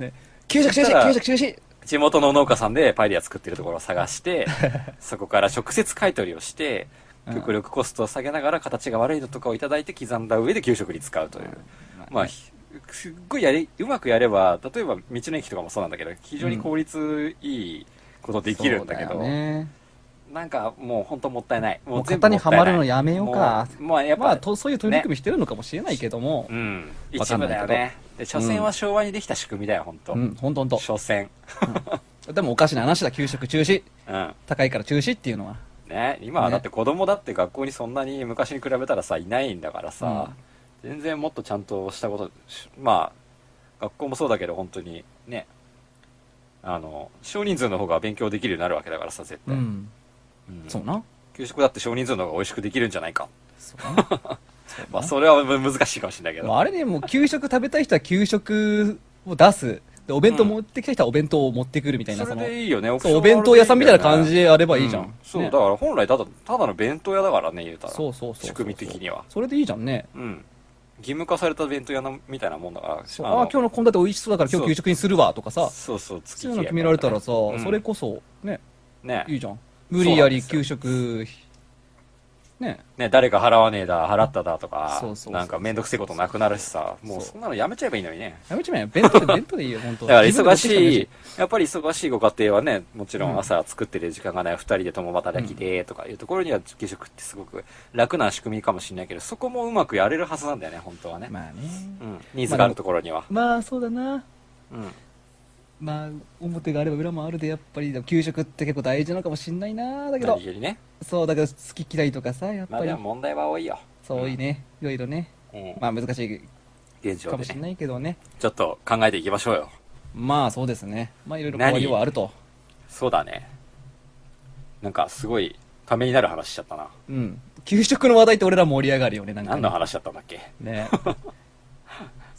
Speaker 2: ね給食中
Speaker 1: そした
Speaker 2: 止、
Speaker 1: ら
Speaker 2: 給食中止。
Speaker 1: 地元の農家さんでパエリア作ってるところを探して、
Speaker 2: (laughs)
Speaker 1: そこから直接買い取りをして、
Speaker 2: うん
Speaker 1: 極力コストを下げながら形が悪いのとかをいただいて刻んだ上で給食に使うという。まあ、ひすっごいやり、うまくやれば、例えば道の駅とかもそうなんだけど、非常に効率いいことできるんだけど、
Speaker 2: そうよね
Speaker 1: なんかもう本当もったいない。も
Speaker 2: も
Speaker 1: う
Speaker 2: う
Speaker 1: 全部
Speaker 2: 型にはまるの
Speaker 1: もったいない
Speaker 2: やめようか
Speaker 1: もう、まあ、やっぱ、
Speaker 2: まあ、とそういう取り組みしてるのかもしれないけども
Speaker 1: う、ん、
Speaker 2: わか
Speaker 1: 一
Speaker 2: んな
Speaker 1: 部
Speaker 2: いけ
Speaker 1: だ
Speaker 2: ど
Speaker 1: よね。で、所詮は昭和にできた仕組みだよ、本当、
Speaker 2: うん、ほんとほんと。
Speaker 1: 所詮。
Speaker 2: でもおかしな話だ、給食中止。
Speaker 1: うん。
Speaker 2: 高いから中止っていうのは。
Speaker 1: ね、今は
Speaker 2: ね
Speaker 1: だって子供だって学校にそんなに昔に比べたらさいないんだからさ、全然もっとちゃんとしたことしまあ学校もそうだけど本当にねあの少人数の方が勉強できるようになるわけだからさ絶
Speaker 2: う
Speaker 1: 対、
Speaker 2: ん。
Speaker 1: うん
Speaker 2: そうな。
Speaker 1: 給食だって少人数の方が美味しくできるんじゃないか (laughs)
Speaker 2: そうな。
Speaker 1: まあそれはむ難しいかもしれないけ
Speaker 2: まあ
Speaker 1: ど
Speaker 2: あれね、もう給食食べたい人は給食を出す。で、お弁当
Speaker 1: うん
Speaker 2: 持ってきた人はお弁当を持ってくるみたいな、
Speaker 1: それ
Speaker 2: の、
Speaker 1: でいいよねオプショ
Speaker 2: そう、お
Speaker 1: ンでいい
Speaker 2: 弁当屋さんみたいな感じでやれば
Speaker 1: よね
Speaker 2: いいじゃん。
Speaker 1: うそう、
Speaker 2: ね
Speaker 1: だから本来ただただの弁当屋だからね言うたら
Speaker 2: そうそうそうそう。
Speaker 1: 仕組み的には
Speaker 2: それでいいじゃんね。
Speaker 1: うん義務化された弁当屋のみたいなもんだから
Speaker 2: そうああ、今日の献立美味しそうだから今日
Speaker 1: そう
Speaker 2: 給食にするわとかさ、
Speaker 1: そうそう月
Speaker 2: そういうの決められたらさ、
Speaker 1: うん
Speaker 2: それこそ、ね、
Speaker 1: ね
Speaker 2: いいじゃん。無理やり
Speaker 1: そうなん
Speaker 2: 給
Speaker 1: です
Speaker 2: 食、ね、
Speaker 1: ね、誰か払わねえだ、払っただとか
Speaker 2: そうそう、そう
Speaker 1: なんかめんどくせえことなくなるしさ、もう
Speaker 2: そう
Speaker 1: そんなのやめちゃえばいいのにね。
Speaker 2: やめちまえよ。弁当で、弁当でいいよ、本当
Speaker 1: だから忙しい
Speaker 2: い。、
Speaker 1: やっぱり忙しいご家庭はね、もちろ
Speaker 2: うん
Speaker 1: ん朝作ってる時間がない、二人で共働きでとかいうところには給食ってすごく楽な仕組みかもしれないけど、そこもうまくやれるはずなんだよね、本当はね。
Speaker 2: まあね。
Speaker 1: うん、ニーズがあるところには。
Speaker 2: まあ、そうだな。
Speaker 1: うん。
Speaker 2: まあ、表があれば裏もあるで、やっぱり、でも給食って結構大事なのかもしんないな。だけど
Speaker 1: 何、気にね。
Speaker 2: そう、だから好き嫌いとかさ、やっ
Speaker 1: まあ
Speaker 2: ぱり
Speaker 1: でも、問題は多いよ。
Speaker 2: そういいね、いろいろね。
Speaker 1: うん。
Speaker 2: まあ、難しい
Speaker 1: 現
Speaker 2: か
Speaker 1: 状
Speaker 2: もし
Speaker 1: で
Speaker 2: ん
Speaker 1: ね。
Speaker 2: ないけどね。
Speaker 1: ちょっと考えていきましょうよ。
Speaker 2: まあ、そうですね。まあ、いろいろ変わりはあると。
Speaker 1: そうだね。なんかすごい、ためになる話しちゃったな。
Speaker 2: うん。給食の話題って俺ら盛り上がるよね、なんか
Speaker 1: 何
Speaker 2: ね。
Speaker 1: の話だったんだっけ
Speaker 2: ね。
Speaker 1: (laughs)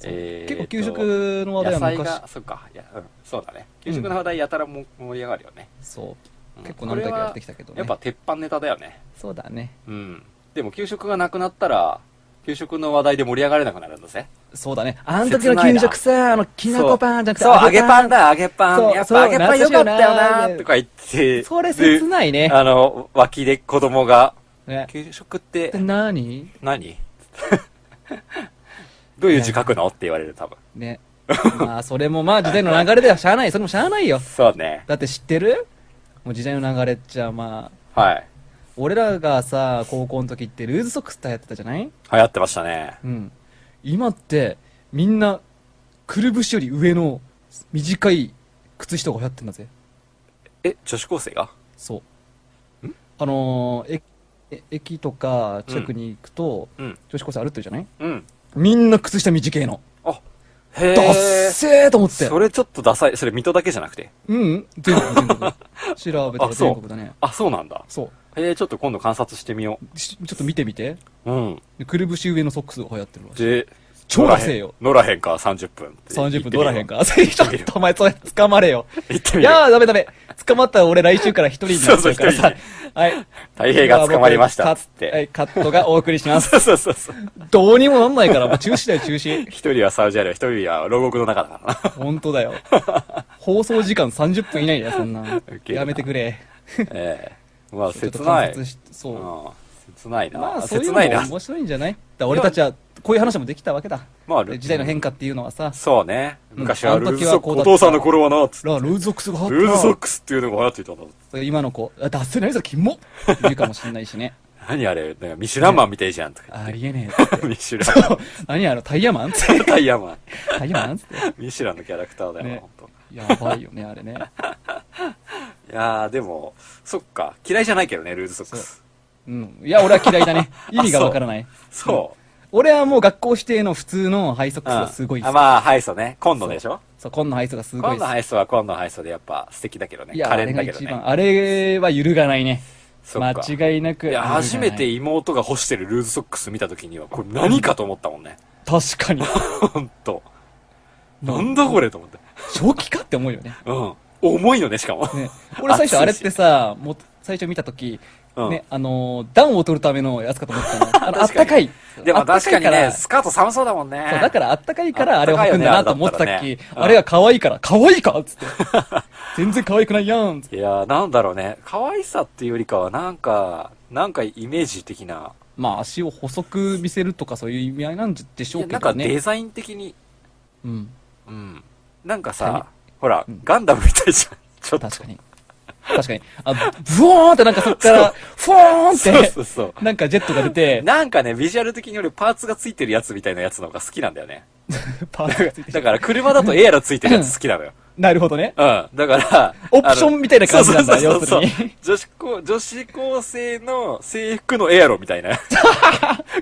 Speaker 1: えー
Speaker 2: 結構
Speaker 1: と
Speaker 2: 給食の話題
Speaker 1: 野
Speaker 2: は
Speaker 1: 菜
Speaker 2: 昔
Speaker 1: が、そっか、いや、うん、そうだね。給食の話題やたらも盛り上がるよね。
Speaker 2: そう。
Speaker 1: うん
Speaker 2: 結構何回かやってきたけど
Speaker 1: こ
Speaker 2: ね。
Speaker 1: れはやっぱ鉄板ネタだよね。
Speaker 2: そうだね。
Speaker 1: うん。でも給食がなくなったら、給食の話題で盛り上がれなくなるんだぜ。
Speaker 2: そうだね。あん時の給食さ、あの、きなこパンじゃなくて、
Speaker 1: そう、揚げパンだ、揚げパ
Speaker 2: そ
Speaker 1: ン。
Speaker 2: う
Speaker 1: やっ
Speaker 2: そう
Speaker 1: ぱ揚げパンよかったよ
Speaker 2: 懐かしいよな
Speaker 1: な、とか言って。
Speaker 2: それ切ないね
Speaker 1: であの、脇で子供が、
Speaker 2: ね。
Speaker 1: 給食って
Speaker 2: で、何
Speaker 1: 何 (laughs) どういう字書くのって言われる、多分。
Speaker 2: ね。まあ、それも
Speaker 1: (laughs)
Speaker 2: まあ時代の流れではしゃあない。それもしゃあないよ。
Speaker 1: そうね。
Speaker 2: だって知ってるもう時代の流れっちゃまあ、
Speaker 1: はい。
Speaker 2: 俺らがさ、高校の時ってルーズソックスって流行ってたじゃない
Speaker 1: 流行ってましたね。
Speaker 2: うん。今って、みんな、くるぶしより上の短い靴下が流行ってんだぜ。
Speaker 1: え、女子高生が
Speaker 2: そう。あのー、駅、駅とか近くに行くと、
Speaker 1: うん。
Speaker 2: 女子高生歩ってるじゃない
Speaker 1: うん。
Speaker 2: みんな靴下短いの。
Speaker 1: あ、へ
Speaker 2: ダッ
Speaker 1: え。
Speaker 2: セーと思って。
Speaker 1: それちょっとダサい。それ、水戸だけじゃなくて。
Speaker 2: うんうん。全国、全国。調べた
Speaker 1: (laughs)
Speaker 2: ら
Speaker 1: あそう
Speaker 2: 全国だね。
Speaker 1: あ、そうなんだ。
Speaker 2: そ
Speaker 1: へえ、ちょっと今度観察してみよ
Speaker 2: う。しちょっと見てみて。
Speaker 1: う。うん。
Speaker 2: でくるぶし上のソックスが流行ってるわ。
Speaker 1: で、
Speaker 2: 超ダセえよ
Speaker 1: 乗らへん。乗らへんか、30分って言ってみよう。
Speaker 2: 30分どらへんか。 (laughs) ちょっとお前、それ、捕まれよ。
Speaker 1: 行って
Speaker 2: い
Speaker 1: みよう。
Speaker 2: やー、ダメダメ。捕まったら俺来週から一人になっちゃうか
Speaker 1: そ
Speaker 2: ら
Speaker 1: うそう
Speaker 2: さ
Speaker 1: 一。
Speaker 2: はい。
Speaker 1: 太平が捕まりましたっつって
Speaker 2: はい、カットがお送りします。
Speaker 1: そうそうそうそう。
Speaker 2: どうにもなんないから、もう中止だよ、中止。
Speaker 1: (laughs) 一人はサウジアラビア、一人は牢獄の中だからな。
Speaker 2: 本当だよ。放送時間30分以内だよ、そんな
Speaker 1: ウ。ケるな
Speaker 2: やめてくれ。
Speaker 1: (laughs) ええまあ、
Speaker 2: ちょっと
Speaker 1: 切ない。
Speaker 2: 観察しそ
Speaker 1: う
Speaker 2: う。
Speaker 1: ん切ないな。
Speaker 2: まあ、そういう
Speaker 1: 切
Speaker 2: の
Speaker 1: ないな
Speaker 2: も。面白いんじゃないだ俺たちは、こういう話もできたわけだ。
Speaker 1: まあ
Speaker 2: で時代の変化っていうのはさ、
Speaker 1: そうね。昔は
Speaker 2: うん
Speaker 1: ルーズ
Speaker 2: あ
Speaker 1: ソッ
Speaker 2: の時は
Speaker 1: ク
Speaker 2: こ
Speaker 1: ス、
Speaker 2: うだ
Speaker 1: お
Speaker 2: った
Speaker 1: 父さんの頃はな、つ
Speaker 2: ラルーズソックスが
Speaker 1: ルーズソッ
Speaker 2: あっ
Speaker 1: クスっていうのが流行っていたんだ。
Speaker 2: た。今の子、あ、出せないぞ、キモって言うかもしんないし
Speaker 1: (laughs)
Speaker 2: ね。
Speaker 1: 何あれ、なんかミシュランマンみたいじゃんとか
Speaker 2: (laughs) ありえねえっつって。
Speaker 1: ミシュラン
Speaker 2: 何やろ、タイヤマンつっ
Speaker 1: マ
Speaker 2: て。
Speaker 1: ン。タイヤマン。
Speaker 2: タイヤマンつって。
Speaker 1: ミシュランのキャラクターだよな、
Speaker 2: ね
Speaker 1: ほんと
Speaker 2: やばいよね、あれね。
Speaker 1: いやー、でも、そっか。嫌いじゃないけどね、ルーズソックス。
Speaker 2: うん。いや、俺は嫌いだね。意味がわからない。
Speaker 1: そう。
Speaker 2: 俺はもう学校指定の普通のハイソックスがすごい好
Speaker 1: あ、
Speaker 2: き。
Speaker 1: まあ、ハイソね。今度でしょ
Speaker 2: そう、今のハイソがすご
Speaker 1: 今
Speaker 2: い
Speaker 1: 度
Speaker 2: 好
Speaker 1: ハイソは今度ハイソでやっぱ素敵だけど
Speaker 2: き。い
Speaker 1: ね。
Speaker 2: や、
Speaker 1: 可
Speaker 2: あれ
Speaker 1: 憐
Speaker 2: が
Speaker 1: だけど
Speaker 2: 一番。
Speaker 1: ね。
Speaker 2: あれは揺るがないね。
Speaker 1: そ
Speaker 2: 間
Speaker 1: っか。
Speaker 2: 違いなく。
Speaker 1: いや、初めて
Speaker 2: 揺る
Speaker 1: 妹が干してるルーズソックス見た時には、これ何かと思ったもんね。
Speaker 2: がない。確
Speaker 1: (laughs)
Speaker 2: かに。
Speaker 1: ほんと。なんだこれと思って。
Speaker 2: 正気かって思うよね。
Speaker 1: うん。重いよね、しかも。
Speaker 2: ね、俺最初あれってさ、もう最初見たとき、
Speaker 1: うん
Speaker 2: ね、あのー、暖を取るためのやつかと思ったの。あの、あ
Speaker 1: (laughs)
Speaker 2: っ
Speaker 1: 確かに
Speaker 2: たかい。
Speaker 1: でも確かに
Speaker 2: あったいら
Speaker 1: ね、スカート寒そうだもんね。
Speaker 2: そうだからあったかいからあれを履くんだなと思ってたっ
Speaker 1: あったかい
Speaker 2: け
Speaker 1: よね、あれだったらねうん
Speaker 2: あれが可愛いから、可愛いか
Speaker 1: (laughs)
Speaker 2: っつって。全然可愛くないやんっつって。
Speaker 1: いやー、なんだろうね。可愛さっていうよりかは、なんか、なんかイメージ的な。
Speaker 2: まあ足を細く見せるとかそういう意味合いなんでし
Speaker 1: い
Speaker 2: ょう
Speaker 1: や
Speaker 2: け
Speaker 1: なん
Speaker 2: ど
Speaker 1: か
Speaker 2: ね。
Speaker 1: デザイン的に。
Speaker 2: うん。
Speaker 1: うん。なんか
Speaker 2: はい
Speaker 1: さ、ほら
Speaker 2: うん、
Speaker 1: ガンダムみたいじゃん。 (laughs) ちょっと。
Speaker 2: 確かに。確かに。あ、ブオーンってなんかそっから、フォーン
Speaker 1: そう
Speaker 2: っ
Speaker 1: そうそう。
Speaker 2: て、なんかジェットが出て、
Speaker 1: なんかね、ビジュアル的に俺パーツがついてるやつみたいなやつの方が好きなんだよね。
Speaker 2: パーツがついてき
Speaker 1: だ
Speaker 2: た
Speaker 1: から車だとエアラついてるやつ好きなのよ。
Speaker 2: なるほどね。
Speaker 1: うん。だから、
Speaker 2: (laughs) オプションみたいな感じなんだ
Speaker 1: あのそうそうそうそう
Speaker 2: 要するに
Speaker 1: 女子高、女子高生の制服のエアロみた
Speaker 2: (laughs)
Speaker 1: いな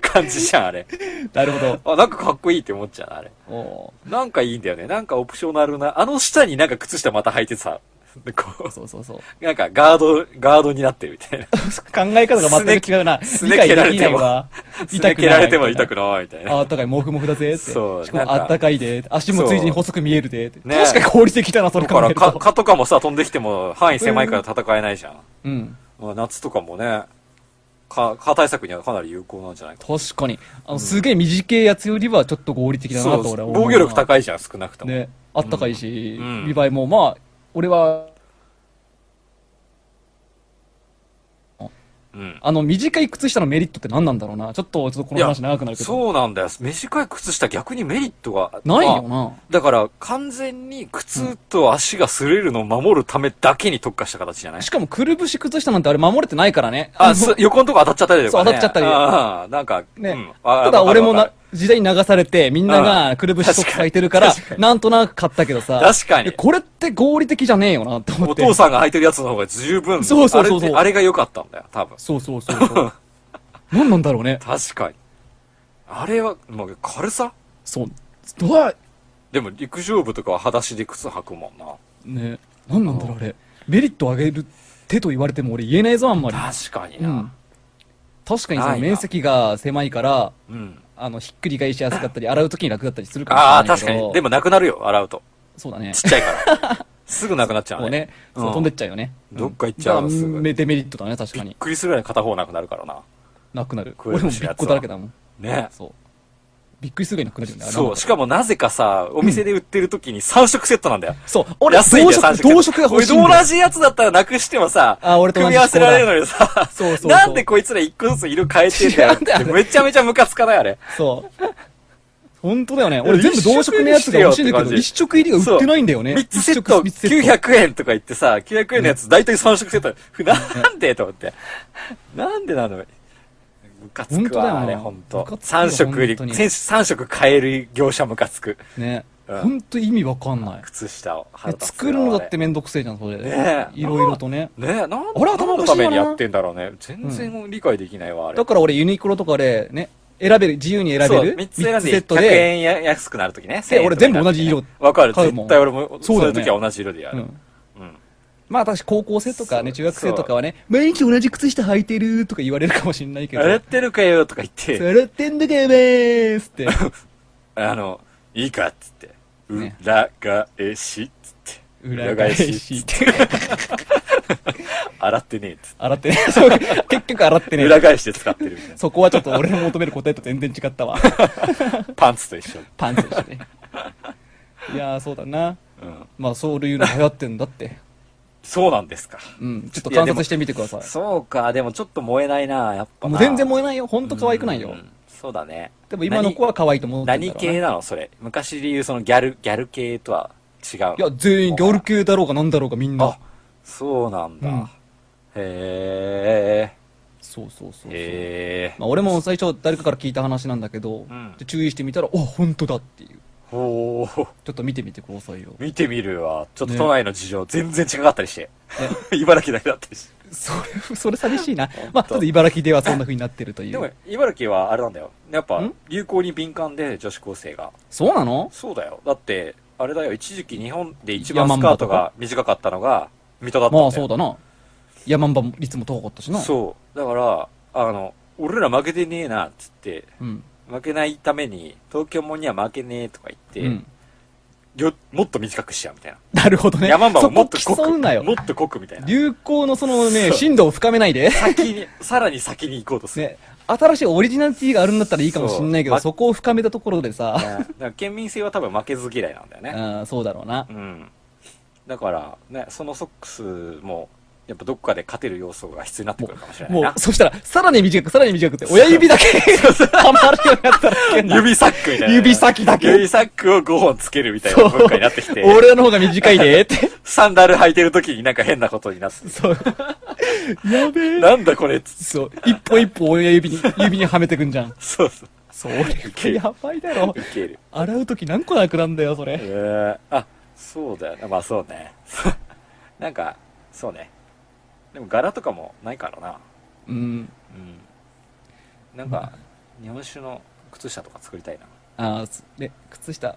Speaker 1: 感じじゃん、あれ。
Speaker 2: なるほど。
Speaker 1: あ、なんかかっこいいって思っちゃうな、あれ。
Speaker 2: お
Speaker 1: なんかいいんだよね。なんかオプショナルな、あの下になんか靴下また履いてさ、でこ
Speaker 2: ーそうそうそう。
Speaker 1: う、なんかガード、ガードになってるみたいな。
Speaker 2: (laughs) 考え方が全く違うな。
Speaker 1: す
Speaker 2: 理
Speaker 1: ね
Speaker 2: 解
Speaker 1: 蹴ら
Speaker 2: で
Speaker 1: れ
Speaker 2: きな
Speaker 1: て
Speaker 2: い
Speaker 1: も
Speaker 2: わ。
Speaker 1: すね蹴られても痛く
Speaker 2: な
Speaker 1: ない、みたい
Speaker 2: い。あ
Speaker 1: な。
Speaker 2: ったかい、もふもふだぜって。
Speaker 1: そう
Speaker 2: しか
Speaker 1: な
Speaker 2: も
Speaker 1: んか
Speaker 2: あったかいで。足もついでに細く見えるで。って
Speaker 1: ね
Speaker 2: 確かに効率的だな、それ
Speaker 1: だ
Speaker 2: 考
Speaker 1: から
Speaker 2: える
Speaker 1: か、
Speaker 2: と。
Speaker 1: 蚊とかもさ、飛んできても範囲狭いから戦えないじゃん。
Speaker 2: うん。
Speaker 1: まあ夏とかもね、蚊蚊対策にはかなり有効なんじゃないか。
Speaker 2: 確かに。あの、すげえ短いやつよりはちょっと合理的だなと
Speaker 1: そ
Speaker 2: 俺は
Speaker 1: う
Speaker 2: 思う。
Speaker 1: 防御力高いじゃん、少なくとも。
Speaker 2: ね。あったかいし、
Speaker 1: うん
Speaker 2: 見栄えも、まあ、俺は、
Speaker 1: うん。
Speaker 2: あの、短い靴下のメリットって何なんだろうな。ちょっと、ちょっとこの話長くなるけど。
Speaker 1: そうなんだよ。短い靴下逆にメリットが。
Speaker 2: ないよ
Speaker 1: まあ
Speaker 2: な。
Speaker 1: だから、完全に靴と足が擦れるのを守るためだけに特化した形じゃない
Speaker 2: しかも、くるぶし靴下なんてあれ守れてないからね。
Speaker 1: あ、す、横のとこ当たっちゃったりとか、ね。
Speaker 2: そう当たっちゃったり
Speaker 1: ああ、なんか、
Speaker 2: ね、
Speaker 1: うんあ
Speaker 2: ただ俺も
Speaker 1: わか
Speaker 2: な
Speaker 1: る、
Speaker 2: 時代に流されて、みんながくるぶしソックス履いてるから、なんとなく買ったけどさ。
Speaker 1: 確かに
Speaker 2: いやこれって合理的じゃねえよな、と思
Speaker 1: お
Speaker 2: って。
Speaker 1: 父さんが履いてるやつの方が十分。
Speaker 2: そうそうそうそ
Speaker 1: あれっ
Speaker 2: う
Speaker 1: てあれが良かったんだよ、多分。
Speaker 2: そうそうそう
Speaker 1: (laughs)
Speaker 2: そう。何なんだろうね。
Speaker 1: 確かに。あれは、もう軽さ
Speaker 2: そう。どう
Speaker 1: でも陸上部とかは裸足で靴履くもんな。
Speaker 2: ね、何なんだろう、あれ。メリット上げる手と言われても俺言えないぞ、あんまり。
Speaker 1: 確かに
Speaker 2: う。。
Speaker 1: なん
Speaker 2: 確かにそ
Speaker 1: な
Speaker 2: の
Speaker 1: いな
Speaker 2: 面積が狭いから、
Speaker 1: うん。
Speaker 2: あの、ひっくり返しやすかったり、洗うときに楽だったりするかもしれ
Speaker 1: あ
Speaker 2: な
Speaker 1: あ、
Speaker 2: いけど。
Speaker 1: 確かに。でもなくなるよ、洗うと。
Speaker 2: そうだね。
Speaker 1: ちっちゃいから。
Speaker 2: (laughs)
Speaker 1: すぐなくなっちゃう
Speaker 2: こう
Speaker 1: ね
Speaker 2: ね。、そう
Speaker 1: うん
Speaker 2: 飛んでっちゃうよね。
Speaker 1: どっか行っちゃうの
Speaker 2: ん
Speaker 1: す
Speaker 2: だ
Speaker 1: ぐ
Speaker 2: からめデメリットだね、確
Speaker 1: び
Speaker 2: か
Speaker 1: っ
Speaker 2: に。
Speaker 1: くりするぐらい片方なくなるからな。
Speaker 2: なくなる。
Speaker 1: 食え
Speaker 2: 俺も
Speaker 1: るし
Speaker 2: びっこだらけだもん。
Speaker 1: ね。
Speaker 2: そう。びっくりするぐらいなくなるよね。あれなん
Speaker 1: そ
Speaker 2: だ
Speaker 1: う。
Speaker 2: ろ
Speaker 1: しかもなぜかさ、お店で売ってる時に3色セットなんだよ。
Speaker 2: そう。俺、
Speaker 1: 安いん
Speaker 2: 同
Speaker 1: だよ、3
Speaker 2: 色、
Speaker 1: 色。
Speaker 2: 同色が欲しいんだよ。
Speaker 1: 俺と同じやつだったらなくしてもさ、
Speaker 2: あ俺と同
Speaker 1: 組
Speaker 2: じ
Speaker 1: み合わせられるのにさ、
Speaker 2: そうそうそう
Speaker 1: なんでこいつら1個ずつ色変えてんだよ
Speaker 2: 違うんだよ
Speaker 1: ってめちゃめちゃムカつかない、あれ。
Speaker 2: そう。本当だよね。俺
Speaker 1: いや
Speaker 2: 全部同色のやつが欲しいんだけ
Speaker 1: 一色
Speaker 2: ど、
Speaker 1: に
Speaker 2: 一
Speaker 1: し
Speaker 2: 色入りが売ってないんだよね。
Speaker 1: 3つセッ
Speaker 2: 一
Speaker 1: ト
Speaker 2: 色三つセット
Speaker 1: 900円とか言ってさ、900円のやつ大体3色セット。なんでと思って。なんでなのムカつくわ、
Speaker 2: 本当だよな
Speaker 1: あれ、ほん
Speaker 2: ム
Speaker 1: と。
Speaker 2: カつくよ
Speaker 1: 3色に、
Speaker 2: 本当に
Speaker 1: 3色変える業者ムカつく。
Speaker 2: ね。
Speaker 1: うん
Speaker 2: ほんと意味わかんない。
Speaker 1: 靴下を
Speaker 2: え作るのだってめんどくせえじゃん、それ。
Speaker 1: ねえ
Speaker 2: いろいろ
Speaker 1: (laughs)
Speaker 2: とね。
Speaker 1: ねえ、なんなん
Speaker 2: あれ頭
Speaker 1: の
Speaker 2: おかしたいよな
Speaker 1: めにやってんだろうね。全然理解できないわ、あれ。
Speaker 2: だから俺ユニクロとかで、ね、選べる、自由に選べ
Speaker 1: そう
Speaker 2: る
Speaker 1: 3つ選んで
Speaker 2: セット
Speaker 1: 100
Speaker 2: で、
Speaker 1: 円や安くなるときね。
Speaker 2: で
Speaker 1: 1000円
Speaker 2: 俺
Speaker 1: とか
Speaker 2: 全
Speaker 1: に
Speaker 2: 部
Speaker 1: な
Speaker 2: 同
Speaker 1: る時
Speaker 2: じ
Speaker 1: ね
Speaker 2: 色
Speaker 1: わかる。
Speaker 2: 買うもん
Speaker 1: 絶対俺も、
Speaker 2: そ
Speaker 1: そううい
Speaker 2: だよ
Speaker 1: う
Speaker 2: ね
Speaker 1: 時は同じ色でや
Speaker 2: う
Speaker 1: る。
Speaker 2: ん
Speaker 1: うん
Speaker 2: まあ私高校生とかね、
Speaker 1: そう
Speaker 2: 中学生とかはね、毎日同じ靴下履いてるとか言われるかもしんないけど、
Speaker 1: やってるかよとか言って。
Speaker 2: 洗ってんだけべーっつって。
Speaker 1: あの、いいかっつって。
Speaker 2: ね
Speaker 1: 裏返しっつって。
Speaker 2: 裏返し
Speaker 1: 裏返しっつ
Speaker 2: (laughs)
Speaker 1: って。洗ってねえっつっ
Speaker 2: 洗ってね。そう結局洗って
Speaker 1: て。
Speaker 2: ね。
Speaker 1: 裏返して使ってるみたい
Speaker 2: (laughs) そこはちょっと俺の求める答えと全然違っ
Speaker 1: (laughs)
Speaker 2: たわ。
Speaker 1: な。パンツと一緒。
Speaker 2: パンツでしたね。いやー、そうだな。
Speaker 1: うん。
Speaker 2: まあ、そういうの流行ってんだって。
Speaker 1: そうなんですか。
Speaker 2: うん。ちょっと観察してみてください。
Speaker 1: そうか、でもちょっと燃えないな、やっぱ
Speaker 2: もう全然燃えないよ。ほんと可愛くないよ。
Speaker 1: うんそうだね。
Speaker 2: でも今の子は可愛いと思ってんだ
Speaker 1: 何
Speaker 2: ろうな
Speaker 1: 系なのそれ。昔で言うそのギャル、ギャル系とは違うの。
Speaker 2: いや、全員ギャル系だろうがなんだろうがみんな
Speaker 1: あ。、そうなんだ。
Speaker 2: うん
Speaker 1: へ
Speaker 2: そうそうそうそ
Speaker 1: え。へ
Speaker 2: う。
Speaker 1: え。
Speaker 2: まあ、俺も最初誰かから聞いた話なんだけど、
Speaker 1: うん
Speaker 2: で注意してみたら、お、本当だっていう。
Speaker 1: ほー。
Speaker 2: ちょっと見てみてくださいよ。
Speaker 1: 見てみるわ。ちょっと
Speaker 2: ね
Speaker 1: 都内の事情、全然違かったりして。 (laughs) 茨城だけだったりして。
Speaker 2: それ、 (laughs) それ寂しいな。まあ、ちょっと茨城ではそんな風になってるとい
Speaker 1: でも
Speaker 2: う。、
Speaker 1: 茨城はあれなんだよ。やっぱ
Speaker 2: ん、
Speaker 1: 流行に敏感で、女子高生が。
Speaker 2: そうなの
Speaker 1: そうだよ。だって、あれだよ、一時期日本で一番
Speaker 2: ヤマ
Speaker 1: ス
Speaker 2: ン
Speaker 1: カー
Speaker 2: バ
Speaker 1: ト
Speaker 2: とか
Speaker 1: が短かったのが、水戸だったんだよ。
Speaker 2: まあ、そうだな。ヤマンバ率も高かったしな。う。
Speaker 1: そう。だから、あの、俺ら負けてねえな、つって、
Speaker 2: うん。
Speaker 1: 負けないために、東京もんには負けねえとか
Speaker 2: う
Speaker 1: 言って、
Speaker 2: ん。
Speaker 1: よもっと短くしちゃうみたいな。
Speaker 2: なるほどね。
Speaker 1: 山場をもっと
Speaker 2: そ
Speaker 1: 濃
Speaker 2: こ競
Speaker 1: く、
Speaker 2: うなよ。
Speaker 1: もっと濃くみたいな。
Speaker 2: 流行のそのね、
Speaker 1: そう
Speaker 2: 深度を深めないで。
Speaker 1: 先に、さらに先に行こうとする。
Speaker 2: ね、新しいオリジナリティがあるんだったらいいかもしんないけど、
Speaker 1: そう
Speaker 2: そこを深めたところで
Speaker 1: ね
Speaker 2: さ、
Speaker 1: だから県民性は多分負けず嫌いなんだよね。
Speaker 2: うん、そうだろうな
Speaker 1: う。ん。だから、ね、そのソックスも、やっぱどっかで勝てる要素が必要になってくるかもしれない
Speaker 2: も
Speaker 1: な
Speaker 2: う、。そしたら、さらに短く、さらに短くって、親指だけ、はまるようになったら
Speaker 1: (laughs)
Speaker 2: いけんな、
Speaker 1: 指サックみたいな。
Speaker 2: 指先だけ
Speaker 1: 指サックを5本つけるみたいな文化になってきて、
Speaker 2: 俺らの方が短いで、
Speaker 1: (laughs)
Speaker 2: って。
Speaker 1: サンダル履いてる時になんか変なことになっ
Speaker 2: (laughs)
Speaker 1: て、
Speaker 2: そう。やべえ。
Speaker 1: なんだこれっつ
Speaker 2: そう、一歩一歩親指に、指にはめてくんじゃん。
Speaker 1: そうそう。
Speaker 2: そう、俺、やばいだろ。
Speaker 1: ウケる。
Speaker 2: 洗うとき何個なくなんだよ、そ
Speaker 1: え
Speaker 2: れ。
Speaker 1: ー、あ、そうだよね。まあそうね。 (laughs) なんか、そうね。でも柄とかもないからな。
Speaker 2: うん。
Speaker 1: うん。なんか、日本酒の靴下とか作りたい
Speaker 2: ああ、すで、靴下。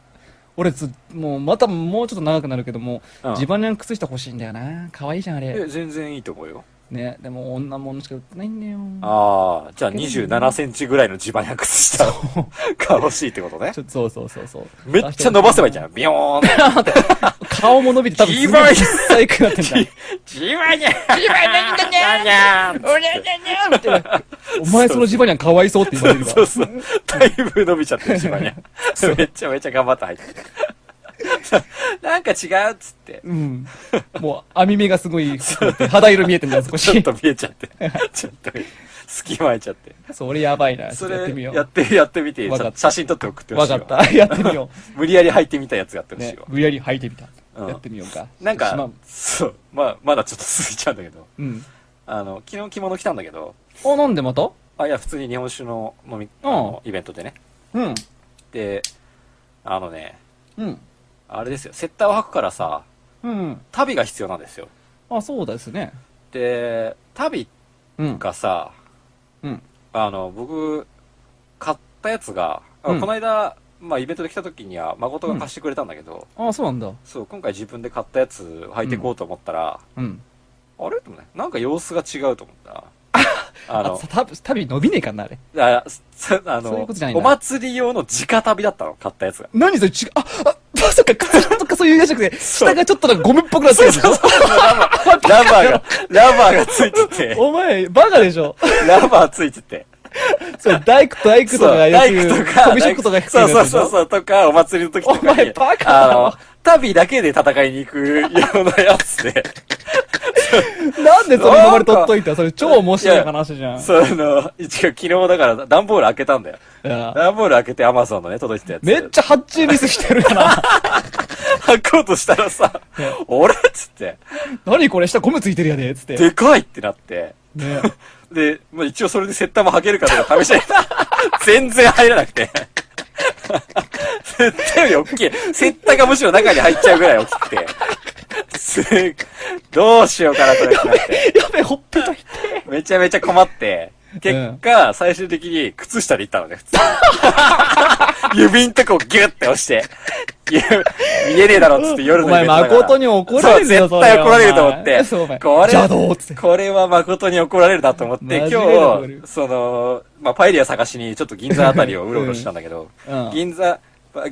Speaker 2: 俺、つ、もう、また、もうちょっと長くなるけども、
Speaker 1: な。
Speaker 2: ジバニャン靴下欲しいんだよな。可愛いじゃん、あ
Speaker 1: え
Speaker 2: れ。
Speaker 1: 全然いいと思うよ。
Speaker 2: ね、でも、女物しか売ってないんだよ。
Speaker 1: ああ、じゃあ27センチぐらいの地盤や靴下 (laughs) が欲しいってことね
Speaker 2: ち。ょっと、そうそうそうそう。
Speaker 1: めっちゃ伸ばせばいいじゃん。ビヨーン。
Speaker 2: 顔も伸びて、多分、
Speaker 1: ジ
Speaker 2: す
Speaker 1: バ
Speaker 2: ごい
Speaker 1: ニャン
Speaker 2: 小さくなってんだよ。
Speaker 1: 地盤にゃ地盤なんだにゃー
Speaker 2: お前、そのジバニャンかわいそうって言われ
Speaker 1: (laughs)
Speaker 2: るわ
Speaker 1: そうそう。だいぶ伸びちゃってる、島にゃ。めちゃめちゃ頑張って
Speaker 2: (laughs)
Speaker 1: 入ってる。なんか違うっつって。
Speaker 2: うん。もう、網目がすごい、肌色見えてんだよ、少
Speaker 1: ちょっ
Speaker 2: し
Speaker 1: と。見えちゃ
Speaker 2: (laughs)
Speaker 1: って。ちょっと見え、隙間空いちゃって。
Speaker 2: それやばいな。ちょ
Speaker 1: そ
Speaker 2: っとやってみ
Speaker 1: れ、
Speaker 2: よ
Speaker 1: やっ
Speaker 2: う。
Speaker 1: て、やってみて、
Speaker 2: わかった
Speaker 1: 写真撮って送ってほ
Speaker 2: わ
Speaker 1: しい
Speaker 2: か
Speaker 1: わ。
Speaker 2: った。 (laughs) やってみよ
Speaker 1: 無理やり履いてみたやつやって
Speaker 2: う。
Speaker 1: ほし
Speaker 2: ね
Speaker 1: いわ。、
Speaker 2: 無理やり履いてみた。
Speaker 1: うん
Speaker 2: やってみようか。
Speaker 1: なん
Speaker 2: しま
Speaker 1: か
Speaker 2: う、
Speaker 1: そう、まあ、まだちょっと続いちゃうんだけど。
Speaker 2: うん。
Speaker 1: あの、昨日着物着たんだけど、
Speaker 2: あ、なんでまた
Speaker 1: あ、いや、普通に日本酒の飲み、あのイベントでね。
Speaker 2: うん。
Speaker 1: で、あのね、
Speaker 2: うん。
Speaker 1: あれですよ、セッターを履くからさ、
Speaker 2: うん。
Speaker 1: 旅が必要なんですよ。
Speaker 2: あ、そうですね。
Speaker 1: で、旅
Speaker 2: うん。
Speaker 1: がさ、
Speaker 2: うん。
Speaker 1: あの、僕、買ったやつが、あ
Speaker 2: うん
Speaker 1: この間、まあ、イベントで来た時には、誠が貸してくれたんだけど、
Speaker 2: あ、そうなんだ。
Speaker 1: そう、今回自分で買ったやつ履いていこうと思ったら、
Speaker 2: うん。
Speaker 1: あれと思って、なんか様子が違うと思
Speaker 2: (laughs)
Speaker 1: った。あ
Speaker 2: あ、
Speaker 1: の
Speaker 2: さ、た旅伸びねえかな、あれ。
Speaker 1: あさ (laughs) あ
Speaker 2: そうい
Speaker 1: の
Speaker 2: うことじゃないんだ
Speaker 1: お祭り用の直旅だったの、買ったやつが。
Speaker 2: (laughs) 何それ、ち、あ、あ、まさか靴下とかそういうやつじゃなく
Speaker 1: (laughs)
Speaker 2: て、
Speaker 1: そう
Speaker 2: 下がちょっとなんかゴムっぽくなってるでしょ
Speaker 1: (laughs) ラバーが、ラバーがついて
Speaker 2: (laughs)
Speaker 1: て、
Speaker 2: お前、バカでしょ。
Speaker 1: ラバーついてて。
Speaker 2: そう、大工と大工とかや
Speaker 1: 大工と
Speaker 2: つ、
Speaker 1: か、
Speaker 2: 飛び職とかやつでし
Speaker 1: そ
Speaker 2: ょ。
Speaker 1: うそうそうそう、とか、お祭りの時とか
Speaker 2: お前
Speaker 1: に、
Speaker 2: バカだな (laughs)
Speaker 1: あの、旅だけで戦いに行くようなやつで、
Speaker 2: なんでそれまで取っといたそれ超面白い話じゃん。い
Speaker 1: その、一応昨日だから段ボール開けたんだよ。
Speaker 2: や
Speaker 1: 段ボール開けて Amazon のね、届いてたやつ。
Speaker 2: めっちゃ発注ミスしてるやな。
Speaker 1: 開こうとしたらさ、俺っつって、
Speaker 2: 何これ下ゴムついてるやで、つって。
Speaker 1: でかいってなって。 (laughs)
Speaker 2: ね、
Speaker 1: で、まあ、一応それでセッターも履けるかどうか試したい。
Speaker 2: (laughs)
Speaker 1: 全然入らなくて。セッターより大きい。セッターがむしろ中に入っちゃうぐらい大きくて。すっどうしようかな、これってなって。
Speaker 2: やべ、ほっぺたひ
Speaker 1: めちゃめちゃ困って。結果、最終的に靴下で行ったのね、普通に。指んとこをギュッて押して。いや見えねえだろっつって夜
Speaker 2: お
Speaker 1: の
Speaker 2: 前、
Speaker 1: 夢とかから
Speaker 2: 誠に怒られるよ、
Speaker 1: そう絶対怒られると思っ
Speaker 2: お前
Speaker 1: て。
Speaker 2: そう、お前。
Speaker 1: これ
Speaker 2: 邪道っつって。
Speaker 1: これは誠に怒られるなと思っ
Speaker 2: マ
Speaker 1: て、
Speaker 2: ジで怒
Speaker 1: 今
Speaker 2: られる
Speaker 1: 日、その、まあ、パエリア探しにちょっと銀座あたりをうろうろしたんだけど、
Speaker 2: うん
Speaker 1: 銀座、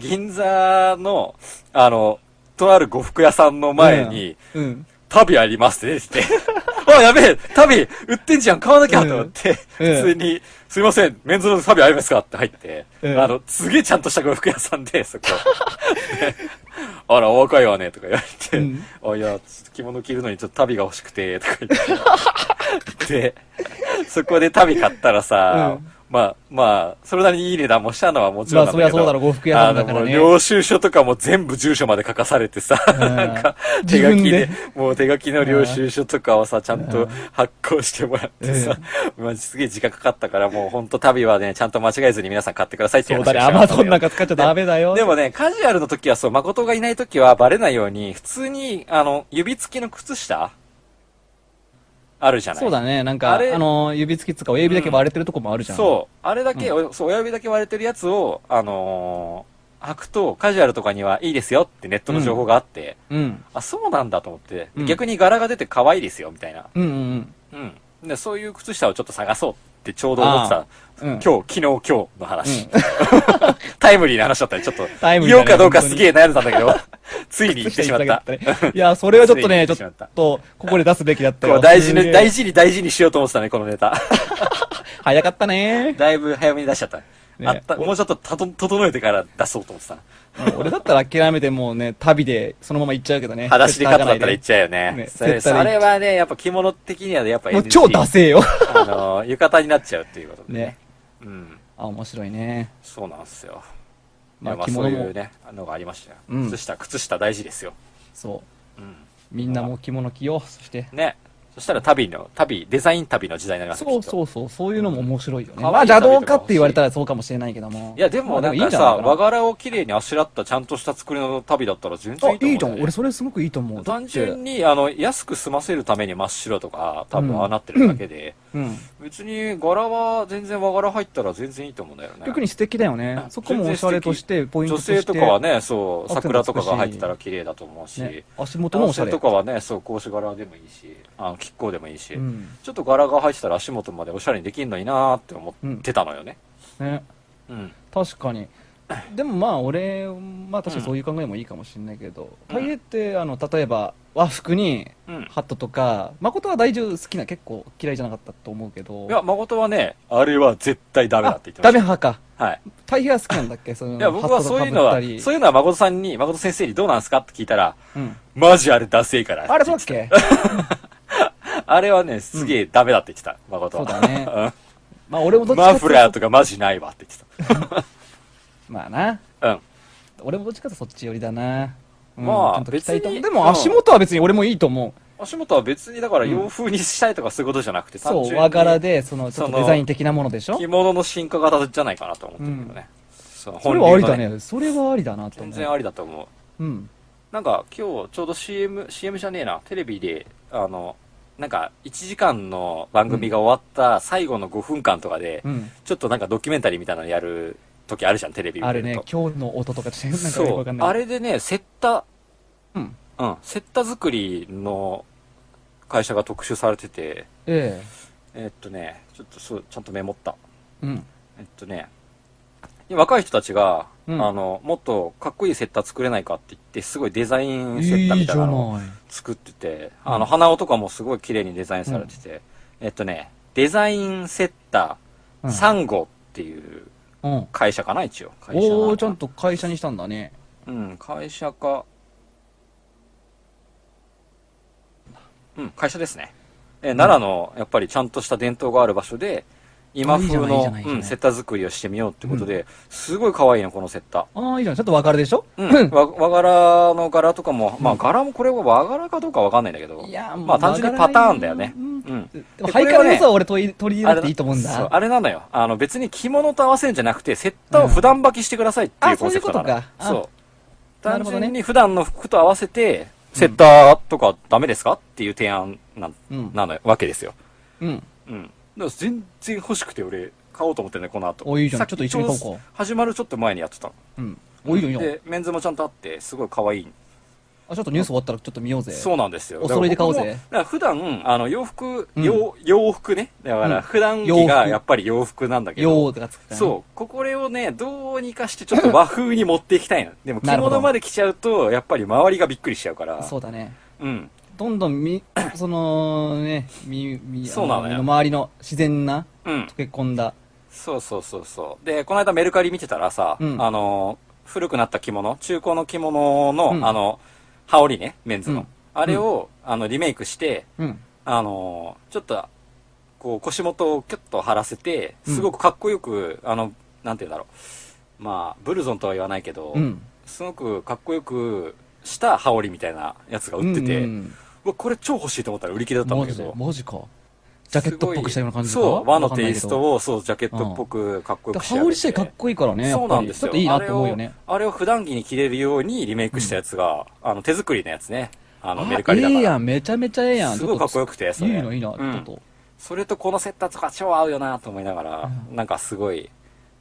Speaker 1: 銀座の、あの、とある呉服屋さんの前に、
Speaker 2: うん。
Speaker 1: 足袋ありますって出てき (laughs) て、あ、やべえ、足袋売ってんじゃん、買わなきゃと思って、
Speaker 2: うん
Speaker 1: 普通に、すいません、メンズの足袋ありますかって入って、
Speaker 2: うん
Speaker 1: あの、すげえちゃんとした呉服屋さんで、そこ。であら、お若いわね、とか言われて、
Speaker 2: うん
Speaker 1: あ、いや、ちょっと着物着るのにちょっと足袋が欲しくて、とか言っ
Speaker 2: (laughs)
Speaker 1: て。で、そこで足袋買ったらさ、
Speaker 2: うん
Speaker 1: まあ、まあ、それなりにいい値段もしたのはもちろんなんだけど。
Speaker 2: まあそりゃそうだろ呉服屋さんだからね
Speaker 1: あのもう領収書とかも全部住所まで書かされてさ、なんか、手書き
Speaker 2: 自分で
Speaker 1: で、 (laughs) もう手書きの領収書とかをさ、ちゃんと発行してもらってさ、まあ、すげえ時間かかったから、もうほんと旅はね、ちゃんと間違えずに皆さん買ってくださいって
Speaker 2: そ
Speaker 1: いうう話
Speaker 2: だ
Speaker 1: を
Speaker 2: ね、
Speaker 1: したかっ
Speaker 2: アマ
Speaker 1: た
Speaker 2: ゾ
Speaker 1: よ
Speaker 2: ンなんか使っちゃダメだよ。
Speaker 1: でもね、カジュアルの時はそう、誠がいない時はバレないように、普通に、あの、指付きの靴下あるじゃない
Speaker 2: そうだね、なんか、あ
Speaker 1: あれ
Speaker 2: の、指つきつか親指だけ割れてるとこもあるじゃん。
Speaker 1: そう。あれだけ、おそう、親指だけ割れてるやつを、あのー履くと、カジュアルとかにはいいですよってネットの情報があって、
Speaker 2: う。うん。
Speaker 1: あ、そうなんだと思って、
Speaker 2: うん
Speaker 1: 逆に柄が出て可愛いですよ、みたいな。
Speaker 2: うんうん
Speaker 1: うん。で、そういう靴下をちょっと探そうってちょうど思ってた。
Speaker 2: うん。う
Speaker 1: 今
Speaker 2: ん。
Speaker 1: 日、昨日、今日の話。 (laughs) タイムリーな話だったね、ちょっと。
Speaker 2: タイムリー
Speaker 1: 言お
Speaker 2: だね
Speaker 1: うかどうかすげえ悩んでたんだ
Speaker 2: (laughs)
Speaker 1: けど、ついに行
Speaker 2: 靴
Speaker 1: って
Speaker 2: 下
Speaker 1: し
Speaker 2: い
Speaker 1: ま
Speaker 2: た
Speaker 1: っ
Speaker 2: だ
Speaker 1: た。
Speaker 2: けだったねいや、それはちょっと
Speaker 1: ついに
Speaker 2: ね、
Speaker 1: 言
Speaker 2: ちょ
Speaker 1: ってしま
Speaker 2: っ
Speaker 1: った
Speaker 2: と、ここで出すべきだった
Speaker 1: こ
Speaker 2: よ。
Speaker 1: う大事
Speaker 2: すげ
Speaker 1: に、
Speaker 2: え
Speaker 1: 大事に大事にしようと思ってたね、このネ
Speaker 2: (laughs)
Speaker 1: タ。
Speaker 2: 早かったね。
Speaker 1: だいぶ早めに出しちゃった。
Speaker 2: ね
Speaker 1: あった、もうちょっとたと整えてから出そうと思ってた。
Speaker 2: もう俺だったら諦めてもうね、旅でそのまま行っちゃうけどね。
Speaker 1: 裸足で勝つだったら言っ
Speaker 2: ゃ
Speaker 1: ちゃうよね。
Speaker 2: ね
Speaker 1: それ
Speaker 2: 絶対
Speaker 1: それはね、やっぱ着物的にはねやっぱ
Speaker 2: もう
Speaker 1: NG
Speaker 2: 超ダセえよ。
Speaker 1: あの、浴衣になっちゃうっていうことで。
Speaker 2: ね。
Speaker 1: うん。
Speaker 2: (laughs) あ、面白いね。
Speaker 1: そうなんですよ。ま
Speaker 2: まあ
Speaker 1: あ、まあ
Speaker 2: 着
Speaker 1: そ
Speaker 2: 物
Speaker 1: う
Speaker 2: も
Speaker 1: いうね、あのがありましたよ。
Speaker 2: うん
Speaker 1: 靴下、靴下大事ですよ。
Speaker 2: そう。
Speaker 1: うん。
Speaker 2: みんなもう着物着よう。そして。
Speaker 1: ね。そしたら旅の、旅、デザイン旅の時代になりますよ
Speaker 2: そう
Speaker 1: きっと
Speaker 2: そうそう、そういうのも面白いよね。
Speaker 1: 可愛い
Speaker 2: まあ邪道かって言われたらそうかもしれないけども。
Speaker 1: いや、でも
Speaker 2: ま
Speaker 1: な
Speaker 2: あ
Speaker 1: んか
Speaker 2: じゃ
Speaker 1: さ、
Speaker 2: ない
Speaker 1: 和柄を綺麗にあしらったちゃんとした作りの旅だったら全然いいと思うん
Speaker 2: あ、
Speaker 1: だよね
Speaker 2: いいじゃん。俺それすごくいいと思う。
Speaker 1: 単純
Speaker 2: に。
Speaker 1: に、あの、安く済ませるために真っ白とか、多
Speaker 2: う
Speaker 1: 分
Speaker 2: ん
Speaker 1: ああなってるだけで、
Speaker 2: うん。
Speaker 1: 別に柄は全然和柄入ったら全然いいと思うんだよね。
Speaker 2: 特に素敵だよね。そこもおしゃれとして、ポイン
Speaker 1: 女
Speaker 2: トとして。
Speaker 1: 性とかはね、そ
Speaker 2: ア
Speaker 1: う、
Speaker 2: クセン
Speaker 1: 桜
Speaker 2: トつくし
Speaker 1: とかが入ってたら綺麗だと思うし、
Speaker 2: ね、足元もお
Speaker 1: 男
Speaker 2: しゃ
Speaker 1: 性
Speaker 2: れ。
Speaker 1: とかはね、そう、格子柄でもいいし、あの、亀甲でもいいし、
Speaker 2: うん。
Speaker 1: ちょっと柄が入ってたら足元までおしゃれにできるのになーって思ってたのよね。
Speaker 2: ね。
Speaker 1: うん。
Speaker 2: 確か
Speaker 1: (clears throat)
Speaker 2: に。でもまあ俺、まあ確かにそういう考えもいいかもしれないけど、
Speaker 1: うん
Speaker 2: タイエって、あの、例えば和服に
Speaker 1: うん。
Speaker 2: ハットとか、誠は大丈夫好きな、結構嫌いじゃなかったと思うけど。
Speaker 1: いや、誠はね、あれは絶対ダメだって言ってま
Speaker 2: あダ
Speaker 1: し
Speaker 2: メ
Speaker 1: た。
Speaker 2: 派か。
Speaker 1: はい。
Speaker 2: 大平は好きなんだっけその
Speaker 1: いや、僕はそういうのは、そういうのは誠さんに、誠先生にどうなんすかって聞いたら、
Speaker 2: うん、
Speaker 1: マジあれダセえから。
Speaker 2: あれそうだっけ
Speaker 1: あれはね、すげえダメだって言ってた、誠
Speaker 2: そう
Speaker 1: は。。
Speaker 2: だね
Speaker 1: うん
Speaker 2: まあ俺もどっちか
Speaker 1: マ
Speaker 2: って
Speaker 1: フラーとかマジないわって言って
Speaker 2: まあな。
Speaker 1: た。うん。
Speaker 2: 俺もどっちかってそっち寄りだな。うん
Speaker 1: まあ
Speaker 2: ちゃんと着たいと思う
Speaker 1: 別に
Speaker 2: でも足元は別に俺もいいと思う。
Speaker 1: 足元は別にだから洋風にしたいとかそういうことじゃなくて、単
Speaker 2: そ
Speaker 1: 純
Speaker 2: う、
Speaker 1: に
Speaker 2: 和柄で、その、ちょっ
Speaker 1: そ
Speaker 2: と
Speaker 1: の
Speaker 2: デザイン的なものでしょ
Speaker 1: 着物の進化型じゃないかなと思ってるけどね。そう
Speaker 2: それはあり
Speaker 1: 本
Speaker 2: だ
Speaker 1: 流の
Speaker 2: ね。それはありだなと思
Speaker 1: 全
Speaker 2: う。
Speaker 1: 然ありだと思う。
Speaker 2: うん。
Speaker 1: なんか今日ちょうど CM、CM じゃねえな、テレビで、あの、なんか1時間の番組が終わった最後の5分間とかで、
Speaker 2: うん。
Speaker 1: ちょっとなんかドキュメンタリーみたいなのやる時あるじゃん、テレビ見
Speaker 2: あ
Speaker 1: て
Speaker 2: る
Speaker 1: ると
Speaker 2: ね。今日の音とかちょっとなんかよく
Speaker 1: そ
Speaker 2: わかん
Speaker 1: う。
Speaker 2: ない。
Speaker 1: あれでね、セッタ、
Speaker 2: うん。
Speaker 1: うん、セッタ作りの会社が特集されてて、
Speaker 2: え
Speaker 1: えっとね、ちょっとそう、ちゃんとメモった。
Speaker 2: え。うん。
Speaker 1: えっとね、若い人たちが、
Speaker 2: うん
Speaker 1: あの、もっとかっこいいセッタ作れないかって言って、すごいデザインセッタ
Speaker 2: い
Speaker 1: み
Speaker 2: いじ
Speaker 1: たい
Speaker 2: ゃな。
Speaker 1: ないのを作ってて、あの、鼻緒とかもすごい綺麗にデザインされてて、えっとね、デザインセッタ
Speaker 2: うん
Speaker 1: サンゴっていう
Speaker 2: うん。
Speaker 1: 会社かな、一応。会社なのか
Speaker 2: お
Speaker 1: な
Speaker 2: ー、ちゃんと会社にしたんだね。
Speaker 1: うん、会社か。うん、会社ですね。え奈良のやっぱりちゃんとした伝統がある場所で、今風
Speaker 2: あいいじ
Speaker 1: の
Speaker 2: ゃないいいじゃないいいじゃ
Speaker 1: う
Speaker 2: ない
Speaker 1: ん、セッタ作りをしてみようってことで、すごい可愛いの、このセッタ。
Speaker 2: ああ、いいじゃん。ちょっとわかるでしょ
Speaker 1: うん、わ和柄の柄とかも、まあ柄もこれは和柄かどうかわかんないんだけど、
Speaker 2: いや
Speaker 1: まあ単純にパターンだよね。うん。
Speaker 2: でも
Speaker 1: で
Speaker 2: ハイカラの良さは
Speaker 1: こ
Speaker 2: 俺取り取り入れなくていいと思うん
Speaker 1: そう
Speaker 2: だ。
Speaker 1: あれなのよ。あの別に着物と合わせるんじゃなくて、セッターを普段履きしてくださいってい
Speaker 2: あ
Speaker 1: うコンセプトなの。
Speaker 2: そういうことかあ
Speaker 1: そう。
Speaker 2: な
Speaker 1: 単
Speaker 2: るほどね
Speaker 1: 純に普段の服と合わせて、セッターとかダメですかっていう提案なん、
Speaker 2: うん
Speaker 1: なのよわけですよ。
Speaker 2: うん。
Speaker 1: うん。だから全然欲しくて俺、買おうと思ってね、この後。
Speaker 2: おいいじゃん
Speaker 1: さき
Speaker 2: ちょっと一緒に買おうか
Speaker 1: ちょうど始まるちょっと前にやってたの。
Speaker 2: うん。おいいじゃんいいじゃん。
Speaker 1: で、メンズもちゃんとあって、すごい可愛い
Speaker 2: あ、ちょっとニュース終わったらちょっと見ようぜ。
Speaker 1: そうなんですよ。
Speaker 2: お揃いで買おうぜ
Speaker 1: だから僕もだから普段、あの、洋服、
Speaker 2: うん
Speaker 1: 洋、洋服ね。だか
Speaker 2: うん
Speaker 1: ら、普段
Speaker 2: 洋
Speaker 1: 着が
Speaker 2: 服
Speaker 1: やっぱり洋服なんだけ
Speaker 2: よ
Speaker 1: ど。
Speaker 2: ーがつくからね
Speaker 1: そう。ここれをね、どうにかしてちょっと和風に持っていきたいの。でも着
Speaker 2: (laughs) なるほど
Speaker 1: 物まで着ちゃうと、やっぱり周りがびっくりしちゃうから。
Speaker 2: そうだね。
Speaker 1: うん。
Speaker 2: どんどんみ、 (coughs) そのね、み、み、
Speaker 1: そうなのよ
Speaker 2: あ周りの自然な、
Speaker 1: うん
Speaker 2: 溶。け込んだ。
Speaker 1: そうそうそうそう。で、この間メルカリ見てたらさ、
Speaker 2: うん
Speaker 1: あの、古くなった着物、中古の着物の、
Speaker 2: うん
Speaker 1: あの、羽織ね、メンズの。
Speaker 2: うん
Speaker 1: あれを、あの、リメイクして、
Speaker 2: うん。
Speaker 1: あのーちょっと、こう、腰元をキュッと張らせて、
Speaker 2: うん
Speaker 1: すごくかっこよく、あの、なんて言うんだろう。まあ、ブルゾンとは言わないけど、
Speaker 2: うん。
Speaker 1: すごくかっこよくした羽織みたいなやつが売ってて、う
Speaker 2: うんうん
Speaker 1: わこれ超欲しいと思ったら売り切れだったん
Speaker 2: マ
Speaker 1: だけ
Speaker 2: ジで
Speaker 1: ど。
Speaker 2: マジか。ジャケットっぽくしたような感じ
Speaker 1: す
Speaker 2: か
Speaker 1: ごいそう、和の
Speaker 2: わかんな
Speaker 1: テ
Speaker 2: い
Speaker 1: イ
Speaker 2: け
Speaker 1: ス
Speaker 2: ど
Speaker 1: トを、そう、ジャケットっぽくかっこよ
Speaker 2: だ
Speaker 1: く
Speaker 2: か
Speaker 1: 仕
Speaker 2: ら
Speaker 1: 上げ
Speaker 2: 羽織
Speaker 1: て。
Speaker 2: 自体かっこいいからね、や
Speaker 1: そ
Speaker 2: っ
Speaker 1: うな
Speaker 2: ぱ
Speaker 1: ん
Speaker 2: り。
Speaker 1: です
Speaker 2: ちょ
Speaker 1: よ。
Speaker 2: っといいな
Speaker 1: あ
Speaker 2: っ
Speaker 1: れ
Speaker 2: て
Speaker 1: を
Speaker 2: 思うよね。
Speaker 1: あれを普段着に着れるようにリメイクしたやつが、あの、手作りのやつね。あの、メルカリだ
Speaker 2: え
Speaker 1: か
Speaker 2: え
Speaker 1: ら。
Speaker 2: やん、めちゃめちゃええやん。
Speaker 1: すごいかっこよくて、
Speaker 2: ち
Speaker 1: そ
Speaker 2: ょっと
Speaker 1: れ。
Speaker 2: いいのいいな、
Speaker 1: うん
Speaker 2: ちょっと。
Speaker 1: それとこのセッターとか超合うよなと思いながら、なんかすごい、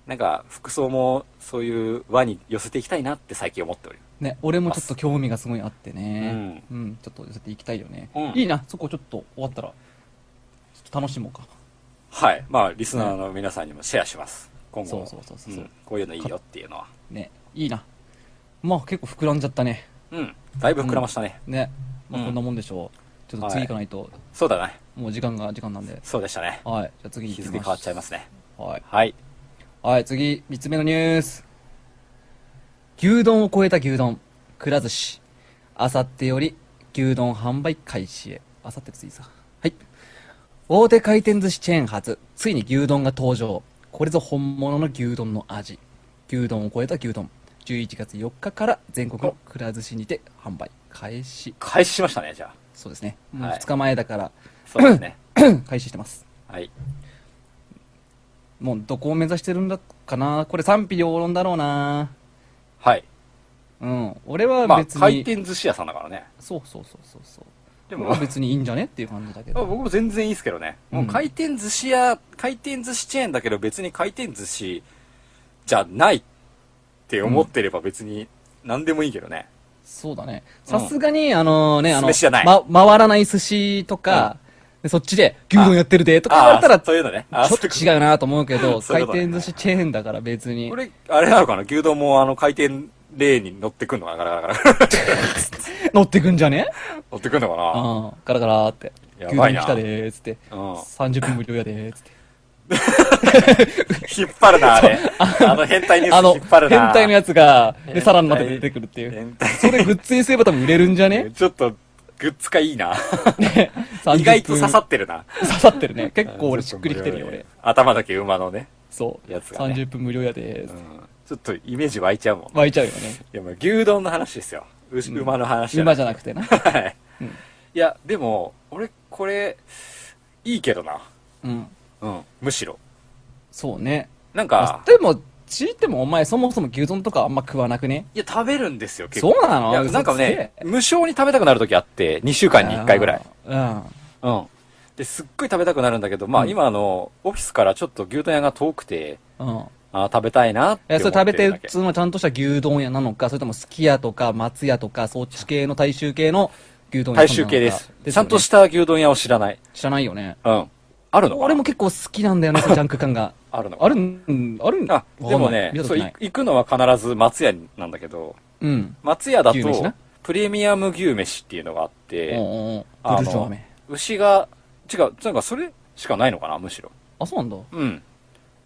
Speaker 1: なんか服装もそういう輪に寄せていきたいなって最近思っておる。
Speaker 2: ね、俺もちょっと興味がすごいあってね。うん、ちょっと寄せていきたいよね。
Speaker 1: うん
Speaker 2: いいな、そこちょっと終わったら、ちょっと楽しもうか。
Speaker 1: はい。まあ、リスナーの皆さんにもシェアします。今後も。
Speaker 2: そうそうそうそう
Speaker 1: うんこういうのいいよっていうのは。
Speaker 2: ね、いいな。まあ結構膨らんじゃったね。
Speaker 1: うん。だいぶ膨らましたね。
Speaker 2: ね、まあ
Speaker 1: うん
Speaker 2: こんなもんでしょう。ちょっと次行かないと、
Speaker 1: そうだね。
Speaker 2: もう時間が時間なんで。
Speaker 1: そうでしたね。
Speaker 2: はい、じゃあ次行
Speaker 1: 日
Speaker 2: きまし
Speaker 1: 付変わっちゃいますね。
Speaker 2: はい。
Speaker 1: はい。
Speaker 2: はい、次、三つ目のニュース。牛丼を超えた牛丼、くら寿司。あさってより、牛丼販売開始へ。あさってついさ。はい。大手回転寿司チェーン発、ついに牛丼が登場。これぞ本物の牛丼の味。牛丼を超えた牛丼。11月4日から全国のくら寿司にて販売開始。
Speaker 1: 開始しましたね、じゃあ。
Speaker 2: そうですね。もう
Speaker 1: はい
Speaker 2: 2日前だから、 (clears throat)
Speaker 1: そうですね。
Speaker 2: 開始してます。
Speaker 1: はい。
Speaker 2: もうどこを目指してるんだかなこれ賛否両論だろうな
Speaker 1: はい。
Speaker 2: うん、俺は
Speaker 1: まあ、
Speaker 2: 別に、
Speaker 1: 回転寿司屋さんだからね。
Speaker 2: そうそうそうそうそう
Speaker 1: で
Speaker 2: 俺
Speaker 1: も
Speaker 2: は、別にいいんじゃねっていう感じだけ
Speaker 1: あ
Speaker 2: ど
Speaker 1: 僕も全然いいですけどね。もううん回転寿司屋、回転寿司チェーンだけど別に回転寿司じゃないって思ってれば別に何でもいいけどね。
Speaker 2: そうだね
Speaker 1: うん
Speaker 2: さすがに、あのねあの
Speaker 1: 酢飯じゃない
Speaker 2: ま、回らない寿司とか、でそっちで牛丼やってるでとか言われたら
Speaker 1: あーそういうのね。
Speaker 2: ちょっと
Speaker 1: う。
Speaker 2: 違うなと思うけ
Speaker 1: (laughs)
Speaker 2: ど
Speaker 1: そうい
Speaker 2: 回
Speaker 1: うことね
Speaker 2: 転寿司チェーンだから別に
Speaker 1: これ、あれなのかな牛丼もあの回転レーンに乗ってくんのかなガラガラガラ。 (laughs)
Speaker 2: 乗ってくんじゃね
Speaker 1: 乗ってくんのか
Speaker 2: う
Speaker 1: なん
Speaker 2: ガラガラーって
Speaker 1: や
Speaker 2: 牛
Speaker 1: ばい
Speaker 2: 丼
Speaker 1: な
Speaker 2: 来たでーっつって
Speaker 1: うん
Speaker 2: 30分無料やでーっつって
Speaker 1: (laughs) 引っ張るな、あれ。あの変態ニュ
Speaker 2: あ
Speaker 1: ー
Speaker 2: の
Speaker 1: ス引っ張る
Speaker 2: 変
Speaker 1: な。
Speaker 2: 態のやつがで
Speaker 1: 変態
Speaker 2: サラになって出てくるっていう
Speaker 1: 変態
Speaker 2: それグッズにすれば多分売れるんじゃね
Speaker 1: ちょっと、グッズがいいな。
Speaker 2: (laughs) 30
Speaker 1: 意外と刺さ
Speaker 2: 分
Speaker 1: ってるな。
Speaker 2: (laughs) 刺さってるね。結構俺しっくりきてるよ、俺。。
Speaker 1: 頭だけ馬のね。
Speaker 2: そう。
Speaker 1: やつがね
Speaker 2: 30分無料やで
Speaker 1: う
Speaker 2: ーす。
Speaker 1: ん。ちょっとイメージ湧いちゃうもんね
Speaker 2: 湧いちゃうよね。
Speaker 1: いや、まあ、牛丼の話ですよ。牛、馬の話
Speaker 2: 今じ
Speaker 1: ゃ
Speaker 2: ゃなく
Speaker 1: (laughs)
Speaker 2: てな。
Speaker 1: なくて。はい。
Speaker 2: うん
Speaker 1: いや、でも、俺、これ、いいけどな。
Speaker 2: うん。
Speaker 1: うん。むしろ。
Speaker 2: そうね。
Speaker 1: なん
Speaker 2: ま
Speaker 1: か
Speaker 2: あ、でも、強いてもお前そもそも牛丼とかあんま食わなくね
Speaker 1: いや、食べるんですよ、結構。
Speaker 2: そうなの
Speaker 1: いや、
Speaker 2: 嘘
Speaker 1: なんかね
Speaker 2: つ、
Speaker 1: 無償に食べたくなる時あって、2週間に1回ぐらい。。
Speaker 2: あ
Speaker 1: うん。で、すっごい食べたくなるんだけど、まあ、
Speaker 2: うん
Speaker 1: 今、あの、オフィスからちょっと牛丼屋が遠くて、
Speaker 2: ーうん。うん。
Speaker 1: あー食べたいなっ
Speaker 2: い
Speaker 1: て
Speaker 2: や、
Speaker 1: 思
Speaker 2: それ
Speaker 1: って
Speaker 2: 食べて
Speaker 1: るだ
Speaker 2: る
Speaker 1: け。
Speaker 2: つうのはちゃんとした牛丼屋なのか、それともすき家とか松屋とか、そっち系の大衆系の牛丼屋
Speaker 1: 大
Speaker 2: さんな
Speaker 1: 衆
Speaker 2: のか。
Speaker 1: 系です。
Speaker 2: よね
Speaker 1: ちゃんとした牛丼屋を知らない。
Speaker 2: 知らないよね。
Speaker 1: うん。あるのかな
Speaker 2: 俺も結構好きなんだよね、そのジャンク感が。
Speaker 1: あ (laughs) るのかな
Speaker 2: あるん、あるん
Speaker 1: あ、でもね、
Speaker 2: 見たこ
Speaker 1: そ
Speaker 2: と
Speaker 1: う、い
Speaker 2: ない。
Speaker 1: 行くのは必ず松屋なんだけど、
Speaker 2: うん。
Speaker 1: 松屋だ
Speaker 2: 牛飯な
Speaker 1: と、プレミアム牛飯っていうのがあっ
Speaker 2: お
Speaker 1: て、
Speaker 2: うおうおうブ
Speaker 1: あ
Speaker 2: ルジョア
Speaker 1: の
Speaker 2: メ。、
Speaker 1: 牛が、違う、なんかそれしかないのかな、むしろ。
Speaker 2: あ、そうなんだ。
Speaker 1: うん。だか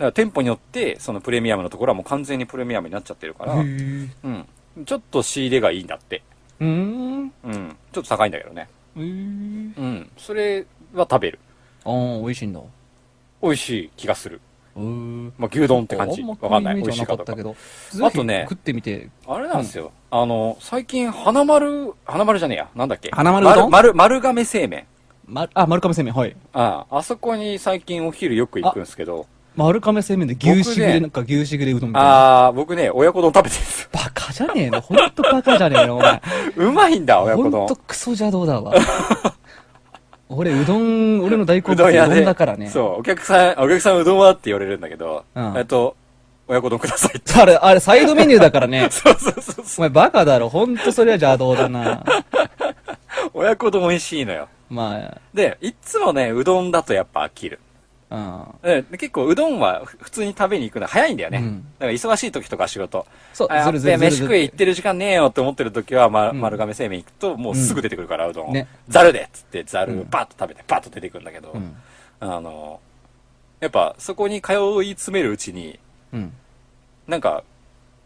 Speaker 1: ら店舗によって、そのプレミアムのところはもう完全にプレミアムになっちゃってるから、
Speaker 2: へ
Speaker 1: う
Speaker 2: ー
Speaker 1: ん。ちょっと仕入れがいいんだって。
Speaker 2: うーん。
Speaker 1: うん。ちょっと高いんだけどね。
Speaker 2: うーん。
Speaker 1: うん。それは食べる。
Speaker 2: ああ、美味しいんだ。
Speaker 1: 美味しい気がする。
Speaker 2: うー。
Speaker 1: まあ、牛丼って感じ。
Speaker 2: あん
Speaker 1: わ
Speaker 2: ま
Speaker 1: かんない。
Speaker 2: 食うイ
Speaker 1: 美味
Speaker 2: メージ
Speaker 1: し
Speaker 2: は
Speaker 1: か
Speaker 2: いなか
Speaker 1: ど
Speaker 2: っ
Speaker 1: うか
Speaker 2: たけ。ど。
Speaker 1: あとね
Speaker 2: ぜひ食ってみて。
Speaker 1: あれなんですよ。あの、最近、花丸、花丸じゃねえや。なんだっけ
Speaker 2: 花丸うど
Speaker 1: 丸、
Speaker 2: ん
Speaker 1: 丸丸亀製麺。
Speaker 2: ま、あ、丸亀製麺、はい。
Speaker 1: ああ、あそこに最近お昼よく行くんですけど、
Speaker 2: 丸亀製麺で牛しぐ
Speaker 1: 僕
Speaker 2: れ、
Speaker 1: ね
Speaker 2: なんか牛しぐれうどんみたいな。
Speaker 1: ああ、僕ね、親子丼食べてるんです。
Speaker 2: バカじゃねえの。ほんとバカじゃねえの、お前。
Speaker 1: うまいんだ、親
Speaker 2: ほ
Speaker 1: 子
Speaker 2: ん
Speaker 1: 丼
Speaker 2: と。クソ邪道だわ。俺、うどん、俺の大好
Speaker 1: う
Speaker 2: 物
Speaker 1: どん
Speaker 2: う
Speaker 1: 屋
Speaker 2: どん
Speaker 1: で。
Speaker 2: だからね。
Speaker 1: そう、お客さん、あお客さんうどんはって言われるんだけど、
Speaker 2: うん
Speaker 1: えっと、親子丼くださいって。 (laughs)
Speaker 2: あれ、あれ、サイドメニューだからね。
Speaker 1: そうそうそうそ
Speaker 2: お前バカだろ。ほんとそれは邪道だな。
Speaker 1: う。親子丼美味しいのよ。
Speaker 2: ま
Speaker 1: で、いっつもね、うどんだとやっぱ飽きる。
Speaker 2: あ、
Speaker 1: でで結構うどんはふ普通に食べに行くの早いんだよね。
Speaker 2: うん
Speaker 1: だから忙しい時とか仕事。
Speaker 2: そう
Speaker 1: あや
Speaker 2: ず
Speaker 1: っべ
Speaker 2: るずるずる
Speaker 1: 飯食い行ってる時間ねえよって思ってる時は、ま、
Speaker 2: うん
Speaker 1: 丸亀製麺行くともうすぐ出てくるから、うどんを
Speaker 2: ね。
Speaker 1: ざるでっつってざ
Speaker 2: う
Speaker 1: る
Speaker 2: ん
Speaker 1: バッと食べてバッと出てくるんだけど、
Speaker 2: うん。うん。
Speaker 1: あの、やっぱそこに通い詰めるうちに、
Speaker 2: うん。
Speaker 1: なんか、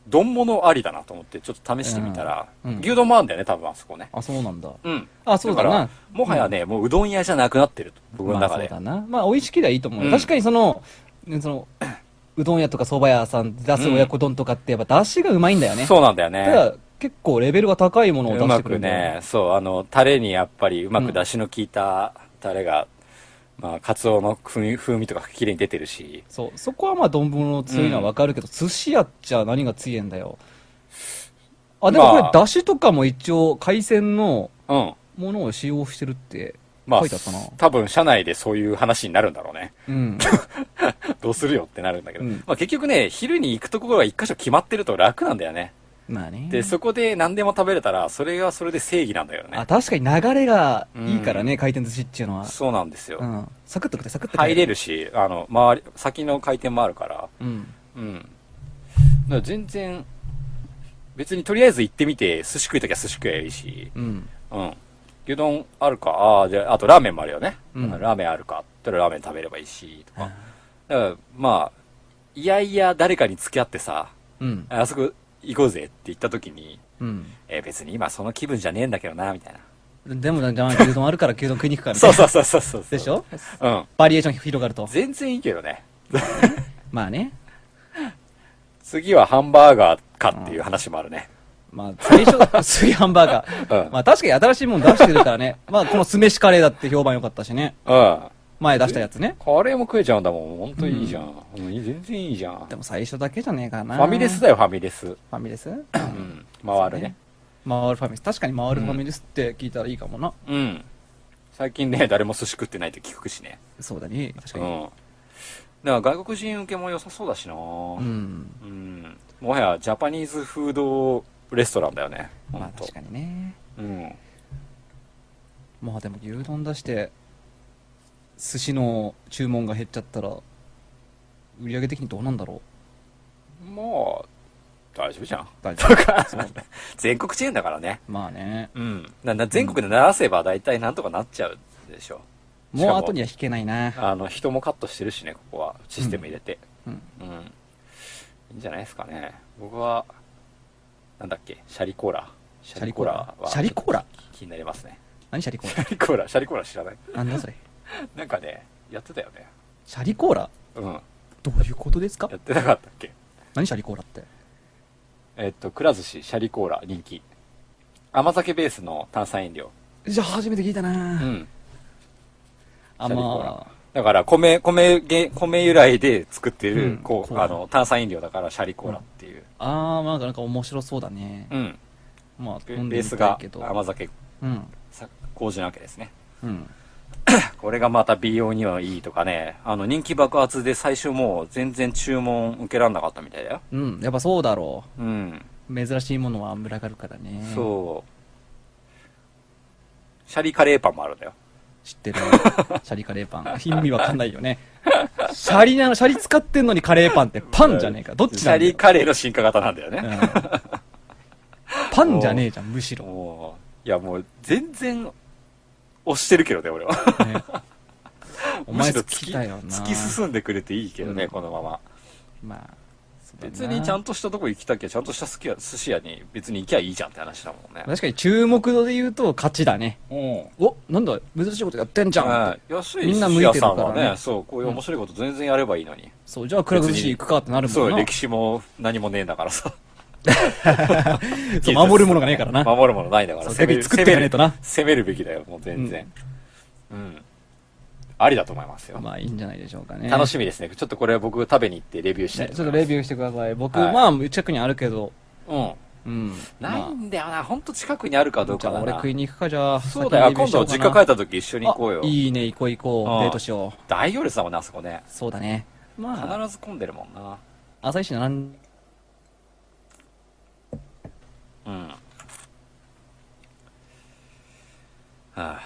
Speaker 1: 丼物ありだなと思ってちょっと試してみたら、
Speaker 2: うん
Speaker 1: 牛丼もあるんだよね、多分あそこね。
Speaker 2: あ、そうなんだ。
Speaker 1: うん。
Speaker 2: あ、そうだ
Speaker 1: か
Speaker 2: な
Speaker 1: ら。、もはやね、もううどん屋じゃなくなってると、僕の
Speaker 2: まあ
Speaker 1: 中
Speaker 2: そう
Speaker 1: で。
Speaker 2: だな。まあ、美味しけりゃいいと思うよ。
Speaker 1: うん
Speaker 2: 確かにその、ねその、うどん屋とか蕎麦屋さんで出す親子丼とかってやっぱ出汁がうまいんだよね。
Speaker 1: そうなんだよ
Speaker 2: た
Speaker 1: ね。
Speaker 2: だ、結構レベルが高いものを出
Speaker 1: う
Speaker 2: し
Speaker 1: ま
Speaker 2: てくる
Speaker 1: く
Speaker 2: んだよ
Speaker 1: ね、そう、あの、タレにやっぱりうまく出汁の効いたタレが、まあ、カツオの風味風味とか綺麗に出てるし、
Speaker 2: そう。そこはまあ、丼物強いのはわかるけど、寿司屋っちゃ何が強いんだよ。あ、でもこ
Speaker 1: ま
Speaker 2: れ、
Speaker 1: あ
Speaker 2: 出汁とかも一応、海鮮の
Speaker 1: うん。
Speaker 2: ものを使用してるって
Speaker 1: まあ
Speaker 2: 書いてあったな。、
Speaker 1: 多分社内でそういう話になるんだろうね。 (laughs)
Speaker 2: うん。
Speaker 1: どうするよってなるんだけど。
Speaker 2: うん
Speaker 1: まあ結局ね、昼に行くところが一箇所決まってると楽なんだよね。
Speaker 2: まあね。
Speaker 1: で、そこで何でも食べれたら、それがそれで正義なんだよ
Speaker 2: あ、
Speaker 1: ね。
Speaker 2: 確かに流れがいいからね、回転寿司っていうのは。
Speaker 1: そうなんですよ。
Speaker 2: うん。サクッと食って、サクッと
Speaker 1: 入れ
Speaker 2: る。
Speaker 1: るし、あの、周り、先の回転もあるから。
Speaker 2: うん。
Speaker 1: うん。だから全然、別にとりあえず行ってみて、寿司食いときは寿司食えばいいし、
Speaker 2: うん。
Speaker 1: うん。牛丼あるか、ああ、じゃあ、あとラーメンもあるよね。
Speaker 2: うん
Speaker 1: あラーメンあるか、ったらラーメン食べればいいし、とか。だから、まあ、いやいや誰かに付き合ってさ、
Speaker 2: うん。
Speaker 1: ああそこ行こうぜって言った時に、
Speaker 2: うん。
Speaker 1: えー別に今その気分じゃねえんだけどな、みたいな。
Speaker 2: でも、じゃあ、牛丼あるから牛丼食いに行くからね。
Speaker 1: そうそうそうそうそう。
Speaker 2: でしょ
Speaker 1: うん。
Speaker 2: バリエーション広がると。
Speaker 1: 全然いいけどね。
Speaker 2: まあね。
Speaker 1: 次はハンバーガーかっていう話もあるね。
Speaker 2: まあ、
Speaker 1: (laughs)
Speaker 2: 最初、杉ハンバーガー。
Speaker 1: うん
Speaker 2: まあ、確かに新しいもの出してるからね。 (laughs) まあ、この酢飯カレーだって評判良かったしね。
Speaker 1: うん。
Speaker 2: 前出したやつね。
Speaker 1: カレーも食えちゃうんだもん。ほんといいじゃん。うんいい全然いいじゃん。
Speaker 2: で
Speaker 1: フ
Speaker 2: も最初だけじゃねえかな。
Speaker 1: ァミレスだよ、ファミレス。
Speaker 2: ファミレス
Speaker 1: うん。回るね。
Speaker 2: 回るファミレス。確かに回るファミレスって聞いたらいいかもな。
Speaker 1: うん。最近ね、誰も寿司食ってないって聞くしね。
Speaker 2: そうだね。確か
Speaker 1: う
Speaker 2: に。
Speaker 1: ん。だから外国人受けも良さそうだしな
Speaker 2: うん。
Speaker 1: うん。もはやジャパニーズフードレストランだよね。ほん
Speaker 2: まあ、
Speaker 1: と
Speaker 2: 確かにね。
Speaker 1: うん。
Speaker 2: まあ、でも牛丼出して、寿司の注文が減っちゃったら、売り上げ的にどうなんだろう。
Speaker 1: まあ、大丈夫じゃん。
Speaker 2: 大丈夫。そう
Speaker 1: (laughs) 全国チェーンだからね。 (laughs)
Speaker 2: まあね。
Speaker 1: うん。なな全国で鳴らせば大体なんとかなっちゃうでしょ。しか
Speaker 2: もう後には引けないな。
Speaker 1: あの、人もカットしてるしね、ここは。システム入れて。
Speaker 2: うん。
Speaker 1: うん。いいんじゃないですかね。僕は、なんだっけ、シャリコーラ。シ
Speaker 2: シャリコーラ。シャリコーラ
Speaker 1: 気になりますね。
Speaker 2: 何シャリコー
Speaker 1: シャリコーラ、シャリコーラ知らない (laughs)
Speaker 2: ラなんだそれ。
Speaker 1: なんかね、やってたよね。
Speaker 2: シャリコーラ
Speaker 1: うん。
Speaker 2: どういうことですか
Speaker 1: やってなかったっけ
Speaker 2: 何シャリコーラって。
Speaker 1: えっと、くら寿司、シャリコーラ、人気。甘酒ベースの炭酸飲料。
Speaker 2: じゃあ初めて聞いた
Speaker 1: う。
Speaker 2: なんあ、
Speaker 1: シャリコー
Speaker 2: ま
Speaker 1: ラだから、米、米げ、米由来で作ってる、
Speaker 2: うん
Speaker 1: こ
Speaker 2: コー
Speaker 1: う、
Speaker 2: ラ
Speaker 1: あの、炭酸飲料だから、シャリコーラっていう。
Speaker 2: あ、あー、まあなんか面白そうだね
Speaker 1: う。ん。
Speaker 2: まあ、
Speaker 1: ベ
Speaker 2: 飲んで
Speaker 1: ー
Speaker 2: み
Speaker 1: ス
Speaker 2: たい
Speaker 1: が
Speaker 2: けど。
Speaker 1: 甘酒、
Speaker 2: うん。
Speaker 1: さ麹なわけですね。 (laughs)
Speaker 2: うん。
Speaker 1: これがまた美容にはいいとかね、あの、人気爆発で最初もう全然注文受けられなかったみたいだよ。
Speaker 2: うん。やっぱそうだろ
Speaker 1: うん。
Speaker 2: う。珍しいものは群がるからね。う。
Speaker 1: そう。シャリカレーパンもあるんだよ。
Speaker 2: 知ってる。シャリカレーパン。 (laughs) 意味わかんないよね。シャリなの、シャリ使ってんのにカレーパンってパンじゃねえか。どっち
Speaker 1: シ
Speaker 2: な
Speaker 1: ャ
Speaker 2: んだよ
Speaker 1: リカレーの進化型なんだよね。
Speaker 2: うんパンじゃねえじゃん、むしろ。
Speaker 1: もう、いやもう、全然、押してるけどね、俺は。 (laughs)
Speaker 2: ねお前好きだよな。
Speaker 1: むしろ突き突き進んでくれていいけどね、
Speaker 2: うん
Speaker 1: このまま。
Speaker 2: まあ、
Speaker 1: 別にちゃんとしたとこ行きたきゃちゃんとした寿司屋寿司屋に別に行きゃいいじゃんって話だもんね
Speaker 2: 確かに注目度で言うと勝ちだね。
Speaker 1: うん
Speaker 2: お、なんだ、珍しいことやってんじゃんって。
Speaker 1: はい安い
Speaker 2: みんな
Speaker 1: 寿司
Speaker 2: 向い
Speaker 1: 屋
Speaker 2: てる
Speaker 1: さ
Speaker 2: か
Speaker 1: んは
Speaker 2: ら
Speaker 1: ね
Speaker 2: ね
Speaker 1: そうこういう面白いこと全然やればいいのに、
Speaker 2: そう、じゃあ、くら寿司行くかってなるも
Speaker 1: そ
Speaker 2: ん
Speaker 1: う
Speaker 2: な
Speaker 1: 歴。史も何もねえんだからさ
Speaker 2: そう守るものがねえからな
Speaker 1: 守るものないんだから
Speaker 2: そう
Speaker 1: 攻める
Speaker 2: 逆に作っていかねえとな
Speaker 1: 攻めるべきだよもう全然うん、ありだと思いますよ、
Speaker 2: まあ、いいんじゃないでしょうかね。
Speaker 1: 楽
Speaker 2: み。
Speaker 1: しみですねちょっとこれ僕食べに行ってレビューしたい
Speaker 2: ね、ち
Speaker 1: と
Speaker 2: ょっと
Speaker 1: 思い
Speaker 2: レ
Speaker 1: ます
Speaker 2: ビューしてください。僕、
Speaker 1: はい
Speaker 2: まあ、近くにあるけど、
Speaker 1: うん
Speaker 2: うん。
Speaker 1: ない
Speaker 2: ま
Speaker 1: んだよな本当近くにあるかど
Speaker 2: あ
Speaker 1: う
Speaker 2: じ
Speaker 1: か
Speaker 2: ゃあ、
Speaker 1: だ
Speaker 2: 俺
Speaker 1: な
Speaker 2: 食いに行くか、じゃあ。
Speaker 1: そうだよ今度実家帰った時一緒
Speaker 2: た
Speaker 1: に行こうよ
Speaker 2: いいね、行こう行こ
Speaker 1: うん
Speaker 2: う。デートしよう。
Speaker 1: 大行列だもんねあそこね
Speaker 2: そうだね。まあ、
Speaker 1: 必ず混んでるもんな
Speaker 2: 朝一並ん
Speaker 1: うんはあ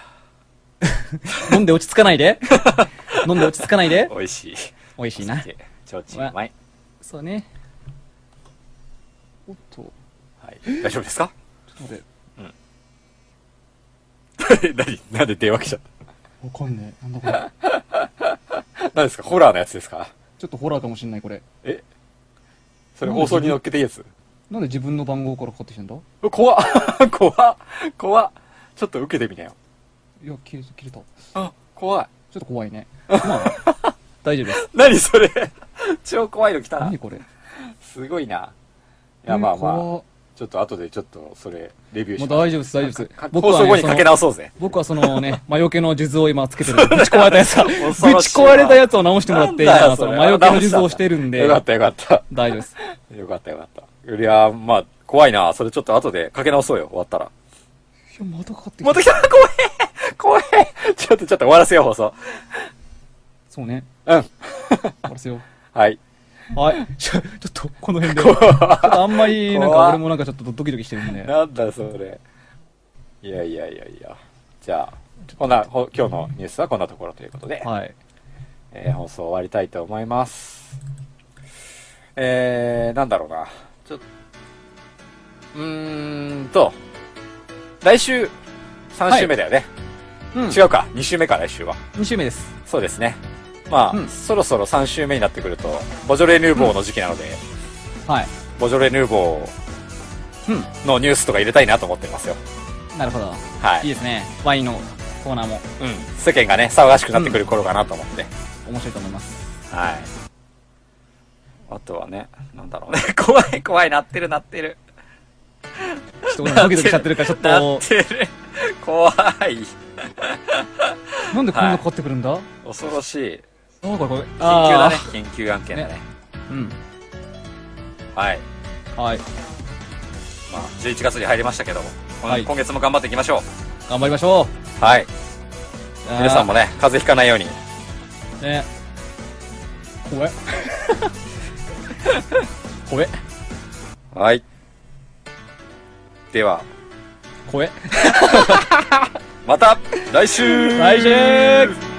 Speaker 2: 飲んで落ち着かな
Speaker 1: (laughs)
Speaker 2: いで。飲んで落ち着かないで。
Speaker 1: 美味しい
Speaker 2: 美味しいな。
Speaker 1: ちょうちんうまい
Speaker 2: そうね。おっと、
Speaker 1: はい大丈夫ですか (laughs)
Speaker 2: ちょっと待って。
Speaker 1: 何なんで電話来ちゃっ
Speaker 2: わかんねえ。なんだこれ。
Speaker 1: た何ですかホラーのやつですか
Speaker 2: ちょっとホラーかもしんない、これ。
Speaker 1: えそれ放送に乗っけていいやつ
Speaker 2: なんで自分の番号からかかってきたんだいう
Speaker 1: わ (laughs) 怖っ (laughs) 怖っ怖っちょっと受けてみなよ
Speaker 2: や、切れ切れた。ちょ
Speaker 1: あ怖い
Speaker 2: っと怖いね。まあ、大丈夫です。
Speaker 1: 何それ (laughs) 超怖いの来たな
Speaker 2: (laughs) 何これ。い
Speaker 1: すごいないやまあまあ
Speaker 2: も
Speaker 1: ちょっと後でちょっとそれレビュー
Speaker 2: う
Speaker 1: します
Speaker 2: 大丈夫です、大丈夫です
Speaker 1: か。
Speaker 2: 僕
Speaker 1: 放
Speaker 2: は
Speaker 1: 送後
Speaker 2: ね、
Speaker 1: に
Speaker 2: そ
Speaker 1: か
Speaker 2: の
Speaker 1: け直そうぜ
Speaker 2: 僕はそのね、 (laughs) 魔除けの術を今つけてる。ぶち壊れたやつだ。ぶち
Speaker 1: (laughs) 恐ろしいわ
Speaker 2: 壊れたやつを直してもらって、
Speaker 1: なんだよ
Speaker 2: 今、その
Speaker 1: れ
Speaker 2: 魔除けの術をしてるんで
Speaker 1: よ、かったよかった
Speaker 2: 大丈夫です。
Speaker 1: よかったよかったいやまあ怖いなそれちょっと後でかけ直そうよ終わったら
Speaker 2: いや、またかかって
Speaker 1: ま
Speaker 2: き
Speaker 1: た
Speaker 2: た。
Speaker 1: 来た怖い怖いちょっとちょっと終わらせよう放送
Speaker 2: そうね。
Speaker 1: うん
Speaker 2: 終わらせよう。
Speaker 1: はい (laughs)
Speaker 2: はい。 (laughs) ちょ、ちょっと、この辺で。ちょっとあんまり、なん
Speaker 1: 怖
Speaker 2: か
Speaker 1: っ
Speaker 2: 俺もなんかちょっとドキドキしてるんで。
Speaker 1: なんだそれいやいやいやいやじゃあこんなほ今日のニュースはこんなところということで、
Speaker 2: はい。
Speaker 1: えー放送終わりたいと思いますえー、なんだろうなちょうーんと来週3週目だよね、
Speaker 2: うん。
Speaker 1: 違うか2週目か来週は
Speaker 2: 2週目です。
Speaker 1: そうですねまあ、
Speaker 2: うん
Speaker 1: そろそろ3週目になってくるとボジョレ・ヌーボーの時期なので、
Speaker 2: はい。
Speaker 1: ボジョレ・ヌーボーのニュースとか入れたいなと思ってますよ
Speaker 2: なるほど。
Speaker 1: はい
Speaker 2: いいですね。ワインのコーナーも
Speaker 1: うん、世間がね騒がしくなってくる頃かなと思って、
Speaker 2: 面白いと思います。
Speaker 1: はいあとはねなんだろうね (laughs) 怖い怖いなってるなってる
Speaker 2: ちょっと俺もドキドキしちゃってるから、ちょっと、
Speaker 1: なってる (laughs) 怖い
Speaker 2: なんでこんな買ってくるんだ、
Speaker 1: 恐ろしい
Speaker 2: あーこれこれ。
Speaker 1: 緊急だ
Speaker 2: あ
Speaker 1: ね緊急案件だね
Speaker 2: ねーうん。
Speaker 1: はい
Speaker 2: はい。
Speaker 1: まあ11月に入りましたけども、この
Speaker 2: はい
Speaker 1: 今月も頑張っていきましょ
Speaker 2: 頑張りましょう。
Speaker 1: うはい皆さん
Speaker 2: も。
Speaker 1: もね風邪ひかないように
Speaker 2: ね。怖え。 (laughs) 怖え。
Speaker 1: はいでは
Speaker 2: 怖え。
Speaker 1: また来週
Speaker 2: 来週